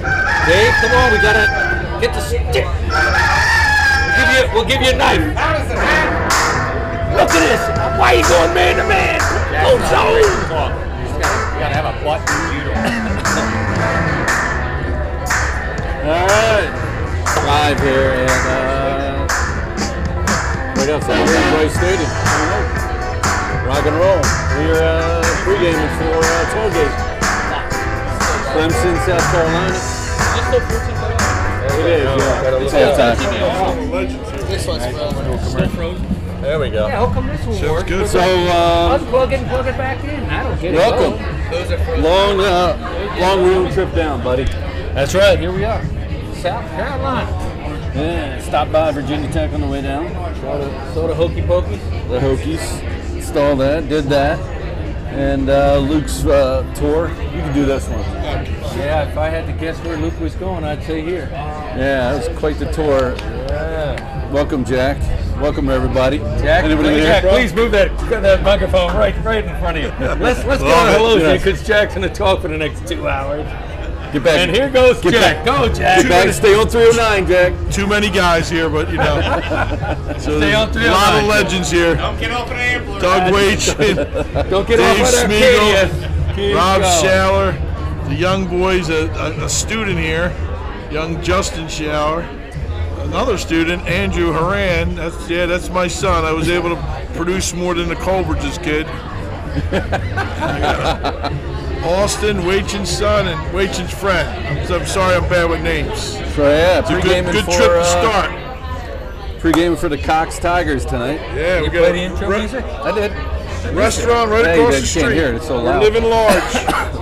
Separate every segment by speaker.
Speaker 1: Dave, come on, we gotta get the stick. We'll give you, we'll give you a knife. Look at this. Why are you going man to man? Go zone.
Speaker 2: Look, you just gotta, you gotta have a butt and
Speaker 1: All right, live here and uh, right outside Fenway Stadium. Rock and roll. We're uh, pregaming for uh, Tollgate, Clemson, South Carolina. It is, yeah. It's halftime.
Speaker 3: This one's
Speaker 1: There we go.
Speaker 4: How come this will work?
Speaker 1: So, um,
Speaker 4: Unplug it and plug it back in. I don't get
Speaker 1: welcome.
Speaker 4: it.
Speaker 1: Long, uh, long road trip down, buddy. That's right. Here we are.
Speaker 4: South Carolina.
Speaker 1: Yeah, stop by Virginia Tech on the way down.
Speaker 4: Soda hokey pokey.
Speaker 1: The Hokies installed that, did that, and uh, Luke's uh, tour. You can do this one.
Speaker 4: Yeah, if I had to guess where Luke was going, I'd say here.
Speaker 1: Yeah, that was quite the tour. Welcome, Jack. Welcome everybody.
Speaker 4: Jack,
Speaker 1: Anybody
Speaker 4: please,
Speaker 1: there?
Speaker 4: Jack,
Speaker 2: Please move that, that microphone right, right in front of you.
Speaker 4: Let's let's
Speaker 1: Love it. Yes.
Speaker 4: because Jack's gonna talk for the next two hours.
Speaker 1: Get back.
Speaker 2: And here goes
Speaker 1: Get
Speaker 2: Jack.
Speaker 1: back.
Speaker 2: Go, Jack.
Speaker 1: Get back. Stay on 309, Jack.
Speaker 5: Too many guys here, but you know. so
Speaker 2: Stay
Speaker 5: there's
Speaker 2: on three
Speaker 5: a
Speaker 2: oh
Speaker 5: lot
Speaker 2: nine.
Speaker 5: of legends here.
Speaker 3: Don't get off an ampler.
Speaker 5: Doug Waich, and
Speaker 4: Don't get
Speaker 5: Dave
Speaker 4: off on
Speaker 5: Smeagol,
Speaker 4: Arcadia. Keep
Speaker 5: Rob
Speaker 4: going.
Speaker 5: Schaller, the young boys, a, a, a student here, young Justin Schaller, another student, Andrew Haran. That's yeah, that's my son. I was able to produce more than the Colbridges kid. Austin Waichen's son and Waichen's friend. I'm, I'm sorry, I'm bad with names.
Speaker 1: So yeah,
Speaker 5: It's a
Speaker 1: pre-gaming
Speaker 5: good, good
Speaker 1: for
Speaker 5: trip to
Speaker 1: uh,
Speaker 5: start.
Speaker 1: pre-gaming for the Cox Tigers tonight.
Speaker 5: Yeah, we
Speaker 4: Play
Speaker 5: got
Speaker 4: the
Speaker 5: a
Speaker 4: intro
Speaker 5: re-
Speaker 4: music.
Speaker 1: I did.
Speaker 5: restaurant right
Speaker 1: Hey,
Speaker 5: across
Speaker 1: they
Speaker 5: the
Speaker 1: can't
Speaker 5: street.
Speaker 1: hear it, it's so
Speaker 5: We're
Speaker 1: loud.
Speaker 5: living large.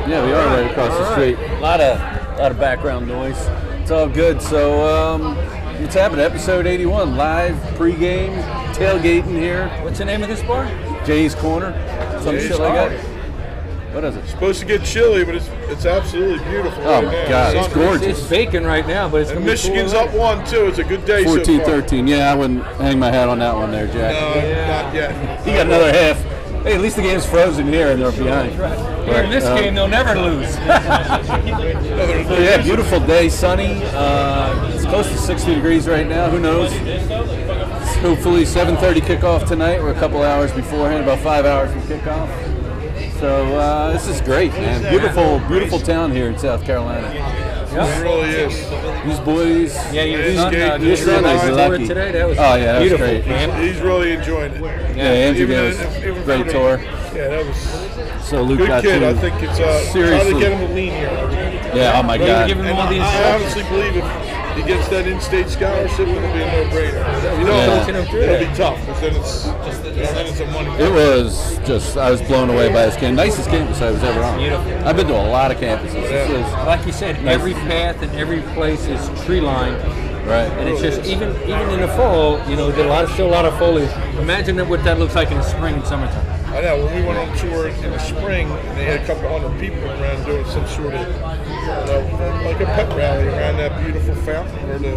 Speaker 1: Yeah, we are right across the street. A lot of lot of background noise. It's all good. So um, it's happening. Episode 81, live pregame tailgating here,
Speaker 4: What's the name of this bar?
Speaker 1: Jay's Corner, some
Speaker 5: Jay's
Speaker 1: shit like that. What is it?
Speaker 5: Supposed to get chilly, but it's it's absolutely beautiful.
Speaker 1: Oh
Speaker 5: right
Speaker 1: my
Speaker 5: now.
Speaker 1: God,
Speaker 5: Sun-
Speaker 1: it's gorgeous.
Speaker 4: It's bacon right now, but it's
Speaker 5: And
Speaker 4: gonna
Speaker 5: Michigan's
Speaker 4: be cool
Speaker 5: up one too. It's a good day so
Speaker 1: 14
Speaker 5: far.
Speaker 1: 13. Yeah, I wouldn't hang my hat on that one there,
Speaker 5: No,
Speaker 1: Jack.
Speaker 5: not yet.
Speaker 1: He got another half. Hey, at least the game's frozen here and they're behind.
Speaker 2: Here in this
Speaker 1: Um,
Speaker 2: game, they'll never lose.
Speaker 1: So uh, yeah, beautiful day, sunny. Uh, it's close to 60 degrees right now. Who knows? It's hopefully 7:30 kickoff tonight. We're a couple hours beforehand, about five hours from kickoff. So uh, this is great, man. Beautiful, beautiful town here in South Carolina.
Speaker 5: It really is.
Speaker 1: These boys,
Speaker 4: Yeah, your
Speaker 5: This
Speaker 4: son,
Speaker 5: game-
Speaker 4: uh,
Speaker 5: this
Speaker 4: just realized
Speaker 5: game is
Speaker 4: the tour
Speaker 1: lucky.
Speaker 4: today. That was
Speaker 1: Oh, yeah, that was
Speaker 4: beautiful.
Speaker 1: great.
Speaker 4: man.
Speaker 5: He's really enjoying it.
Speaker 1: yeah, Andrew
Speaker 5: Even
Speaker 1: Gales,
Speaker 5: if- even
Speaker 1: great
Speaker 5: for the-
Speaker 1: tour.
Speaker 5: Yeah, that was
Speaker 1: So Luke
Speaker 5: good
Speaker 1: got
Speaker 5: kid.
Speaker 1: to-
Speaker 5: I think it's uh, trying
Speaker 1: Seriously.
Speaker 5: to get him to lean here.
Speaker 1: Yeah, oh my
Speaker 4: Ready to
Speaker 1: God.
Speaker 4: give him
Speaker 5: And
Speaker 4: all the
Speaker 5: I, I
Speaker 4: instructions.
Speaker 5: honestly believe if he gets that in-state scholarship, it'll be a no-brainer. You know,
Speaker 1: Yeah.
Speaker 5: it'll be tough, but then it's then it's a money.
Speaker 1: It was just, I was blown away by this camp. Nicest campus I was ever on.
Speaker 4: Beautiful.
Speaker 1: I've been to a lot of campuses. This is,
Speaker 4: Like you said, every path and every place is tree lined.
Speaker 1: right.
Speaker 4: And it's just even even in the fall, you know, there's a lot still a lot of foliage. Imagine that what that looks like in the spring and summertime.
Speaker 5: I know when we went on tour in the spring, and they had a couple hundred people around doing some sort of, you know, like a pep rally around that beautiful fountain where the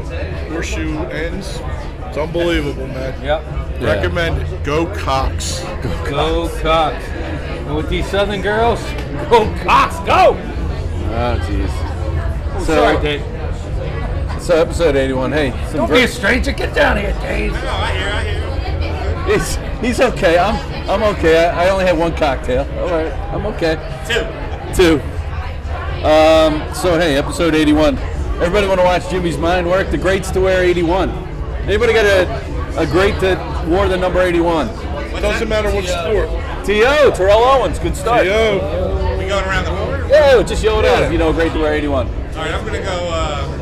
Speaker 5: horseshoe ends. It's unbelievable, man.
Speaker 4: Yep.
Speaker 1: Yeah.
Speaker 5: Recommend it. Go Cox.
Speaker 4: Go Cox. And with these Southern girls, go Cox, go!
Speaker 1: Oh, jeez.
Speaker 4: Oh,
Speaker 1: So-
Speaker 4: sorry, Dave.
Speaker 1: So episode 81. Hey, some
Speaker 4: Don't
Speaker 1: ver-
Speaker 4: be a stranger. Get down here, Dave.
Speaker 3: No, I hear, I hear.
Speaker 1: He's, he's okay. I'm I'm okay. I, I only had one cocktail. All right, I'm okay.
Speaker 3: Two.
Speaker 1: Two. Um, so hey, episode 81. Everybody want to watch Jimmy's mind work? The greats to wear 81. Anybody got a a great that wore the number 81?
Speaker 5: Doesn't matter what sport.
Speaker 1: To Terrell Owens. Good start.
Speaker 5: Yo,
Speaker 3: We going around the horn?
Speaker 1: Yo, just yell it out if you know a great to wear 81.
Speaker 3: All right, I'm gonna go uh,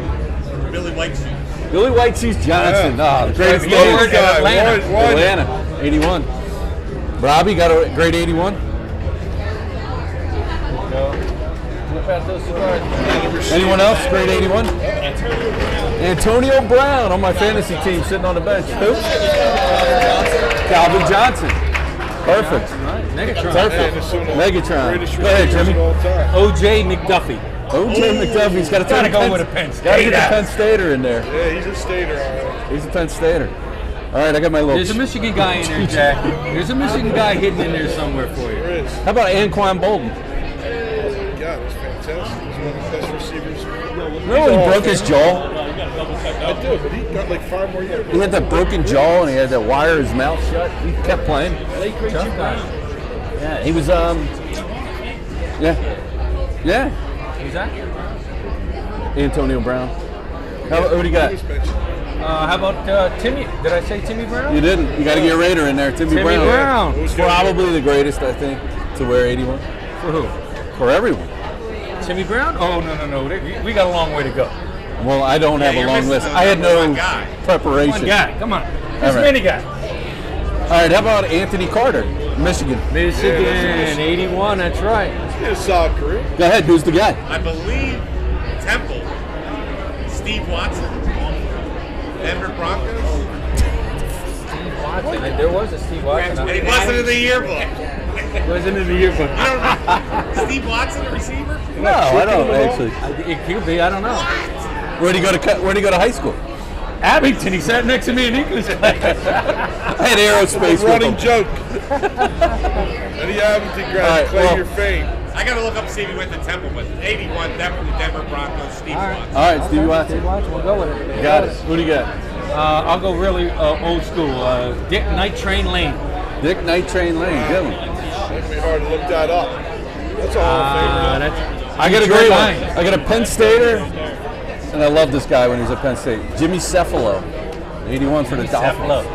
Speaker 3: Billy White shoes.
Speaker 1: Billy White Shoes Johnson.
Speaker 5: Yeah.
Speaker 1: Ah, the greatest
Speaker 4: Yeah,
Speaker 1: player.
Speaker 4: Lord,
Speaker 5: Lord guy,
Speaker 4: Atlanta.
Speaker 5: Lord, Lord.
Speaker 1: Atlanta, 81. Robbie got a grade 81. Anyone else? Grade 81? Antonio Brown on my fantasy team sitting on the bench. Who? Calvin Johnson. Perfect.
Speaker 4: Negatron.
Speaker 1: Perfect.
Speaker 5: Man, it's one of the
Speaker 1: Megatron.
Speaker 5: Greatest
Speaker 1: Go ahead,
Speaker 5: receivers of
Speaker 1: Jimmy.
Speaker 5: all time.
Speaker 4: OJ McDuffey.
Speaker 1: OJ McDuffie's got a
Speaker 2: Gotta go
Speaker 1: Penn-
Speaker 2: with a Penn State.
Speaker 1: Gotta get the Penn Stater in there.
Speaker 5: Yeah, he's a uh, stater. all right.
Speaker 1: He's a Penn Stater. All right, I got my
Speaker 4: There's a
Speaker 1: little.
Speaker 4: Michigan guy in there, Jack. There's a Michigan guy hidden in there somewhere for you.
Speaker 5: There is.
Speaker 1: How about Anquan Bolden?
Speaker 5: God, he's fantastic. He's one of the best receivers.
Speaker 1: Remember when he broke his jaw?
Speaker 5: I do, but he got like five more years.
Speaker 1: He had that broken jaw and he had that wire in his mouth shut. He kept playing. Yeah, he was um. Yeah, yeah.
Speaker 4: Who's that?
Speaker 1: Antonio Brown. How, who do you got?
Speaker 5: He was mentioned.
Speaker 4: Uh, how about uh, Timmy? Did I say Timmy Brown?
Speaker 1: You didn't. You got to get Raider in there. Timmy,
Speaker 4: Timmy Brown.
Speaker 5: Who's good?
Speaker 1: Probably the greatest, I think, to wear 81
Speaker 4: For who?
Speaker 1: for everyone.
Speaker 4: Timmy Brown? Oh no no no. We- We got a long way to go.
Speaker 1: Well, I don't have
Speaker 3: Yeah,
Speaker 1: a
Speaker 3: you're
Speaker 1: long
Speaker 3: missing
Speaker 1: list.
Speaker 3: the
Speaker 1: I had
Speaker 3: number
Speaker 1: no
Speaker 3: one guy.
Speaker 1: preparation.
Speaker 4: One guy. Come on. This
Speaker 1: right.
Speaker 4: many guys.
Speaker 1: All right, how about Anthony Carter, Michigan?
Speaker 4: Michigan,
Speaker 5: that's-
Speaker 4: 81. That's right.
Speaker 5: He had a solid career.
Speaker 1: Go ahead. Who's the guy?
Speaker 3: I believe Temple, Steve Watson, Denver Broncos,
Speaker 4: Watson. There was a Steve Watson.
Speaker 3: and he wasn't in the yearbook.
Speaker 4: Wasn't in the yearbook.
Speaker 3: You don't know Steve Watson, the receiver?
Speaker 1: No, I don't actually.
Speaker 4: I- It could be. I don't know.
Speaker 1: Where would he go to? co- Where would he go to high school?
Speaker 4: Abington. He sat next to me in English class.
Speaker 1: I had aerospace with
Speaker 5: running
Speaker 1: him.
Speaker 5: joke. Eddie Abington
Speaker 1: All
Speaker 5: grad,
Speaker 1: right,
Speaker 5: claim
Speaker 1: well-
Speaker 5: your fame.
Speaker 3: I gotta look up to see if he went to Temple, but 81, definitely Denver Broncos, Steve
Speaker 4: All right.
Speaker 3: Watson.
Speaker 1: All right, Uh, Stevie
Speaker 4: Steve
Speaker 1: Watson.
Speaker 4: Watson. We'll go with it.
Speaker 1: Got it. Who do you got?
Speaker 4: Uh, I'll go really uh, old school. Uh, Dick Night Train Lane.
Speaker 1: Dick Night Train Lane. Good one.
Speaker 5: That'd be hard to look that up. That's a
Speaker 4: Uh,
Speaker 5: Hall of Famer.
Speaker 4: that's,
Speaker 1: I got a
Speaker 4: Detroit
Speaker 1: great one.
Speaker 4: Lions.
Speaker 1: I got a Penn Stater, and I love this guy when he was at Penn State. Jimmy Cephalo, 81 for the
Speaker 4: Buffalo.
Speaker 1: Dolphins.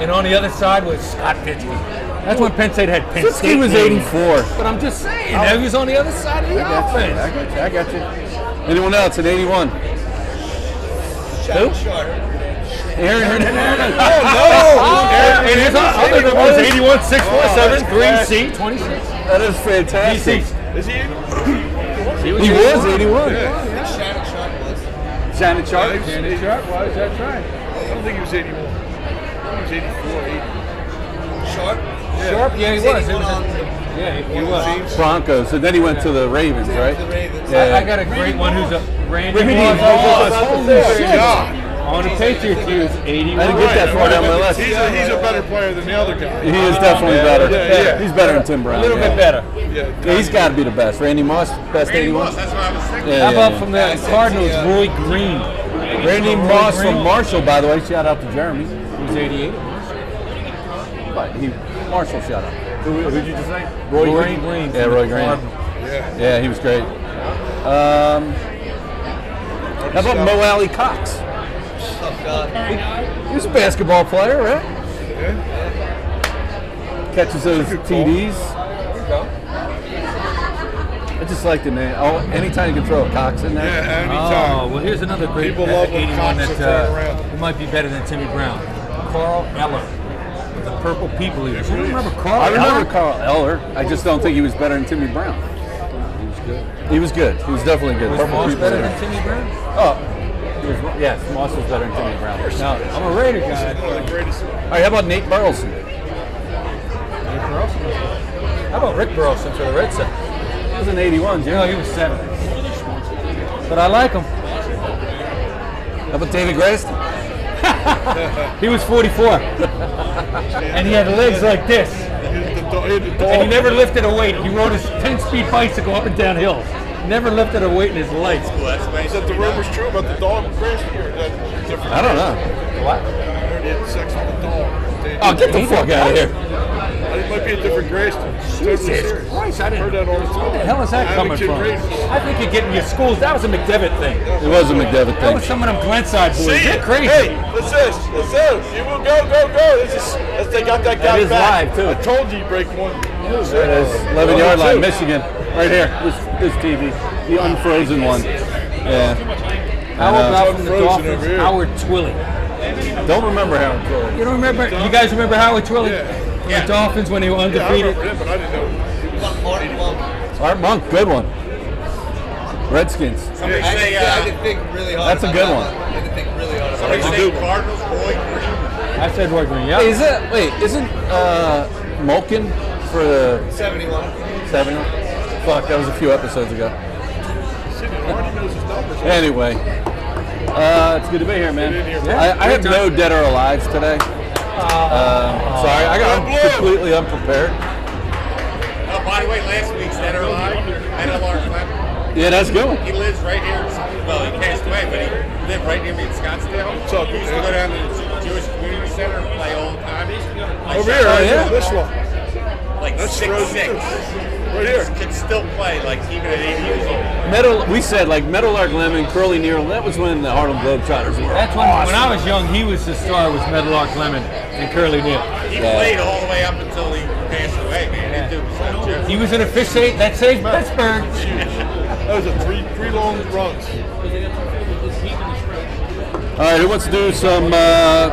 Speaker 4: And on the other side was Scott Pitzky. That's when Penn State had Penn State.
Speaker 1: He was
Speaker 4: names.
Speaker 1: 84.
Speaker 4: But I'm just saying,
Speaker 1: Oh.
Speaker 4: he was on the other side of the
Speaker 1: I
Speaker 4: offense.
Speaker 1: got you. I got you. Anyone else at 81? Aaron Hernandez.
Speaker 4: Oh,
Speaker 1: Oh, no.
Speaker 4: and his other number was 81, 647, three seat, 26.
Speaker 1: That is
Speaker 4: Three
Speaker 1: fantastic.
Speaker 4: seats.
Speaker 5: Is he? in?
Speaker 1: He was 81.
Speaker 5: Yeah.
Speaker 1: Shannon Sharp.
Speaker 5: He was 81. That's right. I don't think he was 81. He was 84, 80. Sharp? Yeah.
Speaker 4: Sharp, yeah, he was. He was a- yeah, he was.
Speaker 1: Broncos. So then he went to the Ravens, right?
Speaker 4: I,
Speaker 1: Yeah.
Speaker 4: I got a great one who's a Randy
Speaker 1: Randy
Speaker 4: Moss.
Speaker 1: Moss.
Speaker 4: Holy
Speaker 1: Holy
Speaker 4: shit.
Speaker 1: shit.
Speaker 4: On the Patriots, he was 81.
Speaker 1: I didn't get that far down my list.
Speaker 5: He's a, he's a better player than the other guy.
Speaker 1: He is definitely
Speaker 4: Yeah,
Speaker 1: better.
Speaker 5: yeah, yeah.
Speaker 1: He's better than Tim Brown.
Speaker 4: A little
Speaker 1: yeah.
Speaker 4: bit better.
Speaker 5: Yeah.
Speaker 1: Yeah, he's got to be the best. Randy Moss, best
Speaker 3: Randy
Speaker 1: 81.
Speaker 3: Moss, that's what I was thinking.
Speaker 1: Yeah.
Speaker 4: How about from the Cardinals, Roy Green?
Speaker 1: Randy
Speaker 4: Roy
Speaker 1: Moss
Speaker 4: Green.
Speaker 1: from Marshall, by the way. Shout out to Jeremy.
Speaker 4: He was 88.
Speaker 1: But he Marshall shout out.
Speaker 4: Who who did you just say?
Speaker 1: Roy
Speaker 4: Roy
Speaker 1: Green.
Speaker 4: Green.
Speaker 1: Yeah,
Speaker 4: from
Speaker 1: Roy
Speaker 4: the
Speaker 1: Green.
Speaker 4: Cardinals.
Speaker 5: Yeah.
Speaker 1: Yeah, he was great. Um, how about Mo Alley Cox? He was a basketball player, right? Catches those TDs.
Speaker 4: Go.
Speaker 1: I just like the name. Oh, anytime you can throw a Cox in
Speaker 5: Yeah,
Speaker 1: there.
Speaker 4: Oh,
Speaker 5: anytime.
Speaker 4: well, here's another great
Speaker 5: People love when
Speaker 4: 81
Speaker 5: Cox
Speaker 4: that
Speaker 5: is thrown around.
Speaker 4: uh, who might be better than Timmy Brown. Carl Eller, with the Purple People Eaters. You don't remember Carl
Speaker 1: I remember
Speaker 4: Eller?
Speaker 1: Carl Eller. I just don't think he was better than Timmy Brown. He was good. He was good. He was definitely good.
Speaker 4: Was
Speaker 1: Purple
Speaker 4: Moss
Speaker 1: people
Speaker 4: better
Speaker 1: there.
Speaker 4: than Timmy Brown?
Speaker 1: Oh, he was- yes, Moss was better than Timmy Brown.
Speaker 4: No, I'm a Raider guy.
Speaker 5: One of the greatest.
Speaker 1: All right, how about Nate Burleson?
Speaker 4: Rick Burleson. How about Rick Burleson for the Red Sox?
Speaker 1: He was an 81, Jim.
Speaker 4: No, he was seven. But I like him.
Speaker 1: How about David Grayson?
Speaker 4: He was 44. and he had legs like this.
Speaker 5: He had the, do- he had the
Speaker 4: And he
Speaker 5: dog.
Speaker 4: never lifted a weight. He rode his 10-speed bicycle up and down hills. Never lifted a weight in his life.
Speaker 3: Well, that's
Speaker 5: Is that the rumors true about the dog crashing or is that different?
Speaker 1: I don't know.
Speaker 4: What?
Speaker 5: I heard he had sex with the dog. They-
Speaker 1: Oh, get the fuck out of here.
Speaker 5: It might be a different Grayston. Totally serious.
Speaker 4: Christ, I didn't-
Speaker 5: heard that all the time.
Speaker 4: Where the hell is that
Speaker 5: I have a
Speaker 4: coming
Speaker 5: kid
Speaker 4: from?
Speaker 5: Grayston.
Speaker 4: I think you're getting your schools. That was a McDevitt thing.
Speaker 1: It was a McDevitt
Speaker 4: That was
Speaker 1: thing.
Speaker 4: some of them Glenside boys.
Speaker 5: See
Speaker 4: They're
Speaker 5: it?
Speaker 4: crazy.
Speaker 5: Hey, this is this is. You will go, go, go. This is. That's, they got that guy
Speaker 4: That is
Speaker 5: back.
Speaker 4: live, too.
Speaker 5: I told you, you break one.
Speaker 1: It is 11 yard line, Michigan. Right here. This, this TV. The unfrozen one. Yeah.
Speaker 4: How
Speaker 1: I know.
Speaker 4: about from the
Speaker 5: Frozen over
Speaker 4: Dolphins,
Speaker 5: here.
Speaker 4: Howard Twilley?
Speaker 1: Don't remember how it goes.
Speaker 4: You don't remember? You guys remember Howard Twilley?
Speaker 5: Yeah.
Speaker 4: From the Dolphins when they were
Speaker 5: Yeah, I
Speaker 4: undefeated.
Speaker 5: remember him, but I didn't know.
Speaker 1: Art Monk, good one. Redskins.
Speaker 3: Somebody say, uh,
Speaker 6: think really hard.
Speaker 1: That's a good one.
Speaker 6: I had to think really hard.
Speaker 3: somebody
Speaker 5: That's a
Speaker 3: say
Speaker 5: good one.
Speaker 3: Cardinals, Roy Green.
Speaker 4: I said Roy Green. Yeah.
Speaker 1: Is it? Wait, isn't uh, Malkin for the
Speaker 6: 71.
Speaker 1: 7 Fuck, that was a few episodes ago.
Speaker 5: Shit, he already knows his numbers.
Speaker 1: Anyway, uh, it's good to be here, man.
Speaker 5: Good to be here.
Speaker 1: I, I have no dead or alives today. Um, sorry, I got
Speaker 5: Go Blue!
Speaker 1: completely unprepared.
Speaker 3: Oh, by the way, last week's Dead or Alive, NLR Fleming.
Speaker 1: Yeah, that's good.
Speaker 3: He lives right here. in- Well, he passed away, but he lived right near me in Scottsdale.
Speaker 5: What's up,
Speaker 3: He used to
Speaker 5: man?
Speaker 3: go down to the Jewish Community Center and play all the time. Like,
Speaker 5: Over here,
Speaker 1: Oh,
Speaker 5: right
Speaker 1: yeah?
Speaker 5: here, this one.
Speaker 3: Like
Speaker 5: That's
Speaker 3: six
Speaker 5: frozen
Speaker 3: six.
Speaker 5: too. Right here.
Speaker 3: Could still play like even at 80 years old.
Speaker 1: Metal. We said like Metal Lark Lemon, Curly Needle. That was when the Harlem Globetrotters were.
Speaker 4: That's when, when I was young, he was the star with Medlock Lemon and Curly Neal.
Speaker 3: He
Speaker 1: Yeah.
Speaker 3: played all the way up until he passed away, man. That dude was not joking.
Speaker 4: He was in a fish eight that saved Pittsburgh.
Speaker 5: That was a three three long runs.
Speaker 1: All right, who wants to do some uh,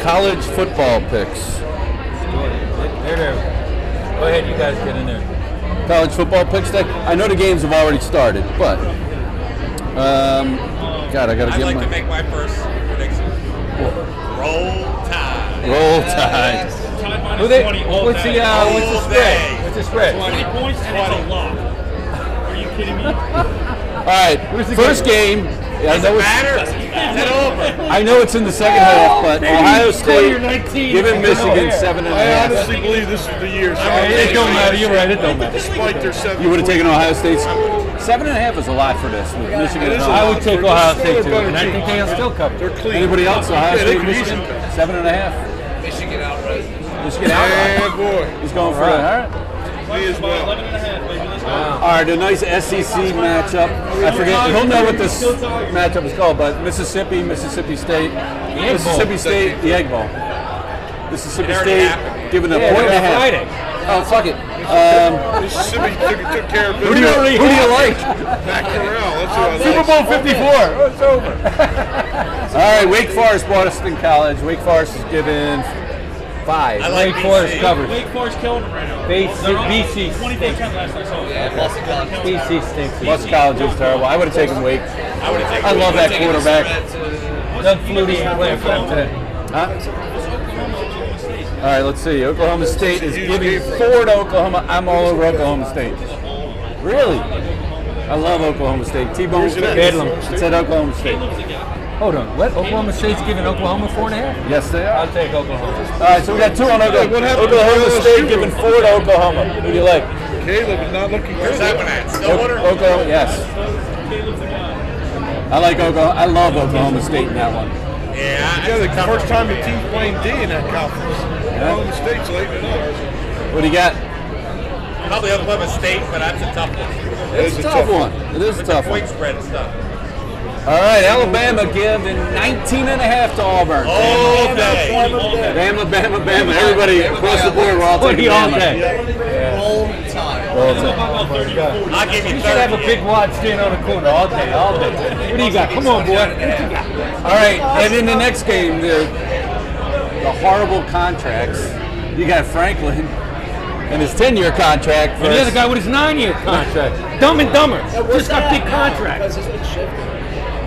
Speaker 1: college football picks?
Speaker 4: There, there. Go ahead, you guys get in there.
Speaker 1: College football picks. That I know the games have already started, but um, God, I gotta
Speaker 3: I'd
Speaker 1: get
Speaker 3: like
Speaker 1: my
Speaker 3: to make my first prediction. Roll Tide.
Speaker 1: roll tide.
Speaker 4: Who they, what's the
Speaker 1: Oh,
Speaker 4: uh, what's the
Speaker 3: All
Speaker 4: spread?
Speaker 3: day.
Speaker 4: What's the spread?
Speaker 2: points and it's a lock. Are you kidding me?
Speaker 1: All right,
Speaker 4: Where's the
Speaker 1: first game. Yeah, I,
Speaker 3: Does it
Speaker 1: know it's,
Speaker 3: matter? Is it over?
Speaker 1: I know it's in the second half, but Ohio
Speaker 2: you're
Speaker 1: State
Speaker 2: 19. I don't
Speaker 1: giving
Speaker 2: know
Speaker 1: Michigan
Speaker 2: where.
Speaker 1: seven and a
Speaker 5: I
Speaker 1: half.
Speaker 5: honestly believe this is the year. So
Speaker 3: I mean,
Speaker 4: It don't matter. You're right. It don't matter.
Speaker 5: Despite their seven.
Speaker 1: You would have taken Ohio State's seven and a half is a lot for this. Michigan.
Speaker 5: It
Speaker 1: is
Speaker 5: is a
Speaker 1: not.
Speaker 4: I would take Ohio State too,
Speaker 5: They're
Speaker 4: and I think they'll still cover.
Speaker 5: They're clean.
Speaker 1: Anybody else? Ohio
Speaker 5: Yeah, they
Speaker 1: State,
Speaker 5: could use
Speaker 1: Michigan,
Speaker 5: them.
Speaker 1: seven and a half. Michigan outright. Michigan
Speaker 5: Yeah,
Speaker 1: outright.
Speaker 5: boy.
Speaker 1: He's going for it. All right.
Speaker 5: Me as well.
Speaker 1: All right, a nice SEC matchup. I forget. He'll know what this matchup is called, but Mississippi, Mississippi State,
Speaker 4: Egg Bowl.
Speaker 1: Mississippi State, the Egg Bowl. Mississippi
Speaker 3: It already
Speaker 1: State
Speaker 3: happened.
Speaker 1: giving a
Speaker 4: Yeah,
Speaker 1: point and a
Speaker 4: it's
Speaker 1: half.
Speaker 4: Friday.
Speaker 1: Oh fuck it. Um,
Speaker 5: Mississippi took, took care of
Speaker 1: who do you
Speaker 5: business.
Speaker 1: who do you like?
Speaker 5: Back around. That's what I
Speaker 4: Super
Speaker 5: like.
Speaker 4: Bowl 54.
Speaker 1: All right, Wake Forest, Boston College. Wake Forest is given five.
Speaker 3: I
Speaker 4: Wake
Speaker 3: like
Speaker 4: Forest
Speaker 3: BC.
Speaker 4: covers.
Speaker 2: Wake Forest killed him right now.
Speaker 4: BC
Speaker 2: They're up
Speaker 4: BC
Speaker 2: 24-10 last I saw.
Speaker 4: BC stinks.
Speaker 1: Boston College is terrible. I would have taken Wake.
Speaker 3: I would have taken
Speaker 1: I love that quarterback.
Speaker 4: Doug Flutie's playing for them today.
Speaker 1: Huh? All right, let's see. Oklahoma State is
Speaker 5: Huge
Speaker 1: giving
Speaker 5: game.
Speaker 1: four to Oklahoma. I'm all over Oklahoma State. Really? I love Oklahoma State. T-Bone
Speaker 5: it at?
Speaker 1: Bedlam. It's at Oklahoma State.
Speaker 4: Hold on. What? Oklahoma State's giving Oklahoma four and a half?
Speaker 1: Yes, they are.
Speaker 4: I'll take Oklahoma.
Speaker 1: All right, so we got two on Oklahoma.
Speaker 5: What happened to
Speaker 1: Oklahoma
Speaker 5: LSU?
Speaker 1: State giving four to Oklahoma. Who do you like?
Speaker 5: Caleb is not looking
Speaker 3: Where's that one
Speaker 5: good.
Speaker 3: at?
Speaker 1: O-
Speaker 3: Stillwater?
Speaker 1: Oklahoma. Yes. I like Oklahoma. I love Oklahoma State in that one.
Speaker 3: Yeah,
Speaker 5: Yeah,
Speaker 3: that's
Speaker 5: the
Speaker 3: a tough
Speaker 5: first time
Speaker 3: one.
Speaker 5: the team's playing D in that conference. Oklahoma State's late in ours.
Speaker 1: What do you got?
Speaker 3: Probably Oklahoma State, but that's a tough one.
Speaker 1: It's a tough one. It is a tough one.
Speaker 3: Point spread and stuff.
Speaker 1: All right, Alabama giving 19 and a half to Auburn.
Speaker 3: All
Speaker 4: Oh,
Speaker 3: day.
Speaker 1: Bama, Bama, Bama. Everybody across the board, we're all
Speaker 4: What do
Speaker 1: taking
Speaker 4: y'all
Speaker 1: Bama.
Speaker 4: think?
Speaker 1: Well, it's-
Speaker 3: I'll give you
Speaker 4: You
Speaker 3: 30.
Speaker 4: should have a big wad standing on a corner all day, all day. What do you got? Come on, boy.
Speaker 1: All right, and in the next game, the, the horrible contracts. You got Franklin and his 10-year contract.
Speaker 4: And the other
Speaker 1: versus-
Speaker 4: guy with his nine-year contract. Dumb and Dumber. Just got big contract.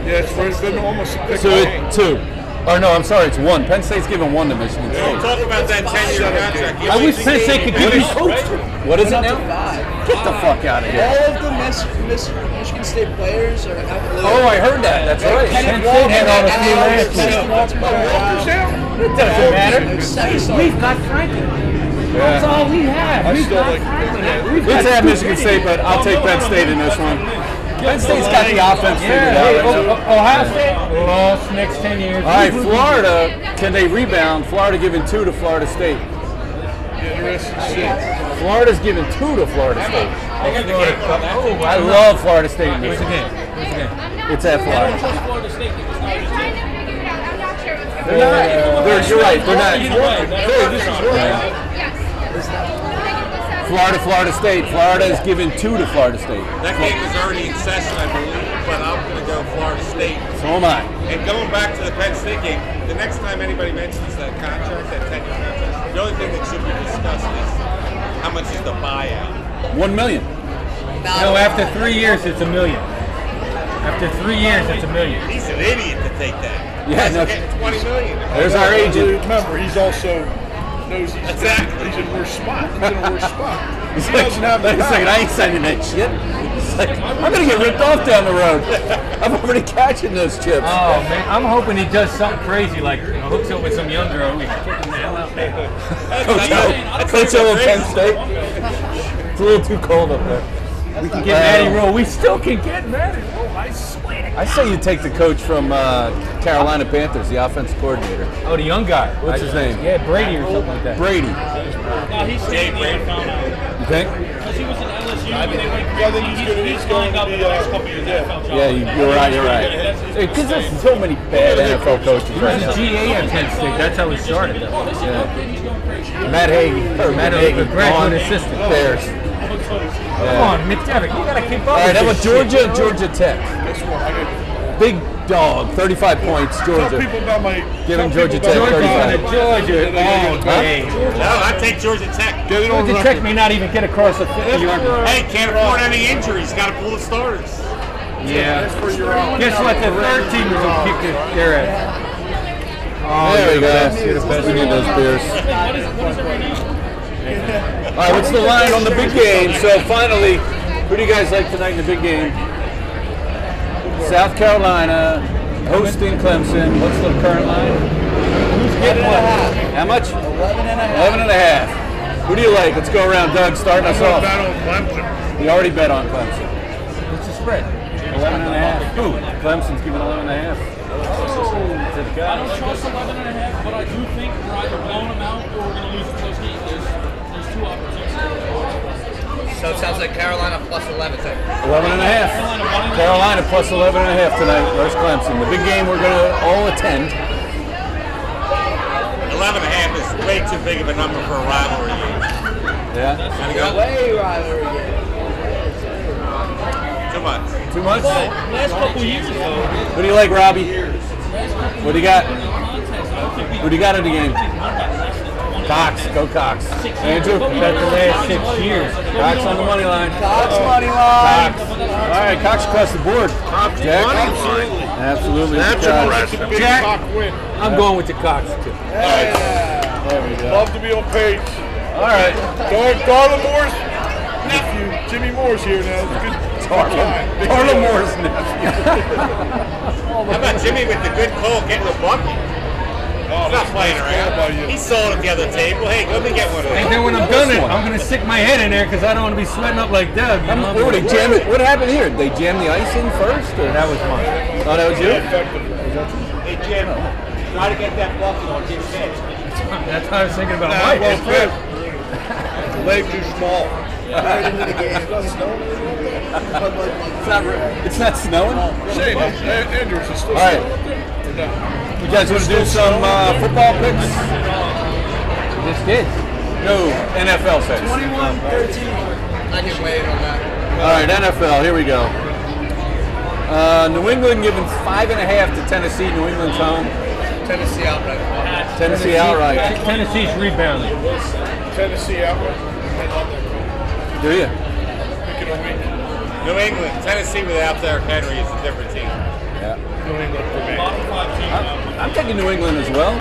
Speaker 5: Yeah, it's first been almost a pick.
Speaker 1: So
Speaker 5: game.
Speaker 1: it's two. Or no, I'm sorry, it's one. Penn State's giving one to Michigan
Speaker 3: Don't
Speaker 1: State.
Speaker 3: talk about that 10 year contract. You
Speaker 4: I
Speaker 3: only
Speaker 4: wish
Speaker 3: see
Speaker 4: Penn State
Speaker 3: it.
Speaker 4: could give me hope.
Speaker 1: What is it now? Get the fuck out of
Speaker 6: All
Speaker 1: here.
Speaker 6: of the Miss, Miss, Michigan State players are out.
Speaker 1: Oh, I heard that. That's right.
Speaker 6: Kenneth
Speaker 4: Penn State had all the three last week.
Speaker 6: Walker,
Speaker 5: Walker's out.
Speaker 4: It doesn't matter.
Speaker 6: Matter.
Speaker 4: We've got Franklin. That's all we have.
Speaker 5: I
Speaker 4: We've
Speaker 5: still
Speaker 4: got
Speaker 5: like-
Speaker 4: Franklin. We've
Speaker 1: Let's
Speaker 4: got
Speaker 1: have
Speaker 4: two
Speaker 1: Michigan State, but I'll take Penn State in this one. Penn State's got the offense figured
Speaker 4: Yeah,
Speaker 1: out.
Speaker 4: hey,
Speaker 1: right now.
Speaker 4: O- O- Ohio State lost next 10 years.
Speaker 1: oh, All right, Florida, can they rebound? Florida giving two to Florida State.
Speaker 5: Interesting shit.
Speaker 1: Florida's giving two to Florida State.
Speaker 4: I got the game on that. Oh,
Speaker 1: I love Florida State.
Speaker 4: Where's the
Speaker 1: Michigan.
Speaker 4: game? Where's the game?
Speaker 1: It's at Florida.
Speaker 7: They're trying to figure it out. I'm not sure what's
Speaker 1: They're
Speaker 7: going on.
Speaker 1: not. They're, you're right. They're not.
Speaker 2: They're working on it.
Speaker 7: Yes.
Speaker 1: Florida, Florida State. Florida is giving two to Florida State.
Speaker 3: That game is already in session, I believe, but I'm going to go Florida State.
Speaker 1: So am I.
Speaker 3: And going back to the Penn State game, the next time anybody mentions that contract, that 10 year contract, the only thing that should be discussed is how much is the buyout.
Speaker 1: One million.
Speaker 4: No, after three years, it's a million. After three years, it's a million.
Speaker 3: He's an idiot to take that.
Speaker 1: Yeah,
Speaker 3: He's
Speaker 1: no.
Speaker 3: getting 20 million.
Speaker 1: There's our agent.
Speaker 5: Remember, he's also knows he's
Speaker 3: Exactly.
Speaker 5: He's in worse spot. He's in a worse spot.
Speaker 1: He's like, wait a second, I ain't signing that shit. He's like, I'm gonna get ripped off down the road. I'm already catching those chips.
Speaker 8: Uh,
Speaker 4: Oh man, I'm hooking he does something crazy like you know, hooks up with some young girl. We can kick him the hell out there.
Speaker 1: Coach O, Coach O of Penn State. It's a little too cold up there. Um,
Speaker 2: We can get Matty Rule. We still can get Matty Rule. I swear. to
Speaker 1: I say you take the coach from uh, Carolina Panthers, the offensive coordinator,
Speaker 2: God. Oh, the young guy.
Speaker 1: What's his name?
Speaker 2: Yeah, Brady or something like that.
Speaker 1: Brady.
Speaker 8: No, he's staying in the NFL now.
Speaker 1: You think?
Speaker 8: Because he was in LSU, and they went
Speaker 5: I think
Speaker 8: crazy.
Speaker 5: he's
Speaker 8: He's,
Speaker 5: gonna-
Speaker 8: he's,
Speaker 5: he's
Speaker 8: lined
Speaker 5: gonna
Speaker 8: up
Speaker 5: be,
Speaker 8: in the
Speaker 5: uh,
Speaker 8: next couple years.
Speaker 5: yeah.
Speaker 8: NFL job.
Speaker 1: Yeah, you, you're right. You're right.
Speaker 8: That's-
Speaker 1: Because there's so many bad NFL coaches
Speaker 2: He was
Speaker 1: right
Speaker 2: a
Speaker 1: now.
Speaker 2: GA at Penn State. That's how he started. though.
Speaker 1: Matt Haig, or
Speaker 2: Matt
Speaker 1: Matt
Speaker 2: Haig,
Speaker 1: Haig,
Speaker 2: the graduate
Speaker 1: gone.
Speaker 2: assistant.
Speaker 1: Bears.
Speaker 2: Come on, McDevitt. You gotta keep up.
Speaker 1: All right,
Speaker 2: with
Speaker 1: how
Speaker 2: this shit,
Speaker 1: about Georgia?
Speaker 2: you know?
Speaker 1: Georgia Tech.
Speaker 5: That's one. I got
Speaker 1: Big dog, 35 points.
Speaker 5: tell
Speaker 1: Georgia.
Speaker 5: people about my.
Speaker 1: Give
Speaker 5: tell
Speaker 1: him Georgia
Speaker 5: people about
Speaker 1: Tech,
Speaker 5: my-
Speaker 1: Georgia.
Speaker 2: Georgia. Georgia. Oh,
Speaker 1: Huh?
Speaker 2: dang.
Speaker 3: No, I take Georgia Tech.
Speaker 5: Get it on
Speaker 2: Georgia
Speaker 5: record.
Speaker 2: Tech may not even get across the 50 yard line.
Speaker 3: Hey, can't afford any injuries. Got to pull the starters.
Speaker 2: Yeah. Guess what? The third team is gonna kick their- their ass. Oh,
Speaker 1: There we
Speaker 2: you're the best. You're the
Speaker 1: go.
Speaker 2: best.
Speaker 1: We need those beers.
Speaker 8: What is, what is it right now?
Speaker 1: All right, what's the line on the big game? So finally, who do you guys like tonight in the big game? South Carolina hosting Clemson. What's the current line? Who's getting
Speaker 6: half.
Speaker 1: How much?
Speaker 6: 11 and a half.
Speaker 1: 11 and a half. Who do you like? Let's go around, Doug. Starting us
Speaker 5: What
Speaker 1: off.
Speaker 5: about on Clemson?
Speaker 1: We already bet on Clemson.
Speaker 2: What's the spread?
Speaker 1: 11 and a half. Who? Clemson's giving 11 and a half.
Speaker 8: Oh. I don't trust 11 and a half, but I do think we're either blowing them out or we're going to lose a close game. There's, there's two opportunities.
Speaker 9: So it sounds like Carolina plus 11 type.
Speaker 1: 11 and a half. Carolina plus 11 and a half tonight versus Clemson. The big game we're going to all attend.
Speaker 3: 11 and a half is way too big of a number for a rivalry game.
Speaker 1: Yeah.
Speaker 3: Gotta go
Speaker 6: Way rivalry game.
Speaker 3: two months.
Speaker 1: Too much?
Speaker 8: Last couple years, though,
Speaker 1: What do you like, Robbie? What do you got? What do you got in the game? Cox, go Cox. Andrew,
Speaker 2: That's the last six years.
Speaker 1: Cox on the money line. Oh,
Speaker 6: Cox money
Speaker 1: Cox.
Speaker 6: line.
Speaker 1: All right, Cox across the board. Jack, absolutely.
Speaker 5: That's
Speaker 1: Cox.
Speaker 5: impressive. Big
Speaker 2: Jack.
Speaker 5: cock win.
Speaker 2: I'm going with the Cox, too.
Speaker 1: There we go.
Speaker 5: Love to be on page.
Speaker 1: All right,
Speaker 5: Dar- Darla Moore's nephew, Jimmy Moore's here now. It's a good- Good time. Big
Speaker 1: Carla
Speaker 5: deal.
Speaker 1: Moore's nephew.
Speaker 3: How about Jimmy with the good call getting the bucket?
Speaker 5: Oh,
Speaker 3: I'm not playing
Speaker 5: about
Speaker 3: around.
Speaker 5: you.
Speaker 3: He saw it at the other table. Hey, let me get one of
Speaker 2: And
Speaker 3: those.
Speaker 2: then when I'm done,
Speaker 1: This
Speaker 2: it,
Speaker 1: one.
Speaker 2: I'm gonna stick my head in there because I don't want to be sweating up like Doug. you know?
Speaker 1: What, did they jam it? what happened here? Did they jam the ice in first? Or?
Speaker 2: That was fun.
Speaker 1: Oh, that was you?
Speaker 3: Hey, Jim, try to get that bucket on Jim's head.
Speaker 2: That's what I was thinking about.
Speaker 5: Nah,
Speaker 2: Mike.
Speaker 5: well, Fred. Leg too small.
Speaker 6: Right into the game. Snow.
Speaker 1: It's not, re- it's not snowing? All
Speaker 5: Shane, A- Andrews is still.
Speaker 1: right. You guys want to do some uh, football picks?
Speaker 2: This did.
Speaker 1: No, NFL picks.
Speaker 6: 21 13.
Speaker 9: I can weigh in on that.
Speaker 1: All right, NFL. Here we go. Uh, New England giving five and a half to Tennessee. New England's home.
Speaker 9: Tennessee outright.
Speaker 1: Tennessee outright.
Speaker 2: Tennessee's rebounding.
Speaker 5: Tennessee out. I love that.
Speaker 1: Do you?
Speaker 5: Pick it a week.
Speaker 3: New England, Tennessee without Derrick Henry is a different team.
Speaker 1: Yeah.
Speaker 5: New England for me.
Speaker 1: I'm taking New England as well.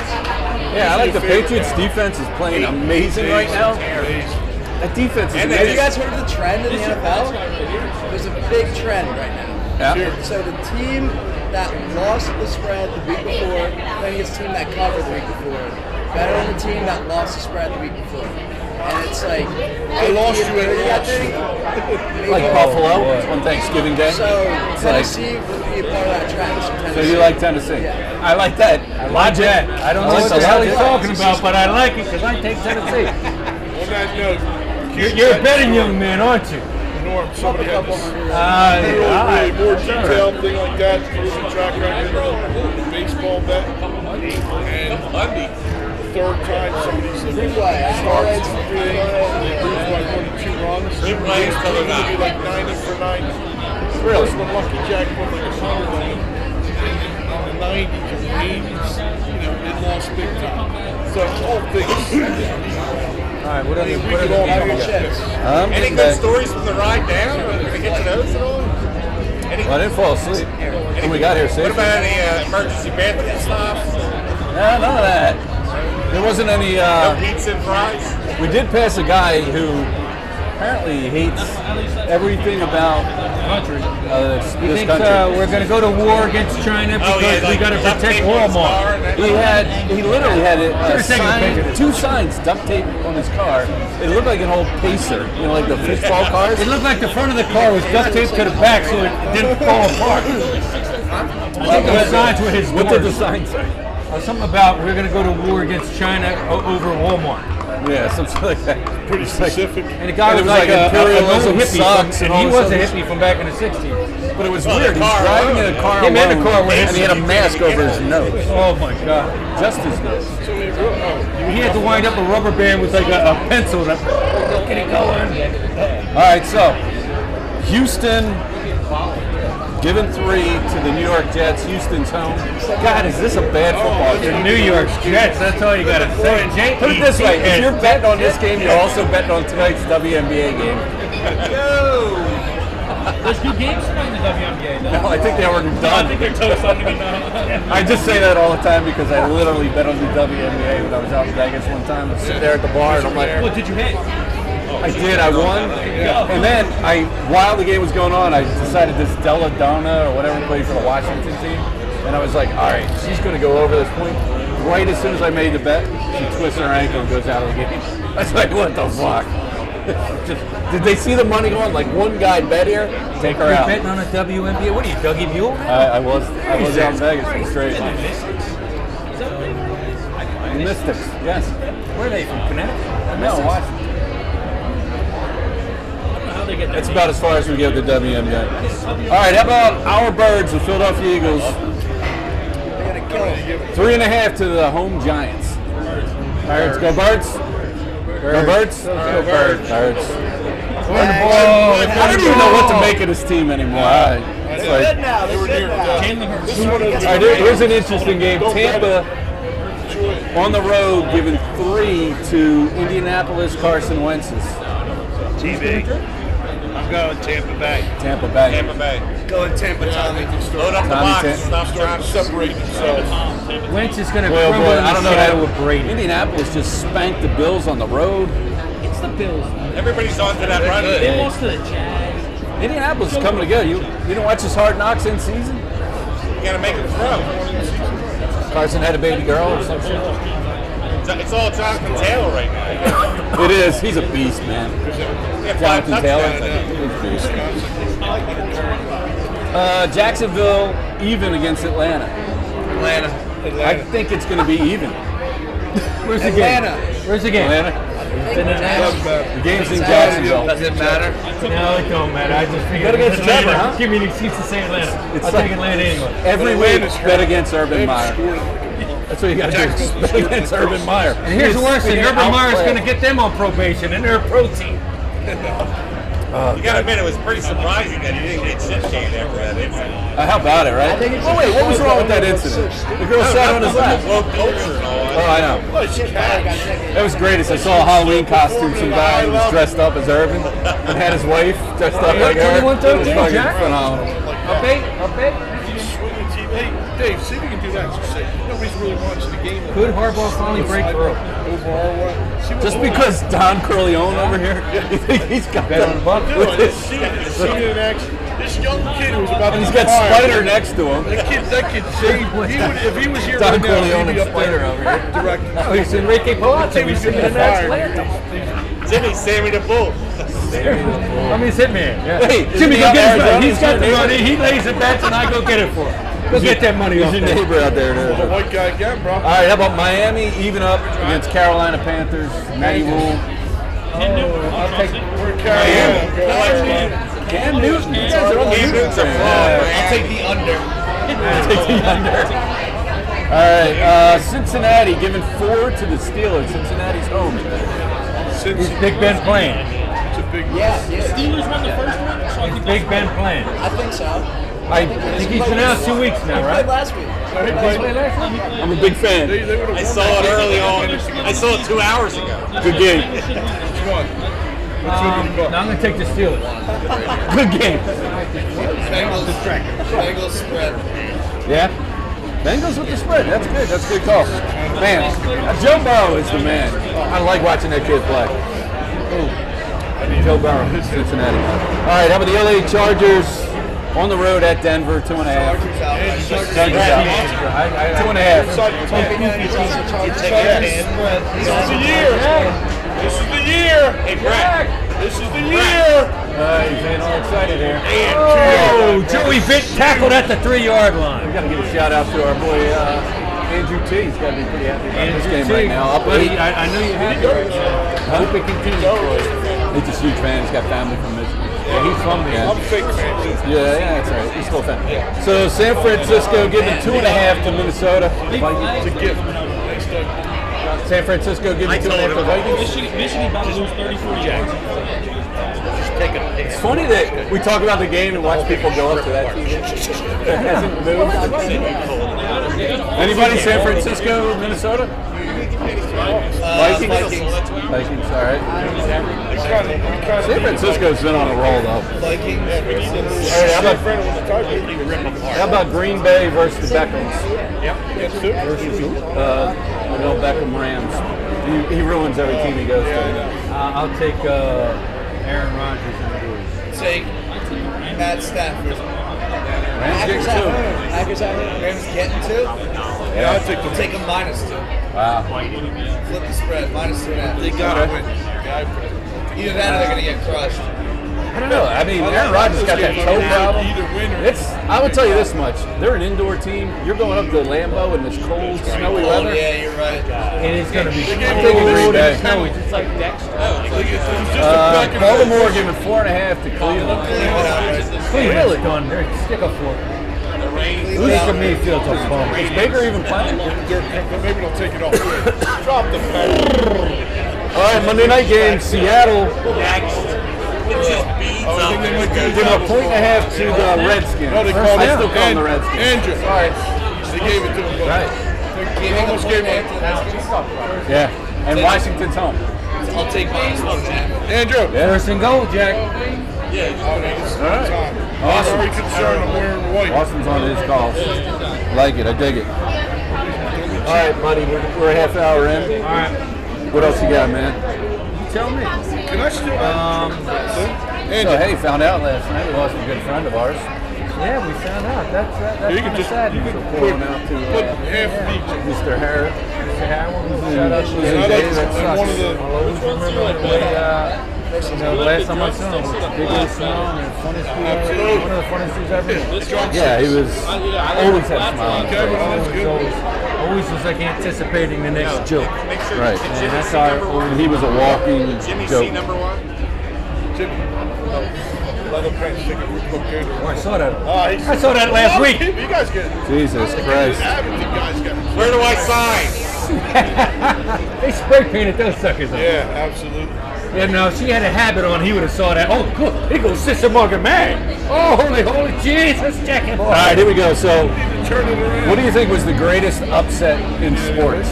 Speaker 1: Yeah, I like the Patriots' defense is playing amazing right now. That defense is
Speaker 3: And they
Speaker 6: Have you
Speaker 1: amazing.
Speaker 6: guys heard of the trend in the NFL? There's a big trend right now.
Speaker 1: Yeah.
Speaker 6: So the team that lost the spread the week before playing against the team that covered the week before better than the team that lost the spread the week before. And it's like I
Speaker 5: lost you and lost
Speaker 1: Like Buffalo on Thanksgiving Day.
Speaker 6: So
Speaker 1: It's like-
Speaker 6: Tennessee would be a part of that trend. So
Speaker 1: so
Speaker 6: Tennessee-
Speaker 1: you like Tennessee?
Speaker 6: Yeah.
Speaker 1: I like that. Logic.
Speaker 2: I don't know
Speaker 1: like
Speaker 2: what
Speaker 1: the
Speaker 2: the hell
Speaker 1: logic.
Speaker 2: he's talking about, but I like it because I take Tennessee.
Speaker 5: On that note,
Speaker 2: You're, you're a betting young man, aren't you?
Speaker 5: Norm, somebody had this
Speaker 2: Uh,
Speaker 5: real, really
Speaker 2: yeah,
Speaker 5: more detailed thing like that, losing track record, baseball bet, and third time somebody's
Speaker 6: Replay.
Speaker 5: starts the thing, they lose by one to two runs.
Speaker 3: Replay is coming
Speaker 5: It'll be
Speaker 3: out.
Speaker 5: like ninety for ninety.
Speaker 1: Really?
Speaker 5: First one, Lucky Jack put like a hundred on it in the nineties or the eighties. You know, it lost big time. So all things,
Speaker 2: I- all right, what are
Speaker 5: we
Speaker 2: the, what are
Speaker 5: could
Speaker 2: the
Speaker 5: all
Speaker 2: games
Speaker 5: have
Speaker 2: you
Speaker 5: your
Speaker 2: got?
Speaker 5: chips.
Speaker 1: I'm
Speaker 3: Any
Speaker 1: getting
Speaker 3: good
Speaker 1: back.
Speaker 3: stories from the ride down? Did we get to those at all? Any,
Speaker 1: Well, I didn't fall asleep.
Speaker 3: any-
Speaker 1: When we got here
Speaker 3: What
Speaker 1: safely.
Speaker 3: about any uh, emergency bathroom stops?
Speaker 1: Yeah, none of that. There wasn't any. Uh,
Speaker 3: No pizza and fries?
Speaker 1: We did pass a guy who apparently hates everything about
Speaker 8: country.
Speaker 1: Uh, this,
Speaker 4: He
Speaker 1: this
Speaker 4: thinks
Speaker 1: country.
Speaker 4: uh, we're going to go to war against China because
Speaker 3: Oh, yeah,
Speaker 4: we
Speaker 3: like
Speaker 4: got to
Speaker 3: duct
Speaker 4: protect
Speaker 3: tape on his car
Speaker 4: Walmart.
Speaker 3: and that-
Speaker 1: He had, he literally had a,
Speaker 4: Should've
Speaker 1: a
Speaker 4: taken a picture of
Speaker 1: sign,
Speaker 4: this.
Speaker 1: two signs duct taped on his car. It looked like an old pacer, you know, like the football cars.
Speaker 4: It looked like the front of the car was duct taped to the back so it didn't fall apart. I think those signs were his
Speaker 1: What did the
Speaker 4: doors.
Speaker 1: sign say?
Speaker 4: Uh, something about we're going to go to war against China o- over Walmart.
Speaker 1: Yeah, something like that.
Speaker 5: Pretty specific.
Speaker 4: And the guy
Speaker 1: And it
Speaker 4: was,
Speaker 1: was like
Speaker 4: like, a, a, a
Speaker 1: imperialism
Speaker 4: little hippie.
Speaker 1: sucks
Speaker 4: from,
Speaker 1: and
Speaker 4: and he
Speaker 1: all
Speaker 4: was a
Speaker 1: this other
Speaker 4: hippie from back in the 60s.
Speaker 1: But it was
Speaker 3: Well, the
Speaker 1: weird. He's
Speaker 3: car
Speaker 1: driving
Speaker 3: alone,
Speaker 1: in a car
Speaker 4: Him and the
Speaker 1: alone,
Speaker 4: car were
Speaker 1: and he had a
Speaker 3: empty.
Speaker 1: mask over his nose,
Speaker 4: Oh my God.
Speaker 1: just his nose.
Speaker 4: He had to wind up a rubber band with like a, a pencil. That, get it going.
Speaker 1: All right, so Houston giving three to the New York Jets. Houston's home. God, is this a bad football game?
Speaker 4: The New York Jets, that's all you got to say.
Speaker 1: Put it this way: if you're betting on this game, you're also betting on tonight's WNBA game.
Speaker 8: There's good games tonight in the WNBA, though.
Speaker 1: No, I think they were
Speaker 8: I think
Speaker 1: done.
Speaker 8: they're toast. I don't even know.
Speaker 1: I just say that all the time because I literally bet on the WNBA when I was out in Vegas one time. I sit there at the bar and I'm like,
Speaker 8: What did you hit?
Speaker 1: I did, I won. And then I, while the game was going on, I decided this Della Donna or whatever played for the Washington team, and I was like, all right, she's going to go over this point. Right as soon as I made the bet, she twists her ankle and goes out of the game. I was like, what the fuck? Just, did they see the money going? Like one guy bet here, take her out.
Speaker 4: betting on a WNBA, what are you, Dougie Mule?
Speaker 1: I, I was I was out in Vegas for a straight line. Mystics, yes.
Speaker 4: Where are they from, Connecticut?
Speaker 1: No, Washington.
Speaker 8: How they get
Speaker 1: That's about as far as we get with the WNBA. All right, how about our birds, the Philadelphia Eagles,
Speaker 6: They're gonna kill him.
Speaker 1: three and a half to the home Giants. Birds, go birds. Go birds. Go birds. Birds. I don't even know what to make of this team anymore. All right. It's like-
Speaker 6: Dead now. They're dead now.
Speaker 5: This is one of
Speaker 1: All right,
Speaker 5: the
Speaker 1: here- here's an interesting game. Tampa on the road giving three to Indianapolis Carson Wentz's
Speaker 2: TV. I'm going Tampa Bay.
Speaker 1: Tampa Bay.
Speaker 3: Tampa Bay.
Speaker 9: Going Tampa, Tommy.
Speaker 3: Load up
Speaker 1: Tommy
Speaker 3: the box.
Speaker 1: Tan-
Speaker 3: Stop
Speaker 5: trying
Speaker 3: dropping.
Speaker 5: to separate themselves.
Speaker 4: Wentz is going to
Speaker 1: Well,
Speaker 4: crumble
Speaker 1: boy,
Speaker 4: in
Speaker 1: I don't
Speaker 4: the
Speaker 1: know
Speaker 4: shadow
Speaker 1: how
Speaker 4: of Brady.
Speaker 1: Indianapolis just spanked the Bills on the road.
Speaker 8: It's the Bills.
Speaker 3: Everybody's on to that run.
Speaker 8: They lost to the Jags.
Speaker 1: Indianapolis is coming together. You you didn't watch his Hard Knocks in season?
Speaker 3: You gotta make them throw.
Speaker 1: Carson had a baby girl or something.
Speaker 3: It's, it's all Jonathan Taylor right now.
Speaker 1: It is. He's a beast, man.
Speaker 3: He had five
Speaker 1: Jonathan Taylor.
Speaker 3: touchdowns. I think.
Speaker 1: He's a beast. Uh, Jacksonville even against Atlanta.
Speaker 9: Atlanta.
Speaker 1: I think it's going to be even.
Speaker 4: Where's the
Speaker 6: Atlanta.
Speaker 4: game? Where's the game?
Speaker 1: Atlanta. The game's in Jacksonville.
Speaker 9: Does it matter?
Speaker 4: No, it don't matter. I just figured.
Speaker 1: Bet against
Speaker 4: Atlanta.
Speaker 1: Trevor, huh?
Speaker 4: Give me an excuse to say Atlanta.
Speaker 1: It's
Speaker 4: I'll
Speaker 1: like-
Speaker 4: take Atlanta anyway.
Speaker 1: Every week,
Speaker 5: Atlanta's
Speaker 1: bet against
Speaker 5: They
Speaker 1: Urban
Speaker 5: haven't
Speaker 1: Meyer.
Speaker 5: scored in
Speaker 1: That's what you got to do. Bet against Urban Meyer.
Speaker 4: And here's the worst thing:
Speaker 1: He's
Speaker 4: Urban Meyer's
Speaker 1: outplayed.
Speaker 4: going to get them on probation, and they're a pro team.
Speaker 1: Oh,
Speaker 3: You gotta admit, it was pretty surprising that he didn't get shit canned after that incident.
Speaker 1: Uh, how about it, right?
Speaker 6: think it's
Speaker 1: oh, wait, what was wrong with that
Speaker 6: just-
Speaker 1: incident? The girl sat on his lap.
Speaker 3: Woke culture and
Speaker 1: Oh,
Speaker 3: all.
Speaker 1: I know.
Speaker 6: That's
Speaker 1: That was great. As I saw a Halloween costume, some guy who was dressed up as Irvin and had his wife dressed up like Irvin. It was
Speaker 4: 21-13,
Speaker 1: fucking
Speaker 4: Jack.
Speaker 1: phenomenal.
Speaker 4: Up eight, up eight.
Speaker 5: Swinging TV. Hey, Dave, see if you can do that. Just say, nobody's really watching the game.
Speaker 4: Could Harbaugh finally break through?
Speaker 5: Overall, what? See what
Speaker 1: Just because Don Corleone over here, you think he's got that
Speaker 5: No, I didn't see it. I didn't see it in action. This young kid who's about
Speaker 1: And
Speaker 5: to
Speaker 1: he's got
Speaker 5: fire-
Speaker 1: Spider next to him.
Speaker 5: That kid, that kid, Shane, he would, if he was here
Speaker 1: Don
Speaker 5: right now,
Speaker 1: Corleone
Speaker 5: he'd
Speaker 1: and
Speaker 5: be up
Speaker 1: Spider
Speaker 5: there
Speaker 1: over here.
Speaker 5: directing.
Speaker 4: Oh, he's Enrique Palazzo. He's in the
Speaker 5: getting
Speaker 4: next
Speaker 5: fired.
Speaker 4: Atlanta.
Speaker 3: Jimmy, Sammy the Bull.
Speaker 4: I mean, it's hitman. Yeah.
Speaker 1: Hey, is
Speaker 4: Jimmy,
Speaker 1: he
Speaker 4: go
Speaker 1: out
Speaker 4: get his
Speaker 1: Arizona?
Speaker 4: money. He's got the
Speaker 1: Is he-
Speaker 4: money. He lays it back, and I go get it for him. Go get that money off
Speaker 1: He's your
Speaker 4: him.
Speaker 1: neighbor out there. there.
Speaker 5: The white guy again, bro.
Speaker 1: All right, how about Miami even up against Carolina Panthers? Matty Rule.
Speaker 8: I'll take
Speaker 5: We're carrying.
Speaker 1: Cam Newton. You guys are on the
Speaker 3: Cam Newton's a
Speaker 1: fan.
Speaker 3: fraud, man.
Speaker 9: I'll take the under.
Speaker 1: Take the under. All right, uh, Cincinnati giving four to the Steelers. Cincinnati's home.
Speaker 5: Since
Speaker 4: Big Ben playing.
Speaker 5: it's a big
Speaker 6: Yeah, yeah.
Speaker 8: Steelers won the first one, so I think
Speaker 4: Big Ben playing.
Speaker 6: I think so.
Speaker 1: I
Speaker 6: I
Speaker 4: He's been out two weeks now,
Speaker 6: Played
Speaker 4: right?
Speaker 6: last week.
Speaker 5: They played-
Speaker 1: I'm a big
Speaker 5: They,
Speaker 1: fan.
Speaker 5: they would have
Speaker 3: I
Speaker 5: won.
Speaker 3: saw it early on. I saw it two hours ago.
Speaker 1: Good game.
Speaker 5: Which one? Which one did
Speaker 4: No,
Speaker 5: you go?
Speaker 4: I'm going to take the Steelers.
Speaker 1: Good game.
Speaker 9: Bengals Bengals spread.
Speaker 1: Yeah. Bengals with the spread. That's good. That's a good call. Man, Joe Burrow is the man. I like watching that kid play. Joe Burrow, Cincinnati. All right, how about the LA Chargers on the road at Denver, two and a half?
Speaker 9: Chargers out.
Speaker 1: Chargers out. Two and a half.
Speaker 5: This is the year. This is the year.
Speaker 3: Hey, Brett.
Speaker 5: This is the year.
Speaker 1: Uh, he's getting all excited here.
Speaker 4: Oh, Joey Vitt tackled at the three-yard line.
Speaker 1: We got to give a shout out to our boy uh, Andrew T. He's got to be pretty happy about this game right now. Up
Speaker 4: Buddy,
Speaker 1: eight.
Speaker 4: I, I know you have it. Hope it continues for you.
Speaker 1: He's just a huge fan. He's got family from Michigan. Yeah, he's from there.
Speaker 5: I'm fake man.
Speaker 1: Yeah, yeah, that's right. He's still a fan. So San Francisco giving two and a half to Minnesota.
Speaker 5: It's a gift. Thanks, Doug.
Speaker 1: San Francisco giving two and a half to Vikings.
Speaker 8: Michigan, Michigan about to lose 34 yards.
Speaker 9: Take a pick.
Speaker 1: It's funny that we talk about the game and watch people go up to that TV. It hasn't moved. Anybody San Francisco, Minnesota? Vikings.
Speaker 9: Vikings.
Speaker 1: Vikings, all right.
Speaker 5: It's kind of, we kind
Speaker 1: San Francisco's been on a roll though.
Speaker 9: Vikings.
Speaker 1: All right, how about
Speaker 5: friend with the Tigers.
Speaker 9: Rip apart.
Speaker 1: How about Green Bay versus the Beckhams?
Speaker 5: Yes, too.
Speaker 1: Versus who? Uh, Odell Beckham Rams. He, he ruins every team he goes to.
Speaker 4: Uh, I'll take uh, Aaron Rodgers and the Boys.
Speaker 9: Take Matt Stafford.
Speaker 1: Rams get
Speaker 6: Packers at home.
Speaker 1: two.
Speaker 6: Packers at home.
Speaker 9: Rams getting two.
Speaker 5: Yeah, I take the
Speaker 9: Take a minus two.
Speaker 1: Wow.
Speaker 9: Flip the spread. Minus two and a half. They
Speaker 5: gotta win.
Speaker 9: Either that or they're gonna get crushed.
Speaker 1: I don't know. I mean, Aaron Rodgers got that toe problem.
Speaker 5: Either win or
Speaker 1: It's. I would tell you this much. They're an indoor team. You're going up to Lambeau in this cold, snowy
Speaker 9: Oh
Speaker 1: weather.
Speaker 9: yeah, you're right.
Speaker 4: It is going to be
Speaker 1: I'm taking Green Bay.
Speaker 4: snowy, just like Dexter.
Speaker 1: Uh, Baltimore giving four and a half to Cleveland.
Speaker 4: Cleveland's done. They're stick a fork.
Speaker 3: The rain.
Speaker 4: Lose for me feels a bum.
Speaker 1: Is Baker even playing?
Speaker 5: But maybe they'll take it off. Drop the pack.
Speaker 1: All right, Monday night game. Seattle
Speaker 3: Next. It just beats
Speaker 5: I
Speaker 3: up.
Speaker 5: think they would do
Speaker 1: giving a point and a half to the Redskins.
Speaker 5: No, they called
Speaker 1: I
Speaker 5: it-
Speaker 1: still call them the Redskins.
Speaker 5: Andrew. All right. They gave it to him.
Speaker 1: Right.
Speaker 5: They, they almost gave him.
Speaker 1: Yeah, and Washington's home.
Speaker 9: I'll take minus one and a half.
Speaker 5: Andrew.
Speaker 4: First and goal, Jack.
Speaker 5: Oh, no, this is the
Speaker 1: right.
Speaker 5: time. I'm
Speaker 1: Awesome.
Speaker 5: very concerned. I'm wearing white.
Speaker 1: Austin's on his calls. Like it. I dig it. All right, buddy. We're, we're a half hour in. All right. What else you got, man?
Speaker 4: Tell me. Um,
Speaker 5: Can I still?
Speaker 1: So, hey, found out last night we lost a good friend of ours.
Speaker 4: Yeah, we found out. That's that, that's
Speaker 5: you can
Speaker 4: kinda
Speaker 5: just
Speaker 4: sad.
Speaker 5: you
Speaker 1: So
Speaker 5: can
Speaker 1: pour
Speaker 5: put,
Speaker 1: one out to
Speaker 5: put
Speaker 1: uh,
Speaker 5: half the.
Speaker 1: Mr. Harris.
Speaker 4: Shout out to
Speaker 1: Yeah,
Speaker 4: you.
Speaker 5: I like
Speaker 1: that
Speaker 5: and one
Speaker 4: I'll
Speaker 5: of the.
Speaker 4: always remember the way, uh, you know, the last time I saw him, it was the biggest smile and the funniest dude ever. One of the funniest dudes ever.
Speaker 1: Yeah, he was always had a smile. on his
Speaker 5: Okay,
Speaker 1: face.
Speaker 5: well, that's
Speaker 4: Always, always,
Speaker 5: good.
Speaker 4: always was like anticipating the next joke.
Speaker 3: Make sure
Speaker 1: Right.
Speaker 3: Did
Speaker 1: And
Speaker 3: Jimmy
Speaker 4: that's
Speaker 3: see
Speaker 4: our-
Speaker 3: number one?
Speaker 1: He was a walking
Speaker 3: Jimmy C
Speaker 1: joke.
Speaker 3: number one.
Speaker 5: Jimmy. Let him paint stick it with Gator.
Speaker 4: Oh, I saw that.
Speaker 5: Ah, he's-
Speaker 4: I saw that last week.
Speaker 5: You guys get it.
Speaker 1: Jesus Christ.
Speaker 5: Avid, you guys get it.
Speaker 3: Where do I sign?
Speaker 4: They spray painted those suckers up.
Speaker 5: Yeah, absolutely.
Speaker 4: Yeah, no, if she had a habit on. He would have saw that. Oh, cool. Here goes Sister Morgan Man. Oh, holy, holy Jesus, Jack and
Speaker 1: All right, here we go. So,
Speaker 5: Turn it around.
Speaker 1: What do you think was the greatest upset in sports?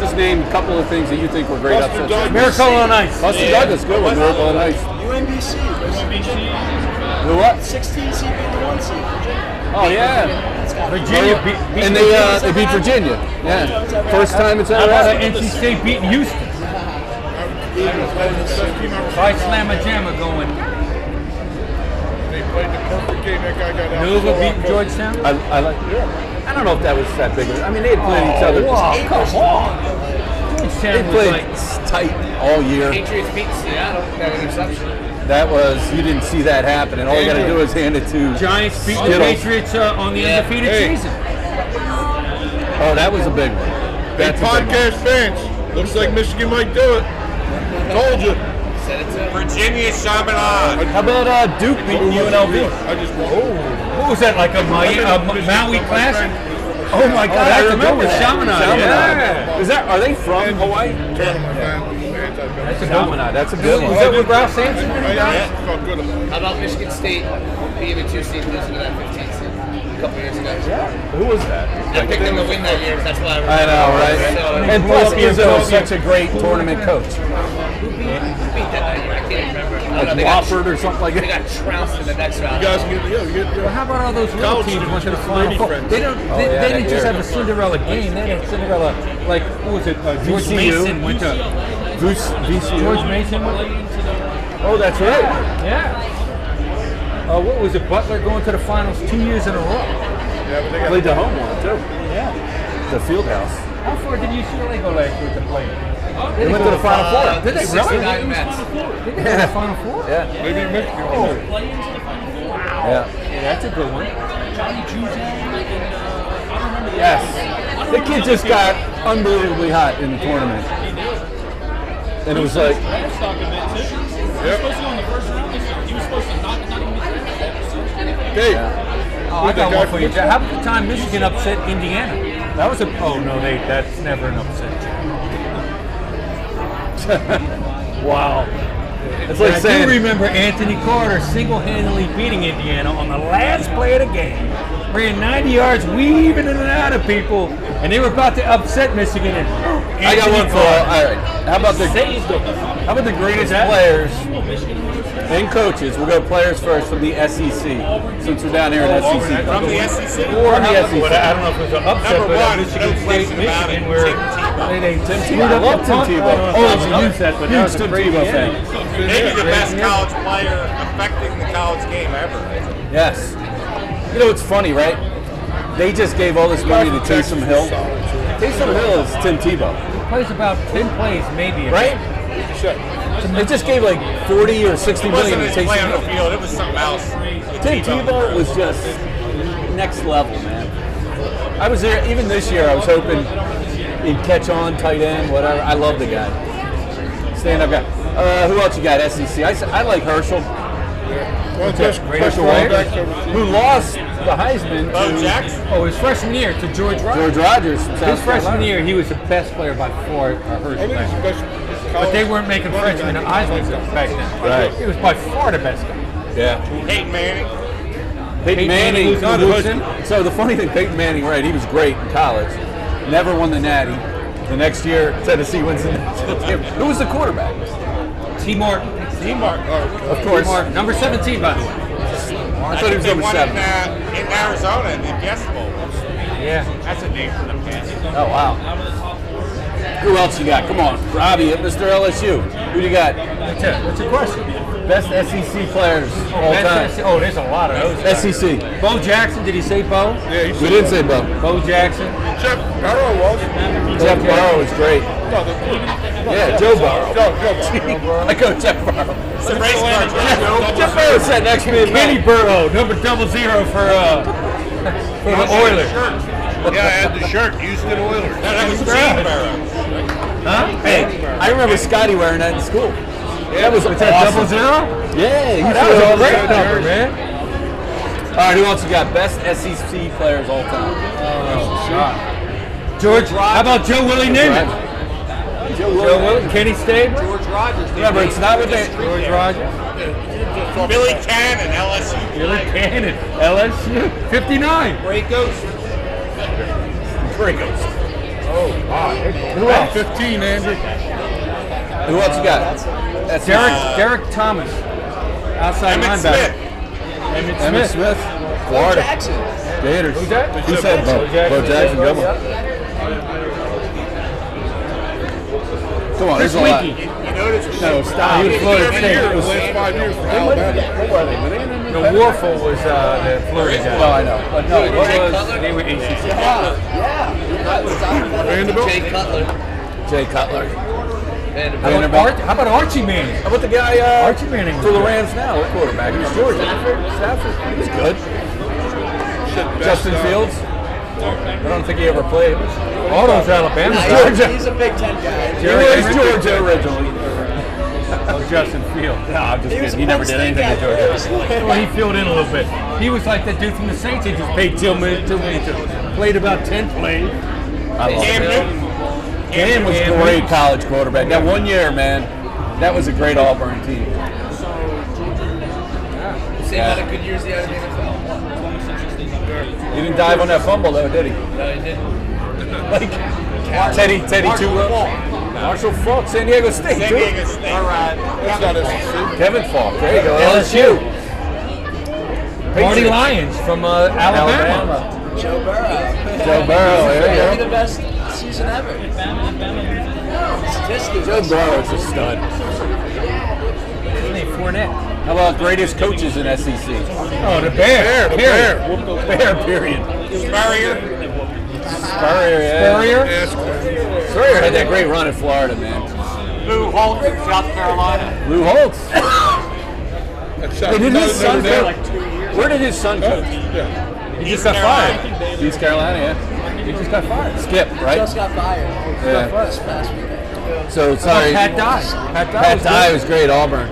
Speaker 1: Just name a couple of things that you think were great
Speaker 5: Buster
Speaker 1: upsets.
Speaker 5: Douglas.
Speaker 4: Miracle on Ice.
Speaker 1: Buster Douglas, good one. Miracle on Ice.
Speaker 6: UNBC was
Speaker 1: The what?
Speaker 6: 16 seed beat the one seed.
Speaker 1: Oh yeah.
Speaker 6: That's got
Speaker 4: Virginia beat, beat
Speaker 1: And they uh, they beat Virginia. Yeah. First time it's
Speaker 4: How
Speaker 1: ever
Speaker 4: about
Speaker 1: happened.
Speaker 4: NC State beating Houston? By Slamma Jamma going.
Speaker 5: They played the perfect game. That guy got out.
Speaker 4: Nova
Speaker 5: so
Speaker 4: beating
Speaker 5: out.
Speaker 4: Georgetown.
Speaker 1: I, I like. I don't know if that was that big. of a- I mean, they had played each other.
Speaker 4: wow, come on.
Speaker 1: They
Speaker 4: Georgetown was
Speaker 1: played
Speaker 4: like,
Speaker 1: tight all year.
Speaker 9: Patriots beat Seattle. That was interception.
Speaker 1: That was you didn't see that happen, and all you got to do is hand it to.
Speaker 4: Giants beat the
Speaker 1: Skittles.
Speaker 4: Patriots uh, on the
Speaker 9: Yeah.
Speaker 4: undefeated
Speaker 5: Hey.
Speaker 4: season.
Speaker 1: Oh, that was a big one.
Speaker 5: Hey,
Speaker 1: That's a big one.
Speaker 5: podcast fans, looks like Michigan might do it. Told you.
Speaker 9: Said it to him.
Speaker 3: Virginia Chaminade.
Speaker 1: How about uh, Duke beating UNLV?
Speaker 5: I just won. Oh,
Speaker 4: What was that like a, Maui, a Ma- Maui classic?
Speaker 1: Oh my
Speaker 4: God, I remember that. Chaminade. Yeah.
Speaker 1: Is that? Are they from Hawaii?
Speaker 5: turn on my family. That's
Speaker 1: Chaminade. That's a good
Speaker 4: Was
Speaker 1: one.
Speaker 4: that with Ralph Sampson?
Speaker 5: I felt good about it.
Speaker 9: How about Michigan State being a two seed losing to that 15 seed a couple years ago?
Speaker 1: Who was that?
Speaker 9: I picked them to win that year. That's why I remember.
Speaker 1: I know,
Speaker 9: So,
Speaker 1: right?
Speaker 9: who
Speaker 1: And plus, Izzo is such a great tournament coach.
Speaker 9: beat that that year? I can't remember. I don't know,
Speaker 1: Like
Speaker 9: they got-
Speaker 1: Wofford or something like
Speaker 9: They
Speaker 1: that.
Speaker 9: got trounced in the next round.
Speaker 5: You guys get, yo, you get, yo.
Speaker 4: How about all those little
Speaker 5: College
Speaker 4: teams
Speaker 5: students
Speaker 4: went to the
Speaker 5: with
Speaker 4: final
Speaker 5: lady
Speaker 4: four?
Speaker 5: friends.
Speaker 4: They don't. They,
Speaker 1: Oh, yeah,
Speaker 4: they
Speaker 1: that
Speaker 4: didn't just
Speaker 1: year.
Speaker 4: have a Cinderella game. They had a Cinderella like what was it? Uh, George
Speaker 1: VCU.
Speaker 4: Mason went to
Speaker 1: Goose, VCU.
Speaker 4: George Mason.
Speaker 1: Oh, that's right.
Speaker 4: Yeah. Uh, what was it? Butler going to the finals two years in a row.
Speaker 5: Yeah, but they got
Speaker 1: Played the home one too.
Speaker 4: Yeah.
Speaker 1: The field house.
Speaker 4: How far did UCLA go last year to play?
Speaker 1: They went to the uh, final four.
Speaker 4: Did they really?
Speaker 9: 69 Mets.
Speaker 4: Did they go to the final four? Oh,
Speaker 1: Yeah.
Speaker 5: maybe
Speaker 8: Play
Speaker 5: Michigan.
Speaker 8: into the final four.
Speaker 1: Yeah.
Speaker 4: Yeah, that's a good one.
Speaker 8: Johnny Juzang and uh, I don't remember the
Speaker 1: Yes. The kid just got unbelievably hot in the tournament. And it was like,
Speaker 8: draft stock event too. He was supposed to go in the first round this year. He was supposed to not not even get drafted.
Speaker 5: Dave,
Speaker 4: Oh, I got one for you. Jack. How about the time Michigan upset Indiana? That was a. Oh no, they. That's never an upset.
Speaker 1: wow. It's
Speaker 4: But
Speaker 1: like
Speaker 4: I do
Speaker 1: saying,
Speaker 4: remember Anthony Carter single-handedly beating Indiana on the last play of the game. Ran 90 yards, weaving in and out of people, and they were about to upset Michigan. And
Speaker 1: I got one for all right. How about the
Speaker 4: Saved them.
Speaker 1: how about the greatest
Speaker 4: that?
Speaker 1: players and coaches? We'll go players first from the SEC since we're down here in SEC.
Speaker 4: Oh,
Speaker 3: From
Speaker 1: country.
Speaker 3: the SEC?
Speaker 1: Or from the
Speaker 4: E
Speaker 1: E
Speaker 4: But I
Speaker 1: SEC.
Speaker 4: don't know if it was an upset,
Speaker 3: Number
Speaker 4: but
Speaker 3: one,
Speaker 4: Michigan
Speaker 3: no
Speaker 4: State,
Speaker 3: question about it.
Speaker 4: Michigan, where
Speaker 3: Tim Tebow.
Speaker 1: They named Tim
Speaker 4: He
Speaker 1: Tebow. I
Speaker 4: was
Speaker 1: love Tim
Speaker 4: up front.
Speaker 1: Tebow.
Speaker 4: Oh, it's a
Speaker 1: Huge
Speaker 4: huge set, but that was a
Speaker 1: Tim
Speaker 4: great
Speaker 1: Tebow
Speaker 4: game.
Speaker 1: fan.
Speaker 3: Maybe the best college player affecting the college game ever.
Speaker 1: Yes. You know, it's funny, right? They just gave all this money to Taysom Hill. Taysom Hill is Tim Tebow,
Speaker 4: plays about 10 plays, maybe.
Speaker 1: right? They just gave like 40 or 60
Speaker 3: It
Speaker 1: million
Speaker 3: wasn't
Speaker 1: to
Speaker 3: his play
Speaker 1: Taysom
Speaker 3: on the
Speaker 1: Hill.
Speaker 3: field, it was something else.
Speaker 1: Tim Tebow was just next level, man. I was there, even this year, I was hoping he'd catch on, tight end, whatever. I love the guy. Stand up guy. Uh, who else you got? SEC. I, s- I like Herschel.
Speaker 5: Well, that's great.
Speaker 1: Herschel Walker, who lost the Heisman
Speaker 3: Bo
Speaker 1: to
Speaker 3: Jackson.
Speaker 4: Oh, his freshman year to George Rogers.
Speaker 1: George Rogers. from
Speaker 4: His
Speaker 1: South
Speaker 4: freshman
Speaker 1: Carolina.
Speaker 4: year, he was the best player by far at
Speaker 5: I think he's
Speaker 4: Herschel.
Speaker 5: the best.
Speaker 4: But they
Speaker 5: college
Speaker 4: weren't making
Speaker 5: running
Speaker 4: freshmen
Speaker 5: back.
Speaker 4: Heisman back then.
Speaker 1: Right.
Speaker 4: He was by far the best guy.
Speaker 1: Yeah.
Speaker 3: Peyton Manning.
Speaker 1: Peyton Manning.
Speaker 4: Manning, Luke Wilson.
Speaker 1: So the funny thing, Peyton Manning, right? He was great in college. Never won the Natty. The next year, Tennessee wins the national championship. Who was the quarterback?
Speaker 4: T. Martin. T. Martin.
Speaker 1: Of course.
Speaker 4: Number 17, by the way.
Speaker 1: I thought he was
Speaker 3: They
Speaker 1: number
Speaker 3: won in,
Speaker 1: seven.
Speaker 3: uh, in Arizona in the Fiesta Bowl.
Speaker 4: Yeah.
Speaker 3: That's a name for them, man.
Speaker 1: Oh wow. Who else you got? Come on, Robbie, at Mr. LSU. Who do you got?
Speaker 4: That's it. That's a question.
Speaker 1: Best SEC players all
Speaker 4: That's-
Speaker 1: time.
Speaker 4: that's- oh, there's a lot of those.
Speaker 1: SEC.
Speaker 4: Bo Jackson, did he say Bo?
Speaker 5: Yeah, he's
Speaker 1: E We didn't say Bo.
Speaker 4: Bo Jackson.
Speaker 5: Jeff Burrow was.
Speaker 1: Jeff Burrow is great.
Speaker 5: No, the,
Speaker 1: Yeah, Joe Burrow.
Speaker 5: Joe, Joe Burrow.
Speaker 1: I go Jeff Burrow.
Speaker 3: It's a race car drive.
Speaker 1: Jeff Burrow sat next to me in
Speaker 4: Kenny Burrow, number double zero for uh for the Oilers.
Speaker 5: Yeah, I had the shirt, Houston Oilers.
Speaker 3: No, that was Gene Burrow.
Speaker 4: Huh?
Speaker 1: Hey, I remember Scotty wearing that in school. that was
Speaker 4: Is that double zero?
Speaker 1: Yeah, he
Speaker 4: That
Speaker 1: threw
Speaker 4: was
Speaker 1: it
Speaker 4: a
Speaker 1: all
Speaker 4: great
Speaker 1: over.
Speaker 4: number, man.
Speaker 1: All right, who else you got? Best SEC players all time.
Speaker 4: George, how about Joe Willie Newman?
Speaker 1: Joe
Speaker 4: Joe
Speaker 1: Williams.
Speaker 4: Willie, Kenny Stabler,
Speaker 9: George Rogers. they
Speaker 1: Remember,
Speaker 9: made-
Speaker 1: it's not what they.
Speaker 4: George Rogers,
Speaker 3: Billy Cannon, LSU.
Speaker 4: Billy Cannon, LSU, 59.
Speaker 9: Great ghost.
Speaker 4: Oh, Who else?
Speaker 5: 15, Andy.
Speaker 1: Who else you got? That's
Speaker 4: Derek, Derek Thomas, outside
Speaker 3: Emmett Smith.
Speaker 4: linebacker.
Speaker 1: Emmett
Speaker 4: Emmett Smith.
Speaker 1: Smith.
Speaker 6: Bo
Speaker 1: Florida.
Speaker 6: Jackson.
Speaker 1: Gators. Who's
Speaker 4: that?
Speaker 1: Who said Bo? Bo Jackson. Come on. Come on, there's a lot.
Speaker 3: You notice
Speaker 1: No, stop. He was Florida
Speaker 5: Every year,
Speaker 1: State. It
Speaker 5: the
Speaker 1: was-
Speaker 5: last five years for Alabama.
Speaker 1: Who are they? Were they in
Speaker 4: The Warfel was uh, the Florida
Speaker 1: Well,
Speaker 4: guy.
Speaker 1: I know. But no,
Speaker 9: Jay
Speaker 1: it was
Speaker 9: Cutler.
Speaker 4: They were ACC.
Speaker 5: Vanderbilt?
Speaker 9: Jay Cutler.
Speaker 1: Jay Cutler.
Speaker 9: Vanderbilt.
Speaker 4: How about,
Speaker 1: Vanderbilt.
Speaker 4: Ar- how about Archie Manning?
Speaker 1: How about the guy uh,
Speaker 4: Archie Manning was
Speaker 1: for the
Speaker 4: good.
Speaker 1: Rams now, the quarterback? He was Georgia. Stafford. He was good. Justin Fields. I don't think he ever played.
Speaker 4: All those Alabama
Speaker 6: Nah,
Speaker 4: guys.
Speaker 6: he's, a, he's a Big Ten guy.
Speaker 1: He was Georgia originally.
Speaker 4: Oh, Justin Field.
Speaker 1: No, I'm just
Speaker 6: He was
Speaker 1: kidding. He never did anything at Georgia.
Speaker 4: Well, he filled in a little bit. He was like that dude from the Saints. He just paid two million, two million, two million. Played about ten plays.
Speaker 1: I love
Speaker 3: Cam
Speaker 1: him.
Speaker 3: Newton.
Speaker 1: Cam was a
Speaker 4: Cam
Speaker 1: great
Speaker 4: Newton.
Speaker 1: college quarterback. That one year, man, that was a great Auburn team.
Speaker 9: Same amount of good years he had in the NFL.
Speaker 1: He didn't dive on that fumble though, did he?
Speaker 9: No, he didn't.
Speaker 1: Like Teddy, Teddy
Speaker 6: Marshall
Speaker 1: Tua. Marshall Falk, San Diego State.
Speaker 3: San
Speaker 1: dude.
Speaker 3: Diego State. All right.
Speaker 5: That's not SEC.
Speaker 1: Kevin Falk. There you go.
Speaker 4: LSU. Marty
Speaker 1: Patriots.
Speaker 4: Lyons from uh, Alabama.
Speaker 1: Alabama.
Speaker 6: Joe Burrow.
Speaker 1: Joe Burrow. There you
Speaker 6: Maybe
Speaker 1: go.
Speaker 6: the best season ever. statistic.
Speaker 1: Joe Burrow is a stud.
Speaker 4: His name Fournette.
Speaker 1: How about greatest coaches in E SEC?
Speaker 4: Oh, the bear.
Speaker 5: the
Speaker 4: period.
Speaker 5: bear.
Speaker 1: Bear, period.
Speaker 3: Spurrier.
Speaker 1: Spurrier, yeah.
Speaker 4: Barrier.
Speaker 5: Ask him.
Speaker 1: Spurrier had that great run in Florida, man.
Speaker 2: Lou Holtz in South Carolina.
Speaker 1: Lou Holtz.
Speaker 5: That's not-
Speaker 1: Wait, did his
Speaker 5: that's not
Speaker 1: son
Speaker 5: a name.
Speaker 1: coach? Where did his son coach?
Speaker 5: Yeah.
Speaker 4: Oh, He just got fired.
Speaker 1: East Carolina, yeah.
Speaker 4: He just got fired.
Speaker 1: Skip, right?
Speaker 6: Just got fired.
Speaker 1: Yeah.
Speaker 6: This past weekend.
Speaker 1: So sorry.
Speaker 4: Pat Dye. Pat Dye.
Speaker 1: Pat
Speaker 4: was
Speaker 1: Dye
Speaker 4: good.
Speaker 1: was great, Auburn.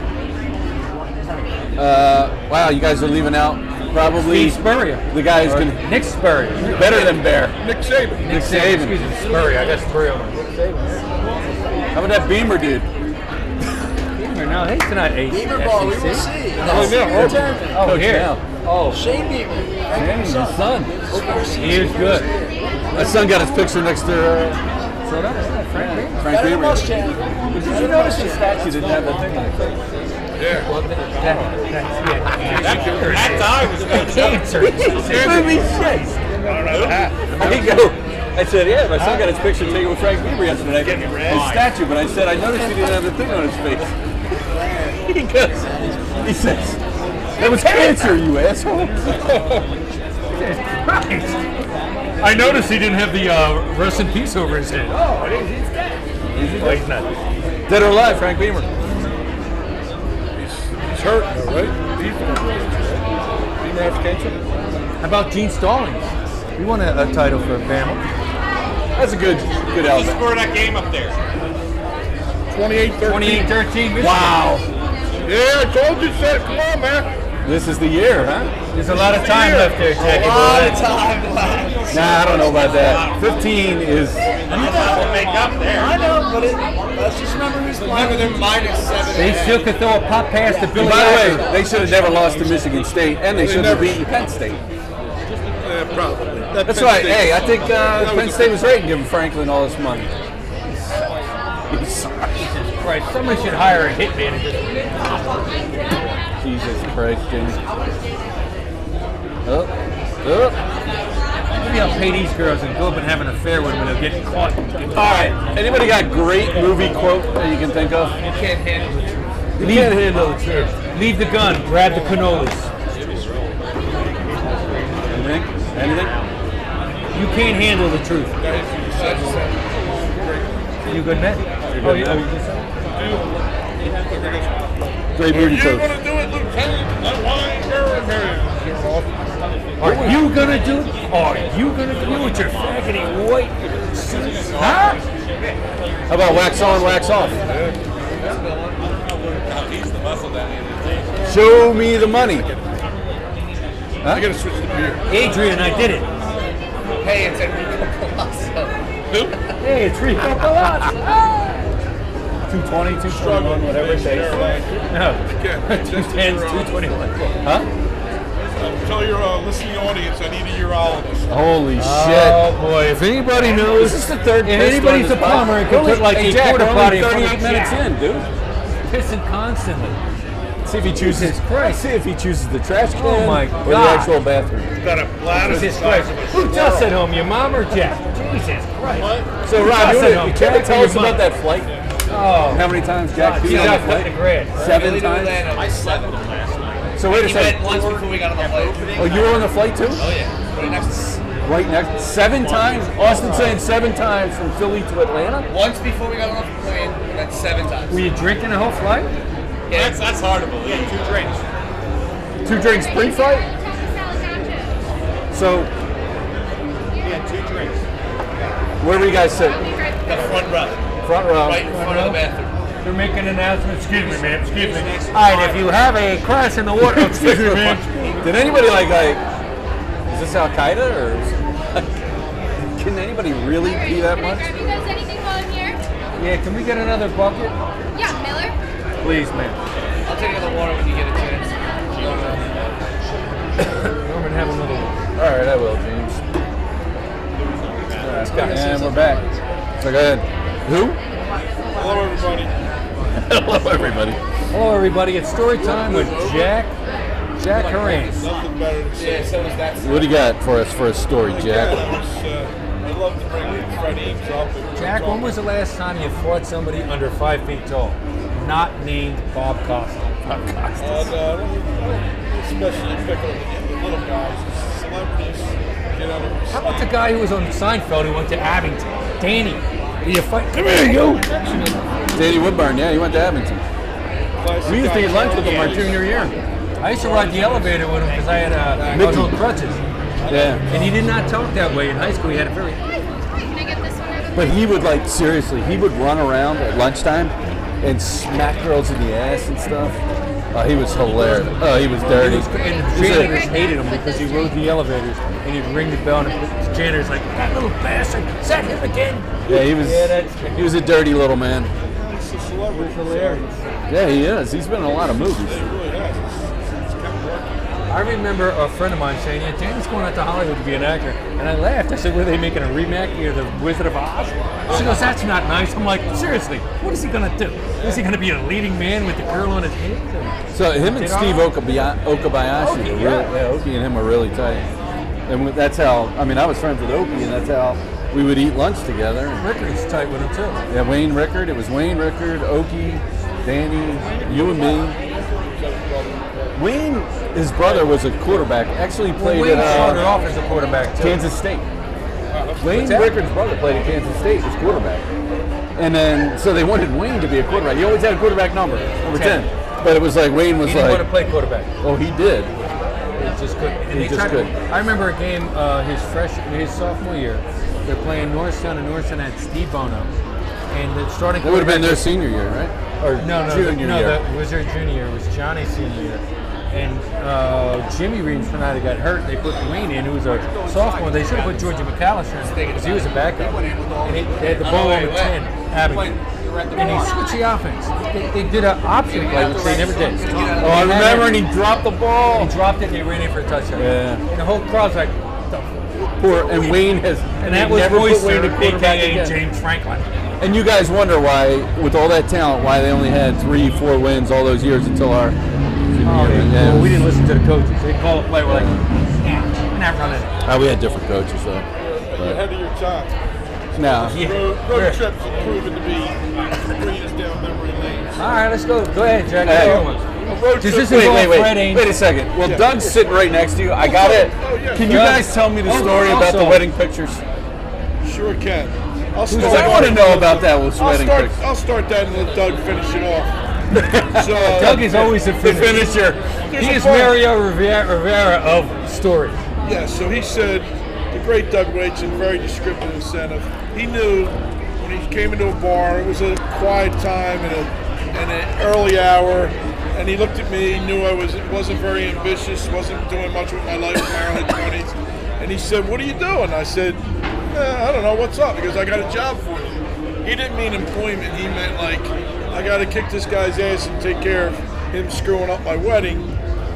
Speaker 1: Uh, wow, you guys are leaving out probably
Speaker 4: Steve Spurrier.
Speaker 1: the guy who's
Speaker 4: Or
Speaker 1: gonna
Speaker 4: Nick Spurrier.
Speaker 1: better than Bear.
Speaker 5: Nick Saban.
Speaker 1: Nick
Speaker 4: Excuse
Speaker 1: Saban.
Speaker 4: me, Spurrier. I got Spurrier on my
Speaker 1: How about that Beamer dude?
Speaker 4: Beamer, no, he's not E ace.
Speaker 6: Beamer ball, we will
Speaker 4: SEC.
Speaker 6: see. That's
Speaker 5: yeah,
Speaker 6: the
Speaker 5: Auburn.
Speaker 6: tournament.
Speaker 4: Oh,
Speaker 1: Coach
Speaker 4: here.
Speaker 1: now.
Speaker 4: Oh,
Speaker 6: Shane Beamer.
Speaker 1: Dang, his son.
Speaker 4: he is good.
Speaker 1: My son got his picture next to uh,
Speaker 4: So that's not Frank Beamer.
Speaker 1: Frank
Speaker 6: Better
Speaker 1: Beamer.
Speaker 6: must channel.
Speaker 1: Did you notice his statue didn't have that thing on it?
Speaker 5: Yeah.
Speaker 4: That, that's, yeah.
Speaker 3: That guy was good.
Speaker 4: Cancer.
Speaker 1: I go. I said, yeah, my son got his picture taken with Frank Bieber yesterday. His statue, but I said, I noticed he didn't have the thing on his face. He goes, he says, that was cancer, you asshole.
Speaker 4: I noticed he didn't have the uh, rest in peace over his head. Oh, he's dead. Wait, no.
Speaker 1: Dead or alive, Frank Beamer.
Speaker 5: He's hurt, though, right? He's Beamer has cancer?
Speaker 4: How about Gene Stallings? We won a, a title for Bama.
Speaker 1: That's a good, good
Speaker 3: He
Speaker 1: album.
Speaker 3: scored that game up there.
Speaker 5: 28 13.
Speaker 4: 28-13.
Speaker 1: Wow,
Speaker 5: Yeah, I told you, said, come on, man.
Speaker 1: this is the year, huh?
Speaker 4: There's a lot of time left there, Jackie.
Speaker 5: A
Speaker 4: boy.
Speaker 5: lot of
Speaker 6: Time lapse.
Speaker 1: Nah, I don't know about that. 15 is
Speaker 3: That's not what make up there.
Speaker 6: I know, but it, let's just remember who's playing.
Speaker 9: They're minus seven.
Speaker 4: They still could throw a pop pass to Billy.
Speaker 1: By the
Speaker 4: Eilish.
Speaker 1: way, they should have never lost to Michigan State, and they should have beaten Penn State.
Speaker 5: Yeah, probably.
Speaker 1: That's right. Hey, I think uh, Penn State was right in giving Franklin all this money. He sucks.
Speaker 4: Christ, somebody should hire a hit manager.
Speaker 1: Jesus Christ, Jimmy. Oh, oh.
Speaker 4: Maybe I'll pay these girls and go up and have an affair with them and they'll get caught.
Speaker 1: All right. Anybody got great movie quote that you can think of?
Speaker 9: can't handle the truth.
Speaker 1: You can't handle the truth.
Speaker 4: Leave the gun, grab the cannolis.
Speaker 1: Anything? Anything?
Speaker 4: You can't handle the truth. You good, man? Oh, yeah. oh, you good, man?
Speaker 1: Great movie
Speaker 5: You're
Speaker 1: quote.
Speaker 5: gonna do it, Lieutenant. That wine girl here. You're off.
Speaker 4: Are you gonna do? Are you gonna do it with your faggoty white? suits? Huh?
Speaker 1: How about wax on, wax off?
Speaker 3: Oh, he's the muscle down here.
Speaker 1: Show me the money.
Speaker 5: I gotta switch to beer.
Speaker 4: Adrian, I did it.
Speaker 9: Hey, it's Enrico Colasso.
Speaker 4: Hey, it's Rico Palazzo.
Speaker 1: 220, 221, whatever it takes.
Speaker 4: No,
Speaker 5: Yeah.
Speaker 4: two tens, two twenty-one.
Speaker 1: Huh?
Speaker 5: Tell your uh, listening audience I need a urologist.
Speaker 1: Holy shit.
Speaker 4: Oh boy, if anybody knows,
Speaker 1: This is the third
Speaker 4: If
Speaker 1: pissed
Speaker 4: anybody's
Speaker 1: on this
Speaker 4: a plumber, it
Speaker 1: podcast.
Speaker 4: can put like
Speaker 1: Hey,
Speaker 4: a
Speaker 1: Jack,
Speaker 4: quarter
Speaker 1: we're only
Speaker 4: potty in front
Speaker 1: 38
Speaker 4: of the
Speaker 1: minutes in, dude.
Speaker 4: pissing constantly.
Speaker 1: See if he chooses. See if he chooses the trash can
Speaker 4: Oh my
Speaker 1: or the
Speaker 4: God.
Speaker 1: actual bathroom.
Speaker 5: Got a bladder the
Speaker 4: Jesus
Speaker 5: size
Speaker 4: Christ.
Speaker 5: of a
Speaker 4: Who just at home, your mom or Jack? Jesus Christ.
Speaker 1: So
Speaker 4: Rob,
Speaker 1: Rob,
Speaker 4: you
Speaker 1: you,
Speaker 4: wanna- you
Speaker 1: care
Speaker 4: wanna
Speaker 1: to tell us about that flight?
Speaker 4: Oh,
Speaker 1: How many times Jack
Speaker 4: he's
Speaker 1: peed on
Speaker 4: out
Speaker 1: the
Speaker 4: cutting the
Speaker 1: flight?
Speaker 4: grass.
Speaker 1: Seven times.
Speaker 9: Atlanta. I slept with him last night.
Speaker 1: So wait a
Speaker 9: He went
Speaker 1: second.
Speaker 9: once before we got on the plane.
Speaker 1: Oh, you were on the flight too?
Speaker 9: Oh yeah. Right next.
Speaker 1: Right next. Seven times. Austin saying seven times from Philly to Atlanta.
Speaker 9: Once before we got on the plane, and then seven
Speaker 4: Were
Speaker 9: times.
Speaker 4: you drinking the whole flight?
Speaker 3: That's, that's hard to believe. Two drinks.
Speaker 1: Two drinks pre-flight. So
Speaker 3: Yeah, two drinks.
Speaker 1: where were you guys sitting?
Speaker 9: The front row,
Speaker 1: Front row.
Speaker 9: right in front of the bathroom.
Speaker 4: They're making an announcement. Excuse me, ma'am. Excuse me. All right, if you have a crash in the water, excuse me, ma'am.
Speaker 1: Did anybody like like? Is this Al Qaeda or? is- Can anybody really pee that
Speaker 7: Can I
Speaker 1: much?
Speaker 7: grab you guys anything while I'm here?
Speaker 4: Yeah, can we get another bucket?
Speaker 7: Yeah, Miller.
Speaker 4: Please, ma'am.
Speaker 9: I'll take you to the water when you get a chance.
Speaker 4: I'm gonna have another one.
Speaker 1: All right, I will, James. And we're back. So go ahead. Who?
Speaker 5: Hello, everybody.
Speaker 1: Hello, everybody.
Speaker 4: Hello, everybody. It's story time with Jack, Jack Horan.
Speaker 5: Nothing better than
Speaker 9: Yeah, so was that.
Speaker 1: What do you got for us for a story,
Speaker 5: Yeah,
Speaker 1: Jack?
Speaker 5: I was, uh, I love to bring Fred Eames up. and
Speaker 4: Jack,
Speaker 5: talk
Speaker 4: when was the last time you fought somebody under five feet tall, not named Bob Costa?
Speaker 5: And uh, especially pick on the little guys, celebrities, you know.
Speaker 4: How about the guy who was on Seinfeld who went to Abington? Danny. Did you fight? Come here, you!
Speaker 1: Danny Woodburn, yeah, he went to Abington.
Speaker 5: classic
Speaker 1: We used to eat
Speaker 5: guys.
Speaker 1: lunch with him our junior year.
Speaker 4: I used to ride the elevator with him because I had a I was on crutches.
Speaker 1: Yeah.
Speaker 4: And he did not talk that way in high school. He had a very
Speaker 7: Can I get this one out of
Speaker 1: But he would like seriously, he would run around at lunchtime and smack girls in the ass and stuff. Oh, he was hilarious. Oh, he was dirty.
Speaker 4: And the
Speaker 1: He's a-
Speaker 4: janitors hated him because he rode the elevators and he'd ring the bell and the janitor's like, that little bastard, is that him again?
Speaker 1: yeah, he was.
Speaker 4: Yeah, that's-
Speaker 1: he was a dirty little man.
Speaker 5: It's a celebrity.
Speaker 1: Yeah, he is. He's been in a lot of movies.
Speaker 5: It really has. It's, it's kind of lucky.
Speaker 4: I remember a friend of mine saying, yeah, Dan's going out to Hollywood to be an actor. And I laughed. I said, were they making a remake of The Wizard of Oz? She goes, that's not nice. I'm like, seriously, what is he going to do? Is he going to be a leading man with the girl on his head?
Speaker 1: So him and Steve Okabia- Okabayashi,
Speaker 4: Oki,
Speaker 1: are really,
Speaker 4: yeah.
Speaker 1: yeah, Oki and him are really tight. And with- that's how. I mean, I was friends with Oki, and that's how we would eat lunch together.
Speaker 4: Rickery's tight with him too.
Speaker 1: Yeah, Wayne Rickard. It was Wayne Rickard, Oki, Danny, you and me. Wayne, his brother, was a quarterback. Actually
Speaker 4: Well,
Speaker 1: played
Speaker 4: Wayne
Speaker 1: at
Speaker 4: started
Speaker 1: uh,
Speaker 4: off as a quarterback too.
Speaker 1: Kansas State. Wayne Rickard's brother played at Kansas State as quarterback. And then, so they wanted Wayne to be a quarterback. He always had a quarterback number, number
Speaker 4: Ten.
Speaker 1: 10. But it was like Wayne
Speaker 4: He
Speaker 1: was
Speaker 4: didn't want
Speaker 1: like,
Speaker 4: to play quarterback.
Speaker 1: oh, he did.
Speaker 4: He just couldn't. And
Speaker 1: He
Speaker 4: they
Speaker 1: just
Speaker 4: tried-
Speaker 1: couldn't.
Speaker 4: I remember a game uh, his fresh his sophomore year. They're playing Norristown, and Norristown had Steve Bono, and the starting.
Speaker 1: That would have been their
Speaker 4: quarterback-
Speaker 1: senior year, right? Or
Speaker 4: no, no,
Speaker 1: junior
Speaker 4: no.
Speaker 1: year.
Speaker 4: That was their junior year. It was Johnny's senior year, and uh, Jimmy Reed from Fernanda got hurt. They put Wayne in, who was a sophomore. They should have put Georgia McAllister in because he was a backup. And he, they had the ball on the ten, Abington. And he switched the offense. They, they did an option play, which they never did.
Speaker 1: oh, I remember, and he dropped the
Speaker 4: He
Speaker 1: ball.
Speaker 4: dropped it. They ran in for a touchdown.
Speaker 1: Yeah.
Speaker 4: And the whole crowd's like, "What the
Speaker 1: Poor, and Wayne has
Speaker 4: And that was
Speaker 1: never put Wayne
Speaker 4: Royster,
Speaker 1: at quarterback
Speaker 4: aka
Speaker 1: again.
Speaker 4: James Franklin.
Speaker 1: And you guys wonder why, with all that talent, why they only had three, four wins all those years until our.
Speaker 4: Oh,
Speaker 1: yeah.
Speaker 4: well, we didn't listen to the coaches. They call a play. We're like, nah, we're not running. it."
Speaker 1: Ah, we had different coaches though.
Speaker 5: You're ahead of your time.
Speaker 1: No.
Speaker 4: Yeah.
Speaker 5: Road,
Speaker 4: Sure.
Speaker 5: road trips have proven to be bringing us down memory lane.
Speaker 4: All right, let's go. Go ahead, Jack.
Speaker 1: Hey.
Speaker 4: Go on.
Speaker 5: A road
Speaker 4: Does
Speaker 5: trip
Speaker 4: this
Speaker 1: Wait,
Speaker 4: involve
Speaker 1: wait,
Speaker 4: Fred
Speaker 1: wait.
Speaker 4: Ames?
Speaker 1: Wait a second. Well,
Speaker 5: Yeah.
Speaker 1: Doug's sitting right next to you. I got it.
Speaker 5: Oh, yeah.
Speaker 1: Can you
Speaker 4: Doug.
Speaker 1: guys tell me the
Speaker 4: Oh,
Speaker 1: story about the
Speaker 4: also-
Speaker 1: wedding pictures?
Speaker 5: sure can. I'll
Speaker 1: Because I want to know about that with
Speaker 5: I'll
Speaker 1: wedding
Speaker 5: start,
Speaker 1: pictures.
Speaker 5: I'll start that and let Doug finish it off. so,
Speaker 4: Doug is always the
Speaker 1: The finisher.
Speaker 4: finisher. He
Speaker 5: There's
Speaker 4: is
Speaker 5: a point.
Speaker 4: Mario Rivera, Rivera of stories.
Speaker 5: Yeah, so he said the great Doug Waitson, very descriptive incentive. He knew when he came into a bar, it was a quiet time and, a, and an early hour, and he looked at me, he knew I was, wasn't very ambitious, wasn't doing much with my life in my early 20s, and he said, What are you doing? I said, "Eh, I don't know, what's up? Because I got a job for you. He didn't mean employment, he meant like, I got to kick this guy's ass and take care of him screwing up my wedding.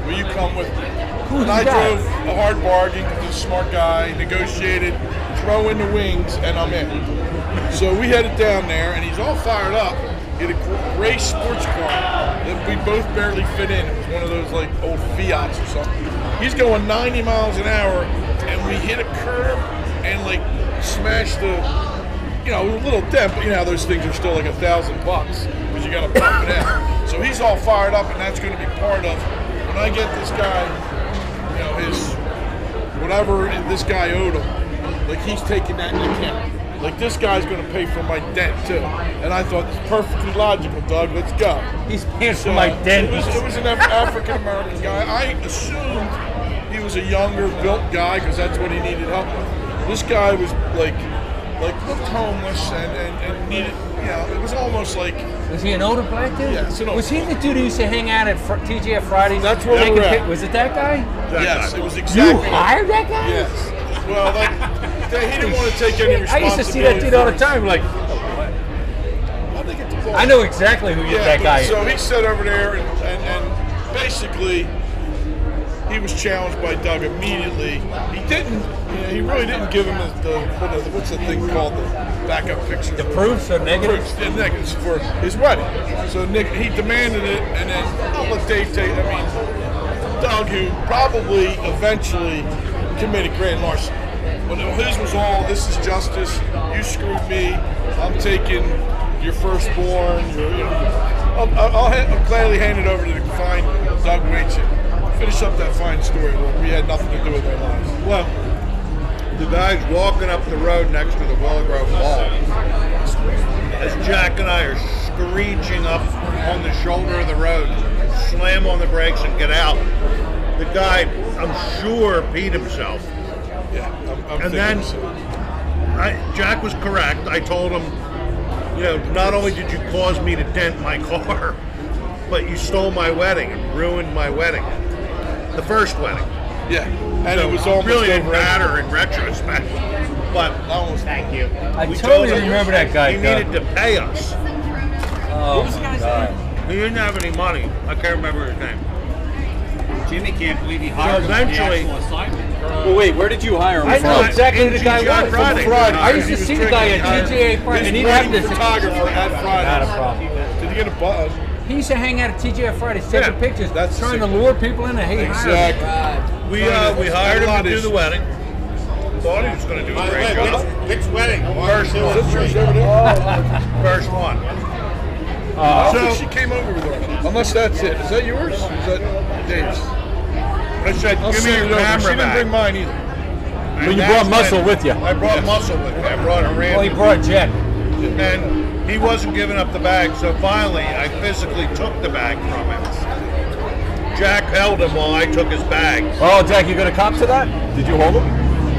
Speaker 5: Will you come with me? And I
Speaker 4: guy?
Speaker 5: drove a hard bargain, the smart guy, negotiated, throw in the wings, and I'm in. So we headed down there, and he's all fired up. He had a gr- gray sports car that we both barely fit in. It was one of those like old Fiats or something. He's going 90 miles an hour, and we hit a curb and like smashed the you know, a little dent, but you know, how those things are still like a thousand bucks because you got to pump it out. So he's all fired up, and that's going to be part of when I get this guy, you know, his whatever this guy owed him, like he's taking that into account. Like this guy's going to pay for my dent too. And I thought, it's perfectly logical, Doug, let's go.
Speaker 4: He's paying for
Speaker 5: So,
Speaker 4: my
Speaker 5: It was, it
Speaker 4: dentist.
Speaker 5: was an African American guy. I assumed he was a younger built guy because that's what he needed help with. This guy was like, like looked homeless and, and, and needed, you know, it was almost like
Speaker 4: Was he an older black dude?
Speaker 5: Yeah, it's an older
Speaker 4: Was he the dude who used to hang out at Fr- TGF Fridays?
Speaker 5: That's where
Speaker 4: Taking
Speaker 5: we're at.
Speaker 4: pic- Was it that guy?
Speaker 5: yes, it was
Speaker 4: You
Speaker 5: exactly
Speaker 4: hired that guy?
Speaker 5: yes. Well, like they, he didn't want to take any
Speaker 4: I
Speaker 5: responsibility.
Speaker 4: used to see that dude all the
Speaker 5: for it.
Speaker 4: time. Like,
Speaker 5: How'd they get the ball?
Speaker 4: I know exactly who you
Speaker 5: Yeah,
Speaker 4: that
Speaker 5: but-
Speaker 4: guy
Speaker 5: So
Speaker 4: is.
Speaker 5: he sat over there, and, and, and basically, he was challenged by Doug immediately. He didn't. You know, he really didn't give him the, the what is- what's the thing called the backup picture. The
Speaker 4: Proofs are negative.
Speaker 5: proofs, the negatives for his wedding. So Nick, he demanded it, and then I'll let Dave take. I mean, Doug, who probably eventually committed grand larceny. When his was all, this is justice. You screwed me. I'm taking your firstborn. Your, you know, I'll, I'll, I'll, ha- I'll gladly hand it over to the fine Doug Waitchin. Finish up that fine story. Where we had nothing to do with their lives.
Speaker 3: Well, the guy's walking up the road next to the Willow Grove Mall. As Jack and I are screeching up on the shoulder of the road, slam on the brakes and get out. The guy, I'm sure, peed himself.
Speaker 5: Yeah, I'm, I'm
Speaker 3: And
Speaker 5: thinking
Speaker 3: then
Speaker 5: so.
Speaker 3: I, Jack was correct. I told him, you know, not only did you cause me to dent my car, but you stole my wedding and ruined my wedding. The first wedding.
Speaker 5: Yeah, and
Speaker 3: So
Speaker 5: it was almost
Speaker 3: really didn't
Speaker 5: over.
Speaker 3: matter in retrospect. But
Speaker 5: Almost.
Speaker 9: Thank you.
Speaker 4: I
Speaker 3: we told
Speaker 4: totally
Speaker 3: him
Speaker 4: remember that guy.
Speaker 3: He
Speaker 4: Doug.
Speaker 3: needed to pay us.
Speaker 4: oh my god.
Speaker 3: He didn't have any money. I can't remember his name.
Speaker 9: Jimmy can't believe he hired him for the
Speaker 3: eventually-
Speaker 9: actual assignment.
Speaker 1: Well, wait, where did you hire him
Speaker 4: I
Speaker 1: from?
Speaker 4: know exactly who the
Speaker 3: G.G.
Speaker 4: guy
Speaker 3: on
Speaker 4: was.
Speaker 3: Friday.
Speaker 4: Fraud. I used
Speaker 5: He
Speaker 4: to
Speaker 5: was
Speaker 4: see the guy
Speaker 5: drinking
Speaker 4: at TGA Friday, and
Speaker 5: His
Speaker 4: he'd have
Speaker 5: wedding
Speaker 4: this.
Speaker 5: photographer at
Speaker 4: Not a
Speaker 5: Fridays.
Speaker 4: problem.
Speaker 5: Did he get a buzz?
Speaker 4: He used to hang out at TGI Fridays, taking
Speaker 3: Yeah,
Speaker 4: pictures,
Speaker 5: that's
Speaker 4: trying
Speaker 5: sick.
Speaker 4: to lure people in. And hey,
Speaker 5: Exactly.
Speaker 3: We uh, we hired him to do the wedding. Thought he was going to do
Speaker 10: By
Speaker 3: a
Speaker 10: the
Speaker 3: great
Speaker 10: way,
Speaker 3: job.
Speaker 10: Nick's, Nick's wedding.
Speaker 3: First
Speaker 10: Two
Speaker 3: one.
Speaker 10: and three.
Speaker 3: First one.
Speaker 5: I don't
Speaker 3: so-
Speaker 5: think she came over with one. Unless that's it. Is that yours? Is that Dave's?
Speaker 3: I said,
Speaker 5: I'll
Speaker 3: give me
Speaker 5: send
Speaker 3: your
Speaker 5: it over. She
Speaker 3: camera
Speaker 5: didn't bring
Speaker 3: back.
Speaker 5: mine either.
Speaker 3: And
Speaker 1: But you
Speaker 3: that's
Speaker 1: brought muscle
Speaker 3: when-
Speaker 1: with you.
Speaker 3: I brought muscle with me. I brought a
Speaker 4: well, he
Speaker 3: random.
Speaker 4: brought Jet.
Speaker 3: And he wasn't giving up the bag, so finally I physically took the bag from him. Jack held him while I took his bag,
Speaker 1: Oh, Jack, you gonna cop to that? Did you hold him?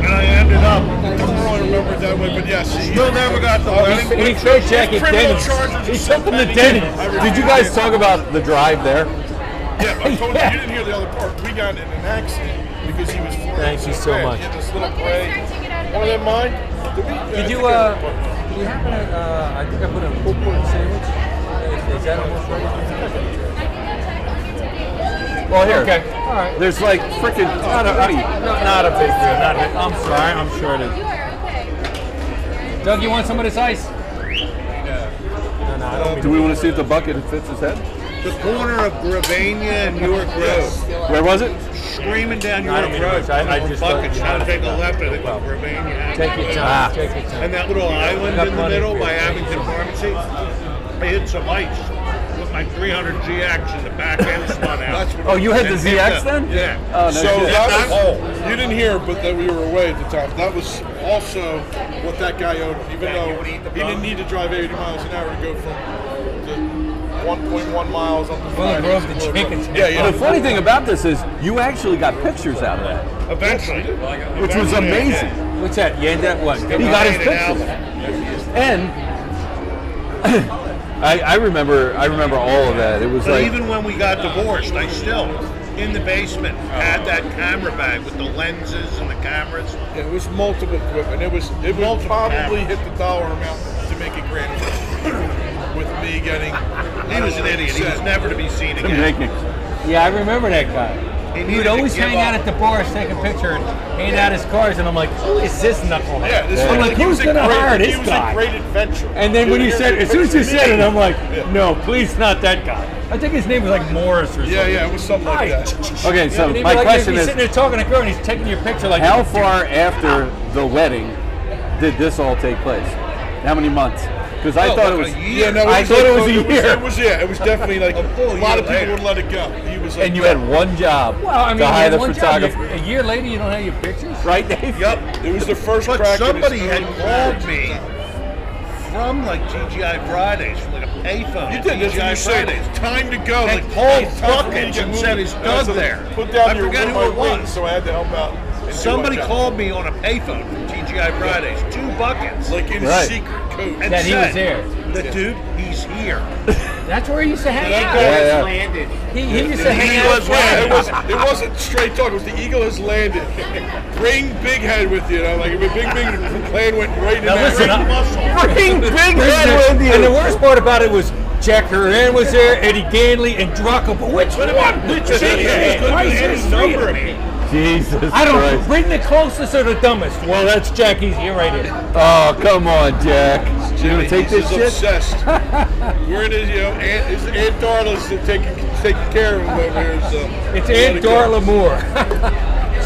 Speaker 3: and I ended up
Speaker 5: I don't really remember it that way, but yes. she-
Speaker 3: still never got the
Speaker 4: He,
Speaker 3: wedding.
Speaker 4: he threw Jack at
Speaker 5: criminal
Speaker 4: Denny's.
Speaker 5: charges
Speaker 4: He
Speaker 5: are
Speaker 4: took him to
Speaker 5: suspended.
Speaker 4: Denny's.
Speaker 1: Did you guys talk about the drive there?
Speaker 5: Yeah, but I told you, you didn't hear the other part. We got in an accident because he was flying.
Speaker 4: Thank you so much.
Speaker 5: He had this little
Speaker 7: Look at
Speaker 5: gray.
Speaker 7: his turn to get out of the
Speaker 5: One of
Speaker 7: way.
Speaker 5: them mine? Did, we, I
Speaker 4: Did
Speaker 5: think
Speaker 4: you,
Speaker 5: I-
Speaker 4: uh, did you happen to, uh, I think I put in a pulled pork sandwich. Is, is that almost right?
Speaker 1: Well, here.
Speaker 4: Okay, all right.
Speaker 1: There's like freaking. I don't, I don't eat.
Speaker 4: Not, not a big deal, not a big, I'm sorry, I'm sure it
Speaker 7: You
Speaker 4: is.
Speaker 7: are okay.
Speaker 4: Doug, you want some of this ice? No, no, I don't mean
Speaker 1: Do we want to see if the bucket fits his head?
Speaker 3: The corner of Gravania and Newark Road,
Speaker 1: Where was it?
Speaker 3: screaming down
Speaker 4: I
Speaker 3: Newark
Speaker 4: don't mean to
Speaker 3: Road.
Speaker 4: push. I- I
Speaker 3: Buckets,
Speaker 4: just
Speaker 3: Bucket
Speaker 4: thought-
Speaker 3: shot to take a left at it, Gravania.
Speaker 4: Take your time, take your time.
Speaker 3: And that little island
Speaker 4: Got
Speaker 3: in the
Speaker 4: money.
Speaker 3: middle by Abington Pharmacy, I hit some ice with my 300GX in the back end spun out.
Speaker 5: That's what
Speaker 1: Oh, you had the
Speaker 3: And hit
Speaker 1: ZX then?
Speaker 3: Yeah.
Speaker 1: Oh no.
Speaker 5: So
Speaker 1: shit.
Speaker 5: that
Speaker 3: That's
Speaker 5: was,
Speaker 3: all.
Speaker 5: you didn't hear, but that we were away at the time. That was also what that guy owed him, even
Speaker 9: Yeah, you
Speaker 5: though
Speaker 9: wanna eat the
Speaker 5: he didn't
Speaker 9: bum?
Speaker 5: need to drive 80 miles an hour to go from the 1.1 miles up to
Speaker 4: Willow
Speaker 5: five
Speaker 4: Grove
Speaker 5: to
Speaker 4: to
Speaker 5: Willow
Speaker 4: Jenkins.
Speaker 5: Grove. Yeah,
Speaker 1: Well, the
Speaker 5: yeah.
Speaker 1: funny thing about this is you actually got pictures out of that,
Speaker 3: Eventually.
Speaker 1: which was
Speaker 3: Eventually, I
Speaker 1: amazing.
Speaker 4: What's that? You ended up what?
Speaker 1: He got his
Speaker 3: made an
Speaker 1: pictures. And I, I remember, I remember all of that. It was
Speaker 3: But
Speaker 1: like,
Speaker 3: even when we got divorced, I still, in the basement, had that camera bag with the lenses and the cameras.
Speaker 5: It was multiple equipment. It was it would
Speaker 3: Multiple
Speaker 5: probably
Speaker 3: cameras.
Speaker 5: hit the dollar amount to make it grand with me getting.
Speaker 3: He was an idiot. He was never to be seen
Speaker 1: Didn't
Speaker 3: again.
Speaker 1: make me.
Speaker 4: Yeah, I remember that guy.
Speaker 3: He
Speaker 4: He,
Speaker 3: needed
Speaker 4: would
Speaker 3: to
Speaker 4: always
Speaker 3: give
Speaker 4: hang out
Speaker 3: up.
Speaker 4: at the bars, take a picture, and hand out his cards, and I'm like, who is this knucklehead?
Speaker 5: Yeah, this
Speaker 4: I'm
Speaker 5: was-
Speaker 4: like,
Speaker 5: he
Speaker 4: who's
Speaker 5: was a
Speaker 4: gonna
Speaker 5: great-
Speaker 4: hire
Speaker 5: he
Speaker 4: this
Speaker 5: was a
Speaker 4: guy?
Speaker 5: great adventure.
Speaker 4: And then when you
Speaker 5: Dude,
Speaker 4: said, as
Speaker 5: here's a
Speaker 4: soon as you
Speaker 5: picture
Speaker 4: said
Speaker 5: of
Speaker 4: it,
Speaker 5: me.
Speaker 4: I'm like,
Speaker 5: Yeah.
Speaker 4: no, please not that guy. I think his name was like Morris or something.
Speaker 5: Yeah, yeah, it was something like
Speaker 4: Hi.
Speaker 5: that.
Speaker 1: Okay, so
Speaker 4: And he'd be
Speaker 1: my
Speaker 4: like,
Speaker 1: question
Speaker 4: he'd be
Speaker 1: is,
Speaker 4: sitting there talking to a girl, and he's taking your picture like,
Speaker 1: how far after the wedding did this all take place? How many months? Because
Speaker 5: Oh,
Speaker 1: I thought it was.
Speaker 5: Yeah, no,
Speaker 1: I thought it was a
Speaker 5: It was,
Speaker 1: year.
Speaker 5: it was- yeah, it was definitely like a, lot of people
Speaker 3: year later.
Speaker 5: would let it go. He was like,
Speaker 1: And you had one job
Speaker 4: Well, I mean,
Speaker 1: to hire the
Speaker 4: one job, you-
Speaker 1: photographer,
Speaker 4: a year later, you don't have your pictures.
Speaker 1: right, Dave?
Speaker 3: Yep.
Speaker 5: It was the first
Speaker 3: But
Speaker 5: crack. at his
Speaker 3: somebody had
Speaker 5: own
Speaker 3: called
Speaker 5: marriage.
Speaker 3: me from like TGI Fridays, from like a payphone.
Speaker 5: You
Speaker 3: at
Speaker 5: did this.
Speaker 3: TGI
Speaker 5: You said
Speaker 3: Fridays.
Speaker 5: time to go.
Speaker 3: And
Speaker 5: like,
Speaker 3: Paul
Speaker 5: it's time for me to
Speaker 3: Buckins
Speaker 5: get
Speaker 3: and
Speaker 5: moving.
Speaker 3: said he's
Speaker 5: And I
Speaker 3: done
Speaker 5: said,
Speaker 3: there.
Speaker 5: Put down
Speaker 3: I
Speaker 5: your
Speaker 3: forgot who
Speaker 5: remote
Speaker 3: it was.
Speaker 5: wing, So I had to help out. and do my
Speaker 3: Somebody
Speaker 5: job.
Speaker 3: called me on a payphone from TGI Fridays, two buckets.
Speaker 5: like in
Speaker 1: Right.
Speaker 5: secret code.
Speaker 3: and
Speaker 4: That he was
Speaker 3: said,
Speaker 4: there.
Speaker 3: The dude, he's here.
Speaker 4: That's where he used to hang
Speaker 5: Yeah,
Speaker 4: out.
Speaker 1: yeah, yeah.
Speaker 9: Landed.
Speaker 4: He, he used to hang
Speaker 3: He
Speaker 4: out.
Speaker 3: was
Speaker 5: Yeah, it
Speaker 3: right.
Speaker 5: was. It wasn't straight talk. It was the eagle has landed. Bring Big Head with you. And I'm like, if a Big Big plane went right in
Speaker 4: Now
Speaker 5: that
Speaker 4: listen,
Speaker 5: ring.
Speaker 4: I-
Speaker 1: Bring Big Head with you.
Speaker 4: And the worst part about it was Jack Curran was there, Eddie Ganley, and Draco. But which one? Which
Speaker 3: He could've
Speaker 4: Jesus
Speaker 3: been
Speaker 4: Christ,
Speaker 3: any
Speaker 4: there's three
Speaker 3: number
Speaker 4: of
Speaker 3: of
Speaker 4: them.
Speaker 3: people.
Speaker 1: Jesus
Speaker 4: I don't
Speaker 1: Christ.
Speaker 4: bring the closest or the dumbest. Well, that's Jack. He's here right here.
Speaker 1: Oh, come on, Jack. You gonna take
Speaker 5: He's
Speaker 1: this
Speaker 5: just
Speaker 1: shit?
Speaker 5: obsessed. Where it is, you know, Aunt, it's Aunt Darla's taking taking care of him over here. So
Speaker 4: It's Aunt Darla Moore.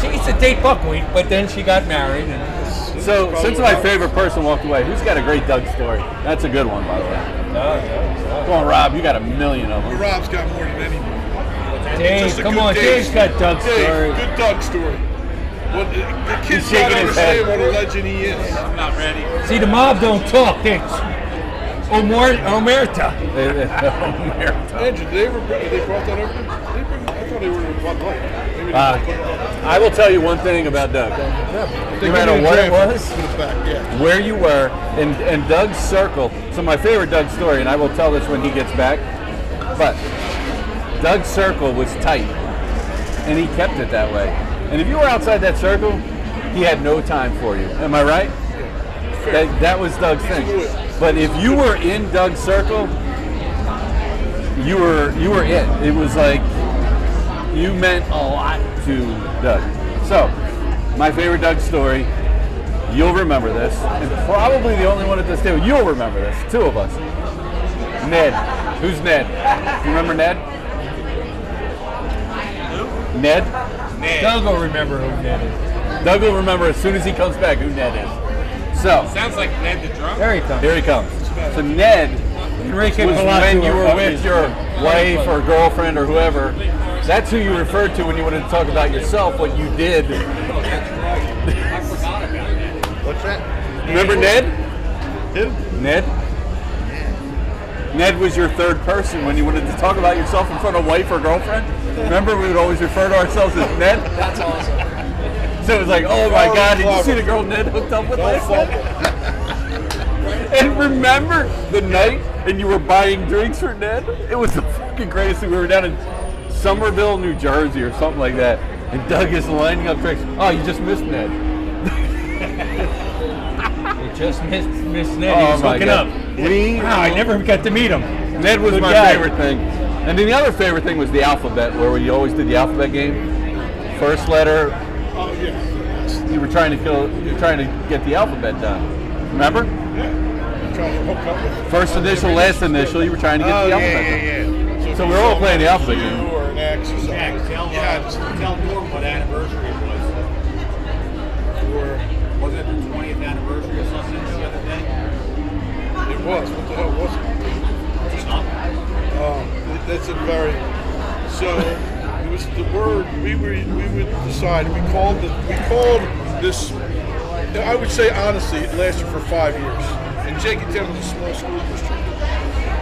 Speaker 4: she used to date buckwheat, but then she got married. And
Speaker 1: So, since my favorite person walked away, who's got a great Doug story? That's a good one, by the way. Come on, Rob, you got a million of them.
Speaker 5: Rob's got more than anybody.
Speaker 1: Dave,
Speaker 5: Just a
Speaker 1: come
Speaker 5: good
Speaker 1: on, Dave's got Doug's
Speaker 5: Dave,
Speaker 1: story.
Speaker 5: Good Doug story. What, the
Speaker 1: He's
Speaker 5: kids
Speaker 1: shaking
Speaker 5: don't
Speaker 1: his head.
Speaker 5: understand what a legend he is. I'm not ready.
Speaker 4: See, the mob don't talk. They Omar, Omerta.
Speaker 5: Andrew, did they ever bring, they brought that over? They bring, I thought they were in Bud Light. Maybe they-
Speaker 1: Uh, I will tell you one thing about Doug.
Speaker 5: They
Speaker 1: No
Speaker 5: give
Speaker 1: matter
Speaker 5: you a
Speaker 1: what it
Speaker 5: draft,
Speaker 1: was,
Speaker 5: put it back, yeah.
Speaker 1: where you were, and, and Doug's circle. So my favorite Doug story, and I will tell this when he gets back, but Doug's circle was tight, and he kept it that way. And if you were outside that circle, he had no time for you. Am I right? That, that was Doug's thing. But if you were in Doug's circle, you were you were it. It was like you meant a lot to Doug. So, my favorite Doug story. You'll remember this, and probably the only one at this table. You'll remember this. Two of us. Ned. Who's Ned? You remember Ned? Ned. Ned. Doug will remember who Ned is. Doug will remember as soon as he comes back who Ned is. So.
Speaker 3: Sounds like Ned the drunk.
Speaker 1: There he comes. Here he comes. So Ned
Speaker 4: Enrique
Speaker 1: was
Speaker 4: Palazzo
Speaker 1: when you were
Speaker 4: of
Speaker 1: with
Speaker 4: Company's
Speaker 1: your
Speaker 4: Company's
Speaker 1: wife
Speaker 4: Club.
Speaker 1: or girlfriend or whoever. That's who you referred to when you wanted to talk about yourself, what you did.
Speaker 11: What's that?
Speaker 1: Remember Ned?
Speaker 11: Who?
Speaker 1: Ned? Ned was your third person when you wanted to talk about yourself in front of wife or girlfriend. Remember, we would always refer to ourselves as Ned. That's awesome. So it was like, oh my God, did you see the girl Ned hooked up with last night? And remember the night and you were buying drinks for Ned? It was the fucking greatest thing. We were down in Somerville, New Jersey or something like that. And Doug is lining up drinks. Oh, you just missed Ned.
Speaker 4: You just missed Miss Ned.
Speaker 1: Oh
Speaker 4: he was
Speaker 1: my
Speaker 4: hooking
Speaker 1: God.
Speaker 4: up.
Speaker 1: We-
Speaker 4: wow, I never got to meet him.
Speaker 1: Ned was
Speaker 4: Good
Speaker 1: my
Speaker 4: guy.
Speaker 1: favorite thing. And then the other favorite thing was the alphabet, where we always did the alphabet game. First letter,
Speaker 5: Oh, yeah.
Speaker 1: you were trying to kill, you were trying to get the alphabet done. Remember?
Speaker 5: Trying to hook up with
Speaker 1: First initial, last initial, you were trying to get
Speaker 5: Oh,
Speaker 1: the
Speaker 5: yeah,
Speaker 1: alphabet
Speaker 5: yeah,
Speaker 1: done.
Speaker 5: yeah.
Speaker 1: So we were all playing the alphabet
Speaker 5: you
Speaker 1: game.
Speaker 5: or an X or something.
Speaker 2: tell,
Speaker 5: yeah,
Speaker 2: uh,
Speaker 5: just
Speaker 2: tell Norm what anniversary it was. Wasn't it the 20th anniversary or something the other day?
Speaker 5: It was. What the hell was it? Um, th- that's a very. So it was the word we were we would decide. We called the we called this. I would say honestly, it lasted for five years. And Jake and Tim was a small school district.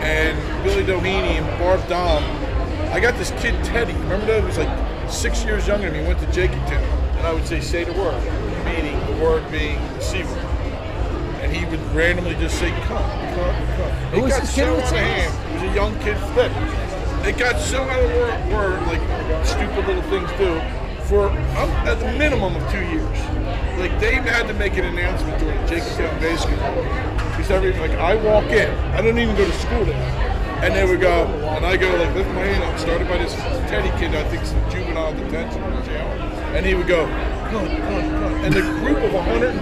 Speaker 5: And Billy Doheny and Barb Dom. I got this kid Teddy. Remember that? He was like six years younger than me. Went to Jake and Tim. And I would say, say the word. Meaning the word being the C word and he would randomly just say "cunt, cunt, cunt."
Speaker 2: Who
Speaker 5: it
Speaker 2: was
Speaker 5: got
Speaker 2: this kid
Speaker 5: so
Speaker 2: with
Speaker 5: out of
Speaker 2: the
Speaker 5: hand. It was a young kid flip. It got so out of word, word like stupid little things do, for um, at the minimum of two years. Like they had to make an announcement during the Jacob Town basketball because every like I walk in, I don't even go to school there. And they would go, and I go like lift my hand up, started by this Teddy kid, I think it's in juvenile detention or jail. And he would go, "Cunt, cunt, cunt." and the group of 100,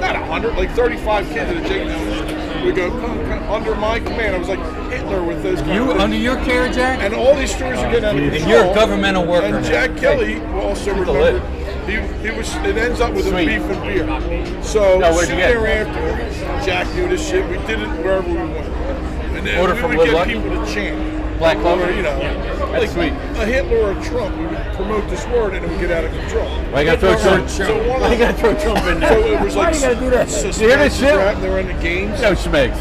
Speaker 5: not 100, like 35 kids in a Jake Down. We go, come, come, under my command. I was like Hitler with those kind
Speaker 4: You
Speaker 5: of
Speaker 4: under your care, Jack?
Speaker 5: And all these stories are getting out of
Speaker 4: And
Speaker 5: control.
Speaker 4: you're a governmental worker now.
Speaker 5: And Jack Kelly will also
Speaker 4: Keep the
Speaker 5: remember, he, he was, it ends up with a beef and beer. So,
Speaker 1: No, where'd you
Speaker 5: soon
Speaker 1: get it?
Speaker 5: thereafter, Jack knew this shit. We did it wherever we went. And then
Speaker 1: Order
Speaker 5: we
Speaker 1: from
Speaker 5: would
Speaker 1: Little
Speaker 5: get
Speaker 1: Lucky?
Speaker 5: people to chant.
Speaker 1: Black Clover?
Speaker 5: Or, you know,
Speaker 1: That's
Speaker 5: like
Speaker 1: sweet.
Speaker 5: a Hitler or a Trump, we would promote this word and it would get out of control.
Speaker 1: Why you gotta throw
Speaker 5: So-
Speaker 1: Trump?
Speaker 5: So one of
Speaker 1: Why you gotta throw Trump in there?
Speaker 5: So it was
Speaker 1: Why
Speaker 5: like
Speaker 1: you gotta do that?
Speaker 5: so
Speaker 1: You hear this
Speaker 5: Smash
Speaker 1: shit?
Speaker 5: Rap, They were in the games.
Speaker 1: No schmegs.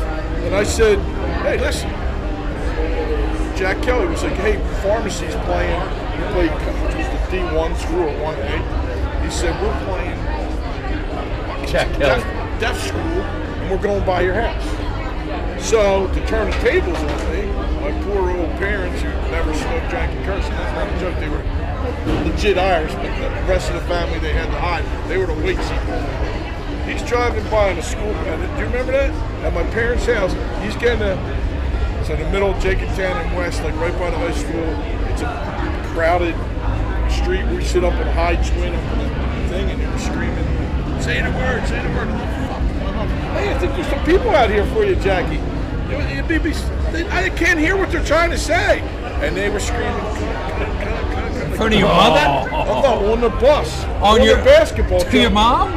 Speaker 5: And I said, hey, listen. Jack Kelly was like, hey, pharmacy's playing. He played which was the D1 school at 1A. He said, we're playing
Speaker 1: Jack Kelly.
Speaker 5: deaf, deaf school and we're going by your house. So to turn the tables on me, my poor old parents who never smoked, drank, and cursed, and that's not a joke, they were legit Irish, but the rest of the family they had to hide. They were the wait seekers. He's driving by in a school, and do you remember that? At my parents' house, he's getting a it's in the middle of Jacobtown and West, like right by the high school. It's a crowded street. We sit up in a high twin up in the thing and they were screaming, say the word, say the word. I'm like, "Fuck, I'm up." Hey, I think there's some people out here for you, Jackie. You know, you'd be- be- they- I can't hear what they're trying to say. And they were screaming, "Cunt, cunt, cunt, cunt, cunt."
Speaker 12: front of your mother?
Speaker 5: Oh, no, on the bus.
Speaker 12: On
Speaker 5: on
Speaker 12: your-
Speaker 5: the basketball.
Speaker 12: to your mom?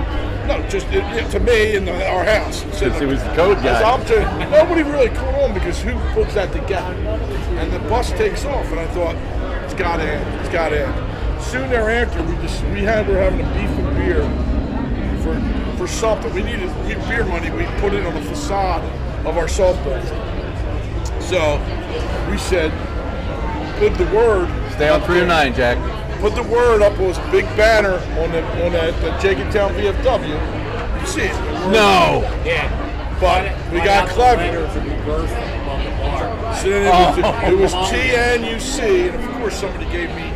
Speaker 5: No, just it, it- to me in the, our house. It's in
Speaker 1: Because he was the code
Speaker 5: Because
Speaker 1: guy.
Speaker 5: I'm just- nobody really caught on because who puts that together? And the bus takes off, and I thought it's got to end. It's got to end. Soon thereafter, we just we had we were having a beef and beer for for something. We needed we had beer money. We put it on the facade of our softball. So we said, put the word.
Speaker 1: Stay on three or nine, Jack.
Speaker 5: Put the word up on this big banner on the on the, the Jenkintown VFW. You see it?
Speaker 1: No.
Speaker 5: Yeah. But we got clever. So then it was,
Speaker 1: Oh.
Speaker 5: it was TNUC, and of course somebody gave me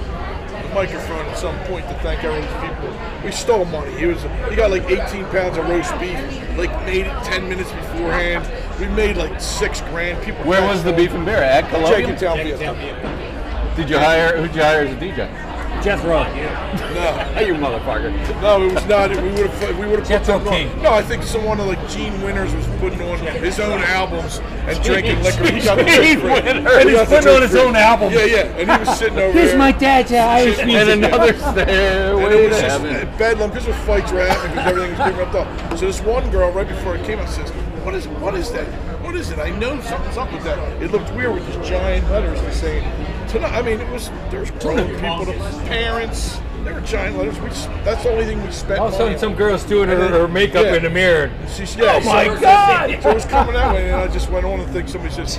Speaker 5: the microphone at some point to thank all these people. We stole money. He was he got like 18 pounds of roast beef, like made it 10 minutes beforehand. We made like six grand. People.
Speaker 1: Where was the beef and beer at Columbia?
Speaker 5: Jenkintown
Speaker 1: Jenkintown
Speaker 5: VFW.
Speaker 1: Did you hire? Who'd you hire as a DJ?
Speaker 4: Jeff Rowe.
Speaker 5: No,
Speaker 1: you motherfucker.
Speaker 5: No, it was not. We would have. We would have put something on. No, I think someone like Gene Winters was putting on his own albums and drinking liquor. He got the
Speaker 4: Gene
Speaker 5: drink free.
Speaker 4: Winters.
Speaker 5: He got
Speaker 4: He's
Speaker 5: the
Speaker 4: putting
Speaker 5: drink
Speaker 4: on his
Speaker 5: free.
Speaker 4: own album.
Speaker 5: Yeah, yeah. And he was sitting over
Speaker 4: Here's
Speaker 5: there.
Speaker 4: my dad's Irish
Speaker 5: Shit,
Speaker 4: music.
Speaker 5: yeah.
Speaker 4: Another
Speaker 5: And
Speaker 4: stairway
Speaker 5: it was
Speaker 4: to
Speaker 5: just
Speaker 4: heaven.
Speaker 5: bedlam because of fights were happening because everything was being ripped up. So this one girl right before it came out says, "What is? What is that? What is it? I know something's up with that. It looked weird with these giant letters and saying tonight. I mean, it was there was grown people, the parents. There were giant letters. We just, that's the only thing we spent.
Speaker 4: All of a sudden,
Speaker 5: money on.
Speaker 4: some girl's doing her, her makeup
Speaker 5: Yeah.
Speaker 4: in the mirror.
Speaker 5: She's, yeah,
Speaker 4: oh my
Speaker 5: so-
Speaker 4: God!
Speaker 5: So it was coming that way, and I just went on and think somebody says,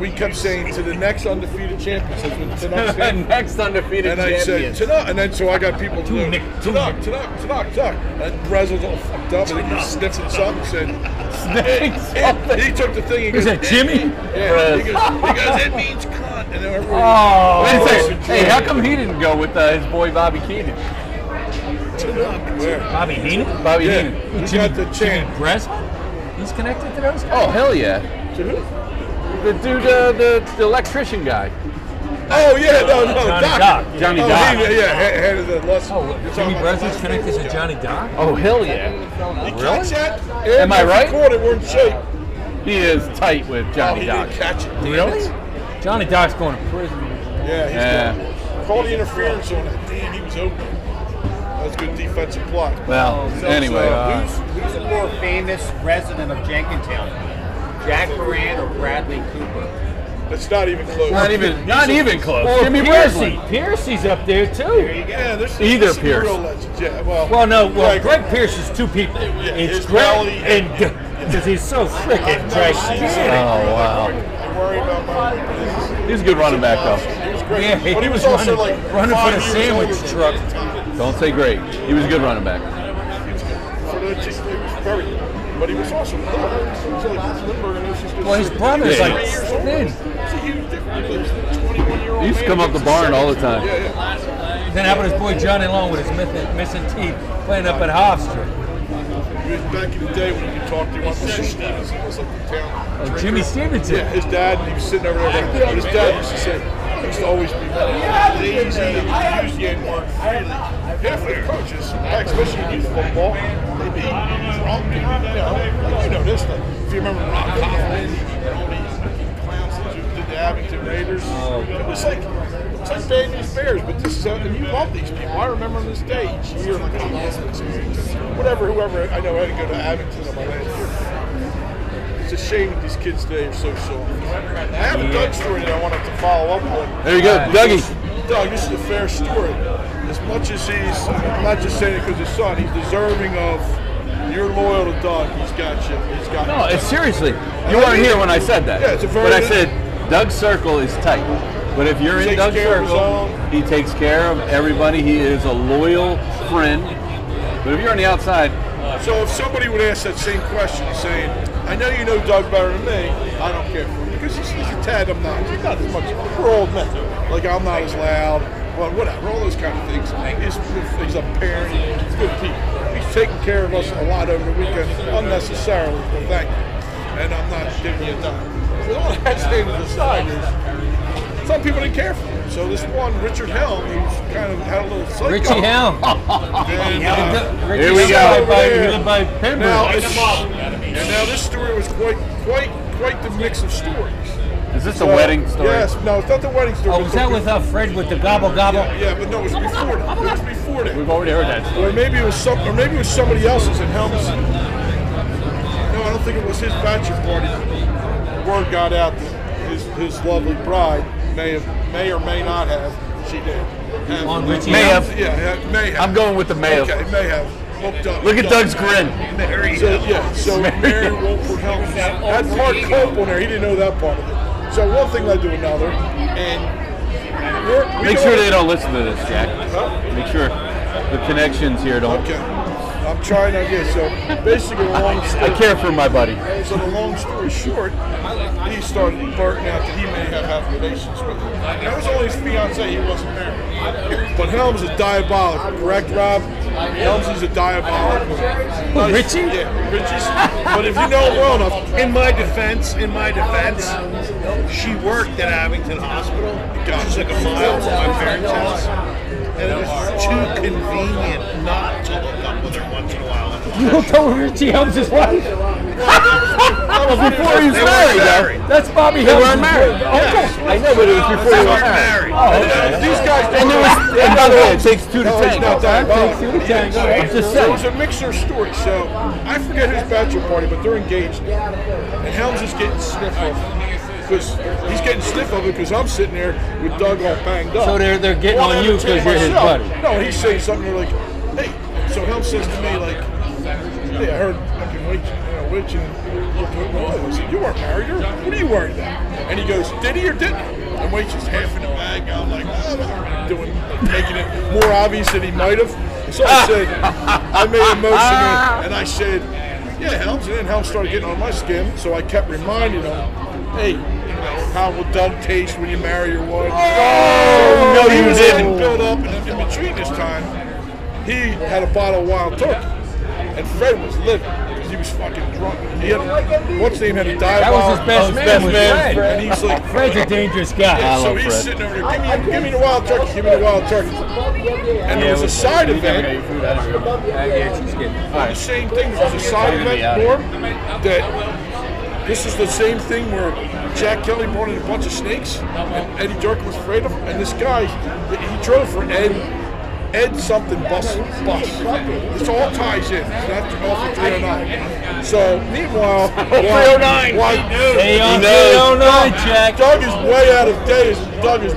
Speaker 5: we kept saying to the next undefeated champion. So it's been tonight's
Speaker 1: The
Speaker 5: champion.
Speaker 1: next undefeated
Speaker 5: and I
Speaker 1: champion.
Speaker 5: said, Tanuk. And then so I got people to Tanuk, Tanuk, Tanuk, Tanuk. And Brazel's all fucked up, and he was sniffing something. Said,
Speaker 4: Sniffing
Speaker 5: and he took the thing. He
Speaker 4: Is
Speaker 5: goes,
Speaker 4: that Jimmy?
Speaker 5: Yeah. He goes, he goes, that means cunt. And then everyone-
Speaker 4: Ah.
Speaker 5: Oh.
Speaker 1: Wait a second. Hey, how come he didn't go with uh, his boy Bobby Keenan?
Speaker 5: Where?
Speaker 4: Bobby Heenan?
Speaker 1: Bobby
Speaker 5: Yeah.
Speaker 1: Heenan.
Speaker 5: We got the chant.
Speaker 4: Bresman? He's connected to those guys?
Speaker 1: Oh hell yeah!
Speaker 5: To who?
Speaker 1: The dude, uh, the, the electrician guy.
Speaker 5: Oh yeah, no, no,
Speaker 4: Johnny
Speaker 5: Doc.
Speaker 4: Doc. Johnny
Speaker 5: oh,
Speaker 4: Doc. Oh,
Speaker 5: He, yeah, yeah, head, head of the lust.
Speaker 4: Jimmy Breslau's connected to Johnny Doc?
Speaker 1: Oh hell yeah!
Speaker 5: You
Speaker 4: Really?
Speaker 5: catch that?
Speaker 1: Am I
Speaker 5: If you
Speaker 1: right?
Speaker 5: Caught it, we're in shape.
Speaker 1: He is tight with
Speaker 5: Oh,
Speaker 1: Johnny
Speaker 5: he
Speaker 1: Doc.
Speaker 5: didn't catch it. damn
Speaker 4: Really?
Speaker 5: it.
Speaker 4: Johnny Doc's going to prison.
Speaker 5: Yeah, he's
Speaker 1: Yeah.
Speaker 5: good. Call the interference on it. Damn, he was open. That was good defensive play.
Speaker 1: Well,
Speaker 5: Oh, So,
Speaker 1: anyway,
Speaker 5: so
Speaker 1: uh,
Speaker 5: who's-
Speaker 2: Who's a more famous resident of Jenkintown? Jack Moran or Bradley Cooper?
Speaker 5: that's not even close.
Speaker 1: not even not even close.
Speaker 4: Or
Speaker 1: Jimmy
Speaker 4: Piercy.
Speaker 1: Breslin.
Speaker 4: Piercy's up there too.
Speaker 5: Yeah, there's
Speaker 1: Either
Speaker 5: there's some
Speaker 1: Pierce.
Speaker 5: real legends. Yeah, well,
Speaker 4: Well, no, well,
Speaker 5: Greg-
Speaker 4: Greg Pierce is two people. It's
Speaker 5: his
Speaker 4: Greg
Speaker 5: belly
Speaker 4: and because he's so freaking
Speaker 1: Oh
Speaker 4: Greg.
Speaker 1: wow!
Speaker 5: I worry about my.
Speaker 1: He's a good running back though.
Speaker 5: He was great.
Speaker 4: Yeah, he
Speaker 5: but he
Speaker 4: was
Speaker 5: was, also
Speaker 4: running-
Speaker 5: like
Speaker 4: running for
Speaker 5: five
Speaker 4: the
Speaker 5: years
Speaker 4: sandwich
Speaker 5: older than
Speaker 4: truck.
Speaker 5: me.
Speaker 1: Don't say great. He was a good running back.
Speaker 5: So that just- he was very, but he was also little. He was like Lindbergh, and he was just
Speaker 4: Well, his brother's
Speaker 1: Yeah.
Speaker 4: like thin.
Speaker 5: It's a huge difference. He was a 21-year-old
Speaker 1: He used to
Speaker 5: man
Speaker 1: come up the
Speaker 5: against a
Speaker 1: barn all the
Speaker 5: 17.
Speaker 1: time.
Speaker 5: Yeah, yeah.
Speaker 4: Then how about his boy Johnny Long with his missing, missing teeth playing up at Hofstra?
Speaker 5: He was Back in the day when you could talk to him, Mr. Stevens, he was like the town.
Speaker 4: Oh, Jimmy Stevenson.
Speaker 5: Yeah, his dad, he was sitting over there. But his dad used to say, he used to always be lazy and use the N word freely. Half of the coaches, especially in youth football, they be drunk. and, You know, like you know this stuff. If you remember Rob Coughlin and all these clowns that you did the Abington Raiders, it was like. It's like Bad News Bears, but this is, and you love these people. I remember on this day each year, like, I lost this season. Whatever, whoever, I know I had to go to Abington on my last year. It's a shame that these kids today are so soft. I have a Doug story that I wanted to follow up on.
Speaker 1: There you go, Dougie.
Speaker 5: Doug, this is a fair story. As much as he's, I'm not just saying it because his son, he's deserving of, you're loyal to Doug. He's got you. He's got
Speaker 1: No,
Speaker 5: you.
Speaker 1: it's seriously. You weren't here when I said that.
Speaker 5: Yeah, it's a very-
Speaker 1: But I said Doug Circle is tight. But if you're in
Speaker 5: Takes
Speaker 1: Doug
Speaker 5: care of his
Speaker 1: Circle,
Speaker 5: own.
Speaker 1: he takes care of everybody. He is a loyal friend. But if you're on the outside,
Speaker 5: So if somebody would ask that same question, saying, I know you know Doug better than me, I don't care. Because he's, he's a tad obnoxious. He's not as much. We're old men. Like, I'm not as loud, but whatever, all those kind of things. He's, he's a parent, he's good people. He's taking care of us a lot over the weekend, unnecessarily, but thank you. And I'm not giving you a dime. So all that thing to the side is, some people didn't care for him. So this one, Richard Helm, who's kind of had a little psycho.
Speaker 4: Richie Helm.
Speaker 5: And, uh,
Speaker 1: Here we go.
Speaker 4: By,
Speaker 5: Over
Speaker 4: by,
Speaker 5: there.
Speaker 4: by Pembroke.
Speaker 5: now, it's, and now this story was quite, quite, quite the mix of stories.
Speaker 1: Is this the wedding story?
Speaker 5: Yes. No, it's not the wedding story.
Speaker 4: Oh, was that with uh, Fred with the gobble gobble?
Speaker 5: Yeah, yeah, but no, it was before that. It was before that.
Speaker 1: We've already heard that.
Speaker 5: Or maybe it was some, or maybe it was somebody else's at Helms. No, I don't think it was his bachelor party. Word got out that his, his lovely bride may have, may or may not have. She did. Have,
Speaker 4: On Richie
Speaker 1: May
Speaker 4: Helms?
Speaker 1: have.
Speaker 5: Yeah, yeah, may have.
Speaker 1: I'm going with the may have.
Speaker 5: Okay, may have. Hooked up.
Speaker 1: Look at
Speaker 5: Doug.
Speaker 1: Doug's grin.
Speaker 11: Mary
Speaker 5: So yeah, so
Speaker 1: Mary.
Speaker 5: Mary Wolford helped us. Had Mark Cope on there. He didn't know that part of it. So one thing led to another, and we're, we
Speaker 1: Make
Speaker 5: go-
Speaker 1: sure they don't listen to this, Jack.
Speaker 5: Huh?
Speaker 1: Make sure the connections here don't.
Speaker 5: Okay, I'm trying to get so basically a long
Speaker 1: I
Speaker 5: story.
Speaker 1: care for my buddy.
Speaker 5: So the long story short, he started blurting out that he may have had relations with her. That was only his fiance. He wasn't married. But Helms is diabolical, correct, Rob? Helms is a diabolical.
Speaker 4: Richie?
Speaker 5: Yeah, Richie's. But if you know him well enough,
Speaker 11: In my defense, in my defense, she worked at Abington Hospital. It was like a mile from my parents' house. And it was too convenient not to hook up with her once in a while.
Speaker 4: You don't know Richie Helms' his wife? that was before he was
Speaker 11: They weren't
Speaker 4: married. though.
Speaker 11: married.
Speaker 4: That's Bobby Helms. Oh,
Speaker 1: weren't married.
Speaker 4: Okay.
Speaker 1: I know, but it was before
Speaker 11: They
Speaker 1: you
Speaker 11: weren't
Speaker 1: were married. Oh,
Speaker 11: married.
Speaker 5: these guys
Speaker 1: And there was, and by the way, it takes two to
Speaker 5: No, it's
Speaker 1: tango.
Speaker 5: not that
Speaker 4: Thanks, you
Speaker 5: bad.
Speaker 4: were tango. I'm just
Speaker 5: There was
Speaker 4: saying.
Speaker 5: a mixer story, so I forget whose bachelor party, but they're engaged. And Helms is getting sniff of because he's getting sniff of it because I'm sitting there with Doug all banged up.
Speaker 4: So they're- they're getting
Speaker 5: Well,
Speaker 4: on
Speaker 5: I'm
Speaker 4: you 'cause you're his
Speaker 5: myself.
Speaker 4: buddy.
Speaker 5: No, he's saying something they're like, hey. So Helms says to me like, hey, I heard fucking witch, you know, witch and look who it was. oh, I said, You weren't married, or what are you worried about? And he goes, did he or didn't? he?" And Witch is half in the bag. I'm like, "Ah," doing, making it more obvious that he might have. So I said, I made a motion and- and I said, yeah, Helms. And then Helms started getting on my skin, so I kept reminding him, hey, you know, how will Doug taste when you marry your wife? Oh,
Speaker 1: no, you
Speaker 5: was
Speaker 1: didn't.
Speaker 5: getting built up, and then in between this time, he had a bottle of wild turkey, and Fred was livid because he was fucking drunk. He had what's his name had a dive
Speaker 4: That was his best man. was Fred.
Speaker 5: and he's like,
Speaker 4: Fred's a dangerous guy.
Speaker 5: yeah,
Speaker 1: I
Speaker 5: so
Speaker 1: love
Speaker 5: he's
Speaker 1: Fred.
Speaker 5: sitting over there, give me, give me the wild turkey, give me the wild turkey, and there was a side event.
Speaker 4: Yeah, she's good.
Speaker 5: The same thing was a side event form that this is the same thing where Jack Kelly brought in a bunch of snakes and Eddie Durkin was afraid of them and this guy he drove for Ed Ed something bus bus. This all ties in. It's not off of 309. So meanwhile 309
Speaker 4: Hey, on
Speaker 1: oh knows.
Speaker 4: no, no, Jack.
Speaker 5: Doug is way out of days. Doug is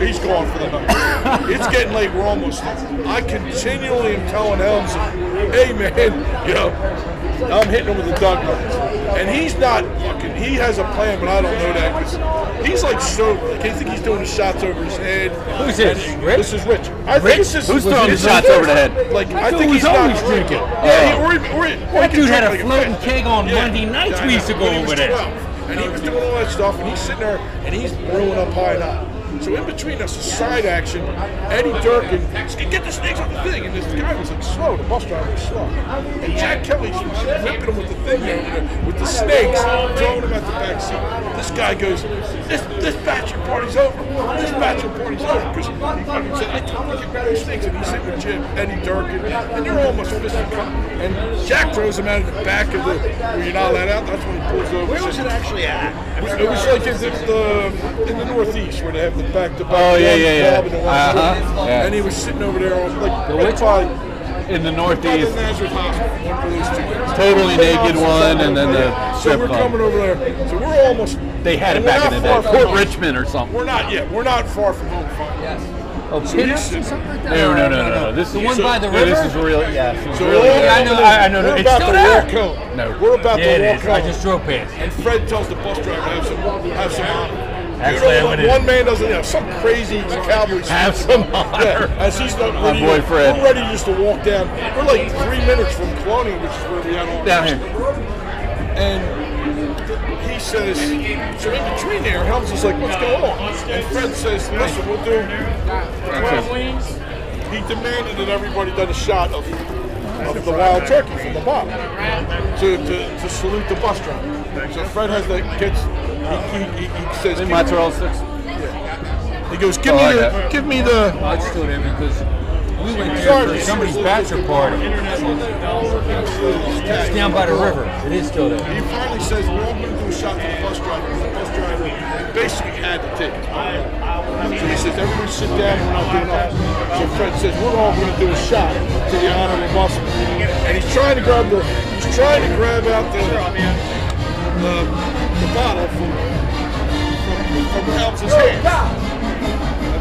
Speaker 5: he's gone for the night. it's getting late. We're almost. I continually am telling Helms, "Hey man, you know, I'm hitting him with the Doug numbers," and he's not fucking. He has a plan, but I don't know that 'cause he's like sober. Like, I think he's doing the shots over his head.
Speaker 4: Who's this?
Speaker 5: This is Rich. I think it's just,
Speaker 1: Who's throwing the
Speaker 5: it's
Speaker 1: shots
Speaker 5: just-
Speaker 1: over the head?
Speaker 5: Like I
Speaker 4: That
Speaker 5: think
Speaker 4: dude
Speaker 5: he's
Speaker 4: was
Speaker 5: not
Speaker 4: always drinking.
Speaker 5: Yeah, he, or, he- or, he- or
Speaker 4: That
Speaker 5: he
Speaker 4: dude
Speaker 5: can
Speaker 4: had
Speaker 5: drink
Speaker 4: a
Speaker 5: like
Speaker 4: floating
Speaker 5: bitch.
Speaker 4: keg on Monday nights
Speaker 5: I
Speaker 4: we
Speaker 5: know.
Speaker 4: used to go
Speaker 5: When he
Speaker 4: over
Speaker 5: was
Speaker 4: there.
Speaker 5: 12, And he was doing all that stuff, and he's sitting there, and he's brewing up high and up. So in between us, a side action, Eddie Durkin, get the snakes off the thing, and this guy was like slow, the bus driver was slow. And Jack Kelly's whipping him with the thing, you know, with the snakes, throwing him at the back seat. This guy goes, this, this bachelor party's over, this bachelor party's over. Because he fucking said, I told him to get rid of the snakes, and he's sitting with Jim, Eddie Durkin, and they're almost fist and cup. And Jack throws him out of the back of the, where you're not let out, that's when he pulls over.
Speaker 11: Where was it actually at?
Speaker 5: It was- It was like in the, the in the northeast where they have the back to back.
Speaker 1: Oh, yeah, yeah, yeah.
Speaker 5: And, the one
Speaker 1: Uh-huh. Yeah.
Speaker 5: and he was sitting over there on like the
Speaker 1: which
Speaker 5: probably,
Speaker 1: In the
Speaker 5: probably
Speaker 1: Northeast,
Speaker 5: Nazareth Hospital. One for those two.
Speaker 1: Totally naked one, and then the
Speaker 5: Yeah. So
Speaker 1: strip
Speaker 5: we're
Speaker 1: club.
Speaker 5: coming over there. So we're almost.
Speaker 1: they had it
Speaker 5: and we're
Speaker 1: back
Speaker 5: not
Speaker 1: in the
Speaker 5: far
Speaker 1: day.
Speaker 5: from
Speaker 1: Fort
Speaker 5: home.
Speaker 1: Richmond or something.
Speaker 5: We're not yet. We're not far from home. Fine.
Speaker 4: Oh, Pinups or something like that?
Speaker 1: No, no, no, no, no. This
Speaker 4: The one by the
Speaker 1: no, This
Speaker 4: river?
Speaker 1: is real. Yeah, this is
Speaker 5: So
Speaker 1: really.
Speaker 5: we're,
Speaker 4: I know, I know.
Speaker 5: We're
Speaker 4: It's
Speaker 5: about
Speaker 4: still
Speaker 5: to
Speaker 4: there?
Speaker 5: walk home.
Speaker 1: No.
Speaker 5: We're about
Speaker 4: Yeah,
Speaker 5: to
Speaker 4: it
Speaker 5: walk
Speaker 4: is.
Speaker 5: home.
Speaker 4: I just drove past.
Speaker 5: And Fred tells the bus driver, have some, have some honor.
Speaker 4: That's
Speaker 5: you
Speaker 4: how
Speaker 5: know,
Speaker 4: it
Speaker 5: one,
Speaker 4: is.
Speaker 5: one man doesn't have some crazy cowboy.
Speaker 1: Have
Speaker 5: shit.
Speaker 1: some honor.
Speaker 5: Yeah, as he's not
Speaker 1: My
Speaker 5: ready.
Speaker 1: boy Fred.
Speaker 5: We're ready just to walk down. We're like three minutes from Colonial, which is where we had all
Speaker 1: Down here.
Speaker 5: and he says, so in between there, Helms is like, what's going on? And Fred says, listen, we'll do 12 wings. He demanded that everybody done a shot of, of the wild turkey from the bottle to, to, to salute the bus driver. So Fred has like, gets, he, he, he, he says,
Speaker 1: Is it
Speaker 5: give
Speaker 1: mozzarella
Speaker 5: me,
Speaker 1: sticks?
Speaker 5: he goes, give
Speaker 1: Oh,
Speaker 5: me
Speaker 1: I
Speaker 5: the,
Speaker 1: got it.
Speaker 5: give me the,
Speaker 4: I just threw it in because we went there for somebody's bachelor party. It's down by the river. It is still there.
Speaker 5: He finally says, we're all going to do a shot for the bus driver. The bus driver basically had to take it. So he says, everybody sit down, we're not doing nothing. So Fred says, we're all going to do a shot to the honorable muscle. And he's trying to grab the, he's trying to grab out the, the, the bottle from, from, from Helms's hands. I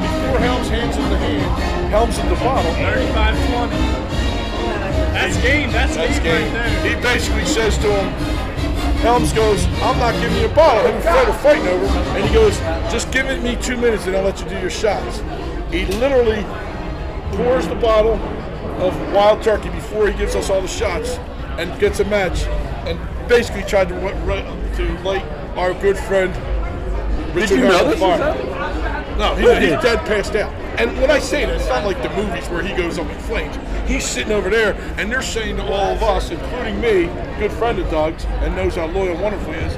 Speaker 5: mean, four Helms hands in the hand, Helms in the bottle.
Speaker 9: 35-20. That's game. That's, game, right there.
Speaker 5: He basically says to him, Helms goes, I'm not giving you a bottle. Him and Fred are fighting over. it. And he goes, just give it me two minutes and I'll let you do your shots. He literally pours the bottle of wild turkey before he gives us all the shots and gets a match and basically tried to, ru- ru- to light our good friend Richard
Speaker 1: you know
Speaker 5: Harold
Speaker 1: this
Speaker 5: Fire.
Speaker 1: was
Speaker 5: No, he,
Speaker 1: Who
Speaker 5: he's
Speaker 1: did?
Speaker 5: dead passed out. And when I say that, it's not like the movies where he goes up in flames. He's sitting over there, and they're saying to all of us, including me, good friend of Doug's, and knows how loyal and wonderful he is,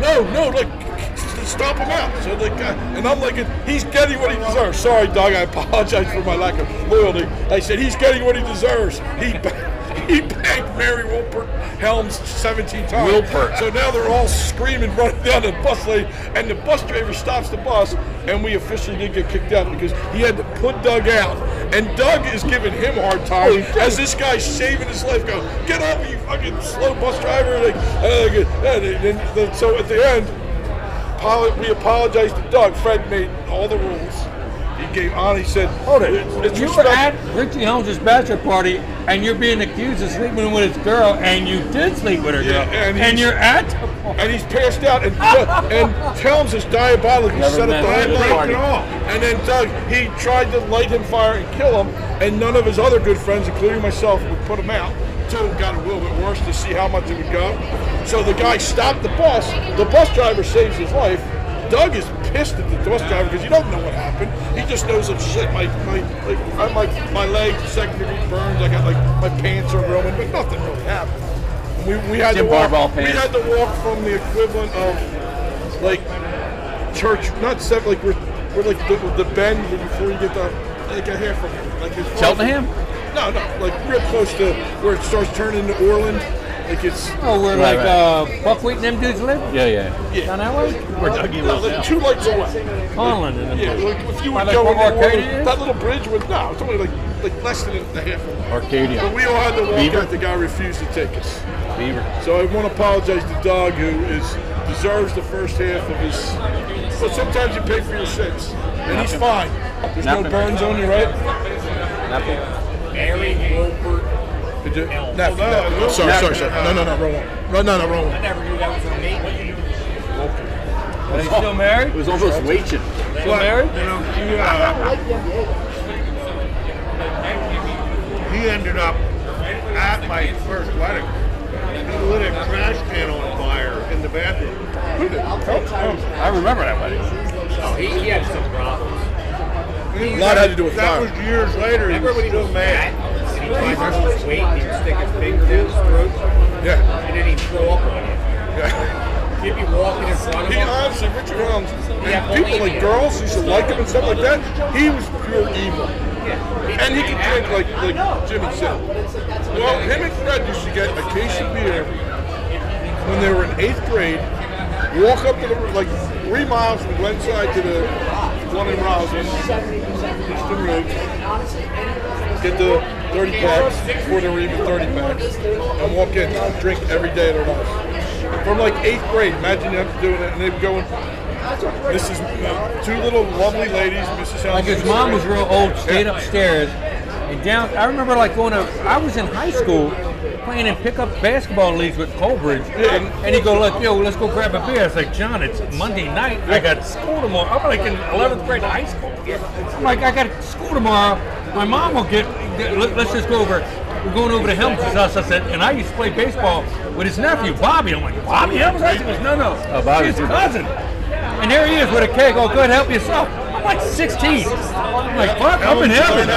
Speaker 5: no, no, like, s- stop him out. So, like, uh, and I'm like, he's getting what he deserves. Sorry, Doug, I apologize for my lack of loyalty. I said, he's getting what he deserves. He ba- he banged Mary Wilpert Helms 17 times.
Speaker 1: Wilpert.
Speaker 5: So now they're all screaming, running down the bus lane, and the bus driver stops the bus, and we officially did get kicked out because he had to put Doug out. And Doug is giving him a hard time as this guy's saving his life, go, get up, you fucking slow bus driver. Like, uh, good. and then- then- so at the end, apolo- we apologized to Doug. Fred made all the rules. He gave on, he said, Hold it. It's
Speaker 4: You were
Speaker 5: respect-
Speaker 4: at Richie Helms' bachelor party, and you're being accused of sleeping with his girl, and you did sleep with her girl, and,
Speaker 5: he's-
Speaker 4: you're at.
Speaker 5: and he's passed out, and and Helms is diabolical. He
Speaker 4: Never
Speaker 5: set
Speaker 4: met
Speaker 5: up the
Speaker 4: him at
Speaker 5: whole
Speaker 4: a
Speaker 5: break
Speaker 4: party.
Speaker 5: and all. And then Doug, he tried to light him fire and kill him, and none of his other good friends, including myself, would put him out. Till it got a little bit worse to see how much it would go. So the guy stopped the bus. The bus driver saves his life. Doug is pissed at the bus driver because you don't know what happened. He just knows that shit. My my like, I, my my legs second degree burns. I got like my pants are ruined, but nothing really happened. We, we had
Speaker 1: Jim
Speaker 5: to walk,
Speaker 1: Harbaugh
Speaker 5: We
Speaker 1: pants.
Speaker 5: had to walk from the equivalent of like church, not seven, like we're, we're like the, the bend before you get the like a half of like it's
Speaker 1: Cheltenham?
Speaker 5: No, no, like real close to where it starts turning to Orland. Like it's
Speaker 4: Oh, where
Speaker 1: Right,
Speaker 4: like
Speaker 1: right.
Speaker 4: Uh, Buckwheat and them dudes live?
Speaker 1: Yeah, yeah.
Speaker 5: yeah.
Speaker 4: Down that way?
Speaker 5: Where Dougie no, like two lights away.
Speaker 1: Oh.
Speaker 4: Conlon and them.
Speaker 5: Yeah, like if you
Speaker 4: By
Speaker 5: would
Speaker 4: like
Speaker 5: go
Speaker 4: where
Speaker 5: in Orland,
Speaker 4: Arcadia is?
Speaker 5: that little bridge was no, it's only like like less than a half. a mile.
Speaker 1: Arcadia.
Speaker 5: But we all had to walk
Speaker 1: Beaver?
Speaker 5: out. The guy refused to take us.
Speaker 1: Beaver.
Speaker 5: So I want to apologize to Doug, who is deserves the first half of his. But sometimes you pay for your sins, and he's fine. There's no
Speaker 1: Nothing.
Speaker 5: burns on you, right?
Speaker 9: Mary Wilpert.
Speaker 5: Did you? No, no, no. Sorry, sorry, sorry. No, no, no, wrong one. No, no, no, wrong one.
Speaker 9: I never knew that was her name.
Speaker 4: Are they still married?
Speaker 1: It was almost waiting.
Speaker 4: Still married?
Speaker 13: You know, he, uh, he ended up at my first wedding. He lit a trash can on fire in the bathroom.
Speaker 1: I remember that wedding.
Speaker 9: Oh, he, he had some problems.
Speaker 5: A lot had to do with
Speaker 13: that
Speaker 5: fire.
Speaker 13: was years later. He
Speaker 9: Remember
Speaker 13: was
Speaker 9: when he
Speaker 13: still
Speaker 9: was mad
Speaker 13: mad.
Speaker 9: and he finds out his weight and he would stick his finger down his throat
Speaker 5: Yeah.
Speaker 9: and then he'd throw up on you. He'd be walking in front of
Speaker 5: He
Speaker 9: him.
Speaker 5: honestly, Richard Helms, and
Speaker 9: Yeah,
Speaker 5: people like
Speaker 9: bulimia.
Speaker 5: girls used to like him and stuff like that. He was pure evil, and he could drink like like Jimmy said. Well, him and Fred used to get a case of beer when they were in eighth grade. Walk up to the like three miles from Glenside to the one in Roslyn, Eastern Road. Get the 30 packs before they were even 30 packs, and walk in, drink every day of their life. From like eighth grade, imagine them doing it, and they'd go. This is two little lovely ladies, Mrs. Helms.
Speaker 4: Like his mom was real old, stayed upstairs and down. I remember like going to. I was in high school playing in pickup basketball leagues with Colbridge, and, and he go like, "Yo, let's go grab a beer." I was like, "John, it's Monday night. I got school tomorrow." I'm like in 11th grade high school. I'm like, "I got school tomorrow. My mom will get. let- Let's just go over." We're going over to Helms' house. I said, and I used to play baseball with his nephew Bobby. I'm like, Bobby Helms? He goes, no, no,
Speaker 1: Oh, Bobby
Speaker 4: his
Speaker 1: did that.
Speaker 4: cousin. And there he is with a keg. Oh, good, help yourself. I'm like 16. I'm like, fuck, I'm in heaven.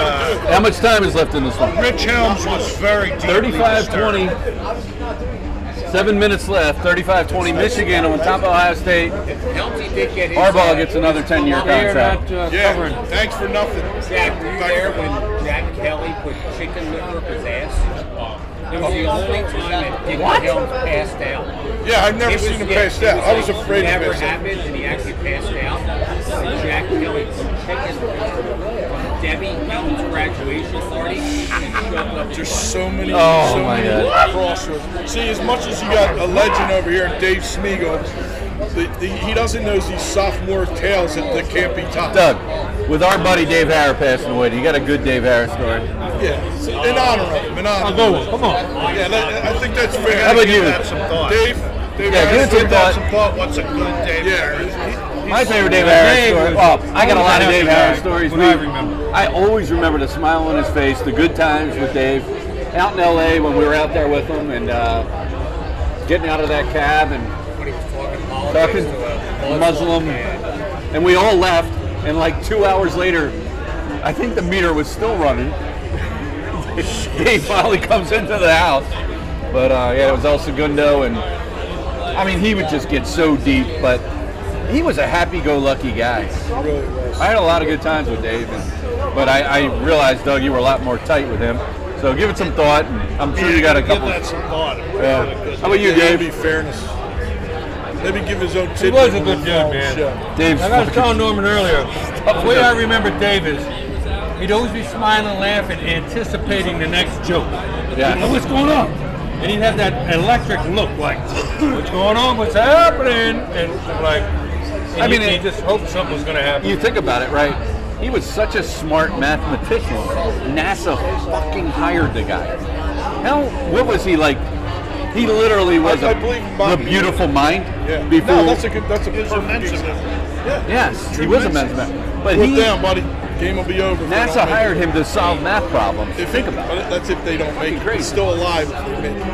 Speaker 1: How much time is left in this one?
Speaker 13: Rich Helms was very deeply
Speaker 1: 35
Speaker 13: disturbed.
Speaker 1: 20. Seven minutes left, 35-20 Michigan on top of Ohio State.
Speaker 9: Helty did get his.
Speaker 1: Harbaugh gets another 10-year
Speaker 9: They're not,
Speaker 1: contract.
Speaker 4: uh,
Speaker 14: yeah, thanks for nothing.
Speaker 9: Zach, were you there when Jack Kelly put chicken liver up his ass? It was the only time that Dick
Speaker 14: What?
Speaker 9: Hills passed out.
Speaker 14: Yeah, I've never
Speaker 9: It was-
Speaker 14: seen him
Speaker 9: yeah,
Speaker 14: passed
Speaker 9: it
Speaker 14: out. I was
Speaker 9: like
Speaker 14: afraid of
Speaker 9: Never
Speaker 14: passing out.
Speaker 9: happened, and he actually passed out. And Jack Kelly put chicken liver on Debbie Young's graduation party and shoved up.
Speaker 5: There's so many,
Speaker 1: Oh,
Speaker 5: so
Speaker 1: my
Speaker 5: many
Speaker 1: God.
Speaker 5: crossroads. See, as much as you got a legend over here, Dave Smeagol, the, the, he doesn't know these sophomore tales that, that can't be topped.
Speaker 1: Doug, with our buddy Dave Harris passing away, do you got a good Dave Harris story?
Speaker 5: Yeah, so in honor of him, in honor
Speaker 1: I'll
Speaker 5: of
Speaker 1: go
Speaker 5: him.
Speaker 1: with- come on.
Speaker 5: Yeah, that, I think that's fair.
Speaker 1: How about you?
Speaker 5: Dave, Dave
Speaker 1: Yeah, give it
Speaker 5: Harris,
Speaker 1: some thought.
Speaker 5: some
Speaker 14: thought. What's a good Dave Harris?
Speaker 1: My favorite Dave Harris story. Well, I got a lot of Dave Harris stories.
Speaker 4: What I
Speaker 1: We-
Speaker 4: remember.
Speaker 1: I always remember the smile on his face, the good times with Dave, out in L.A. when we were out there with him, and uh, getting out of that cab and
Speaker 9: When he was talking
Speaker 1: talking
Speaker 9: politics to a
Speaker 1: Muslim, and we all left. And like two hours later, I think the meter was still running. Dave finally comes into the house, but uh, yeah, it was El Segundo, and I mean he would just get so deep, but he was a happy-go-lucky guy.
Speaker 5: Really was.
Speaker 1: I had a lot of good times with Dave, and, but I, I realized, Doug, you were a lot more tight with him. So give it some thought. And I'm sure you got a couple.
Speaker 14: Give that some thought.
Speaker 1: Yeah. How about you,
Speaker 5: Dave?
Speaker 1: Dave?
Speaker 5: fairness. Let me give his own tip.
Speaker 4: was a good dude, man.
Speaker 1: Dave's
Speaker 4: Like I was telling Norman earlier, the way I remember Dave is, he'd always be smiling, laughing, anticipating the next joke.
Speaker 1: Yeah.
Speaker 4: Like, what's going on? And he'd have that electric look, like, what's going on? What's happening? And like, and
Speaker 1: I
Speaker 4: I mean,
Speaker 1: mean,
Speaker 4: he,
Speaker 1: it-
Speaker 4: just hoped something was going to happen.
Speaker 1: You think about it, right? He was such a smart mathematician. NASA fucking hired the guy. How? What was he like? He literally was
Speaker 5: I
Speaker 1: a
Speaker 5: believe Mike-
Speaker 1: the beautiful mind.
Speaker 5: Yeah.
Speaker 1: Before
Speaker 5: No, that's a good. That's a perfect
Speaker 14: mention
Speaker 5: example. Yeah.
Speaker 1: yes, he was a men's man. But
Speaker 5: Put
Speaker 1: he
Speaker 5: down, buddy. Game will be over. if they don't
Speaker 1: NASA
Speaker 5: make
Speaker 1: hired
Speaker 5: it.
Speaker 1: him to solve math problems.
Speaker 5: If
Speaker 1: Think about it.
Speaker 5: but That's if they don't make it. He's still alive if they make it.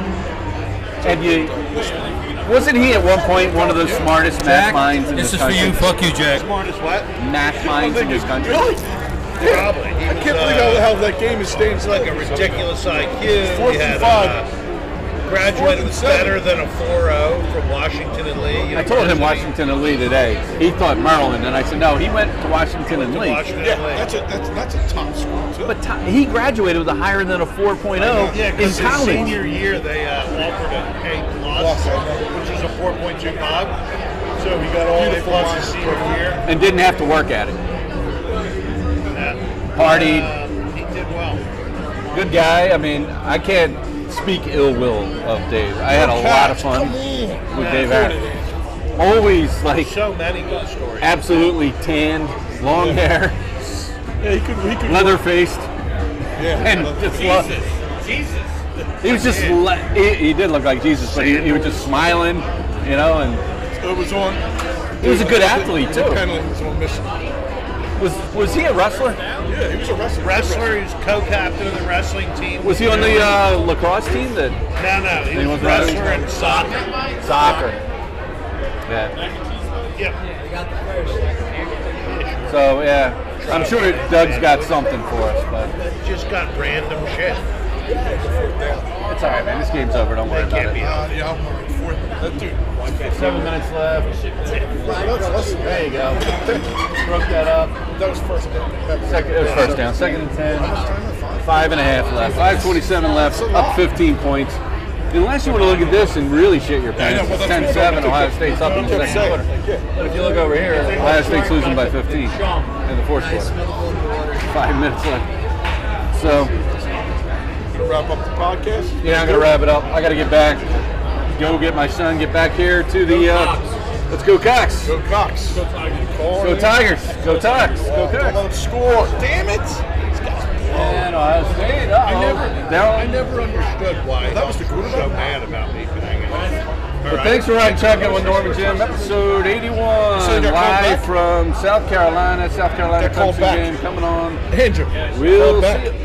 Speaker 1: And you, wasn't he at one point one of the smartest math minds in this country?
Speaker 4: Fuck you, Jack.
Speaker 14: Smartest what?
Speaker 1: math minds in this country.
Speaker 5: Really?
Speaker 14: Probably. He
Speaker 5: I
Speaker 14: was,
Speaker 5: can't believe
Speaker 14: uh,
Speaker 5: how, how that game is staying
Speaker 14: It's like a ridiculous IQ.
Speaker 5: Fourth
Speaker 14: he
Speaker 5: and
Speaker 14: had
Speaker 5: five.
Speaker 14: A, uh, graduated
Speaker 5: Fourth and
Speaker 14: better than a 4.0 from Washington and Lee.
Speaker 1: I told him
Speaker 14: University.
Speaker 1: Washington and Lee today. He thought Maryland, and I said no. He went to Washington and Lee,
Speaker 14: Washington
Speaker 5: Yeah,
Speaker 14: and Lee.
Speaker 5: that's a that's, that's a top score too.
Speaker 1: but t- he graduated with a higher than a 4.0
Speaker 14: Yeah,
Speaker 1: in
Speaker 14: because his
Speaker 1: college.
Speaker 14: senior year they uh, offered an A plus,
Speaker 5: Plus, I know.
Speaker 14: which is a 4.25. So he got all A
Speaker 5: Beautiful
Speaker 14: plus
Speaker 5: line.
Speaker 14: his senior year.
Speaker 1: And didn't have to work at it.
Speaker 14: Yeah.
Speaker 1: Partied.
Speaker 14: Um, he did well.
Speaker 1: Good guy. I mean, I can't speak ill will of Dave. I had a lot of fun with Dave Harris. Always like
Speaker 14: So many good stories.
Speaker 1: absolutely tanned, long hair,
Speaker 5: Yeah, he could he could
Speaker 1: leather faced,
Speaker 5: yeah.
Speaker 1: and just love.
Speaker 14: Jesus.
Speaker 1: He was just le- he, he did look like Jesus, but he, he was just smiling, you know, and
Speaker 5: it was on.
Speaker 1: He was a good athlete,
Speaker 5: The
Speaker 1: too.
Speaker 5: penalty was on mission.
Speaker 1: was was he a wrestler?
Speaker 5: Yeah, he was a wrestler.
Speaker 14: Wrestler, he was co-captain of the wrestling team.
Speaker 1: Was he on the uh, lacrosse team? That
Speaker 14: No, no, he
Speaker 1: He
Speaker 14: was
Speaker 1: was
Speaker 14: wrestler
Speaker 1: not.
Speaker 14: and soccer.
Speaker 1: soccer. Yeah.
Speaker 14: Yep.
Speaker 1: So yeah, I'm sure Doug's got something for us, but
Speaker 14: Just got random shit.
Speaker 1: it's all right, man. This game's over. Don't worry about
Speaker 14: Can't be
Speaker 1: it.
Speaker 14: helped.
Speaker 5: Uh, yeah, I'm worried for it. That dude.
Speaker 1: Seven minutes left. There you go. Broke that up.
Speaker 5: That was first down.
Speaker 1: Second, it was first down. Second and ten. Five and a half left. Five twenty-seven left. Up fifteen points. Unless you want to look at this and really shit your
Speaker 5: I know,
Speaker 1: pants,
Speaker 5: well,
Speaker 1: it's
Speaker 5: that's what I'm
Speaker 1: 10-7. Ohio
Speaker 5: saying.
Speaker 1: State's up in the
Speaker 5: Kept
Speaker 1: second quarter.
Speaker 5: saying, yeah.
Speaker 1: But if you look over here, Ohio State's losing by 15 in the fourth quarter. Five minutes left. So,
Speaker 5: Gonna wrap up the podcast.
Speaker 1: yeah, I'm going to wrap it up. I got to get back, go get my son, get back here to the. Uh, let's go, Cox.
Speaker 5: Go Cox. Go Tigers.
Speaker 1: Go, Tigers. Go, Cox. Go, Cox.
Speaker 5: Score. Damn it. This guy's
Speaker 1: And Ohio State.
Speaker 5: I
Speaker 1: Uh-oh.
Speaker 5: never, I
Speaker 1: Darryl.
Speaker 5: never understood why. That was the
Speaker 14: You're so
Speaker 5: quarterback.
Speaker 14: mad about me for hanging out. All
Speaker 1: But
Speaker 14: right.
Speaker 1: thanks for riding shotgun with Norman Jim, episode 81,
Speaker 5: So they're
Speaker 1: live
Speaker 5: called back?
Speaker 1: from South Carolina, South Carolina
Speaker 5: They're called
Speaker 1: Clemson
Speaker 5: back.
Speaker 1: game coming on.
Speaker 5: Andrew.
Speaker 1: We'll
Speaker 5: Well, back.
Speaker 1: see you.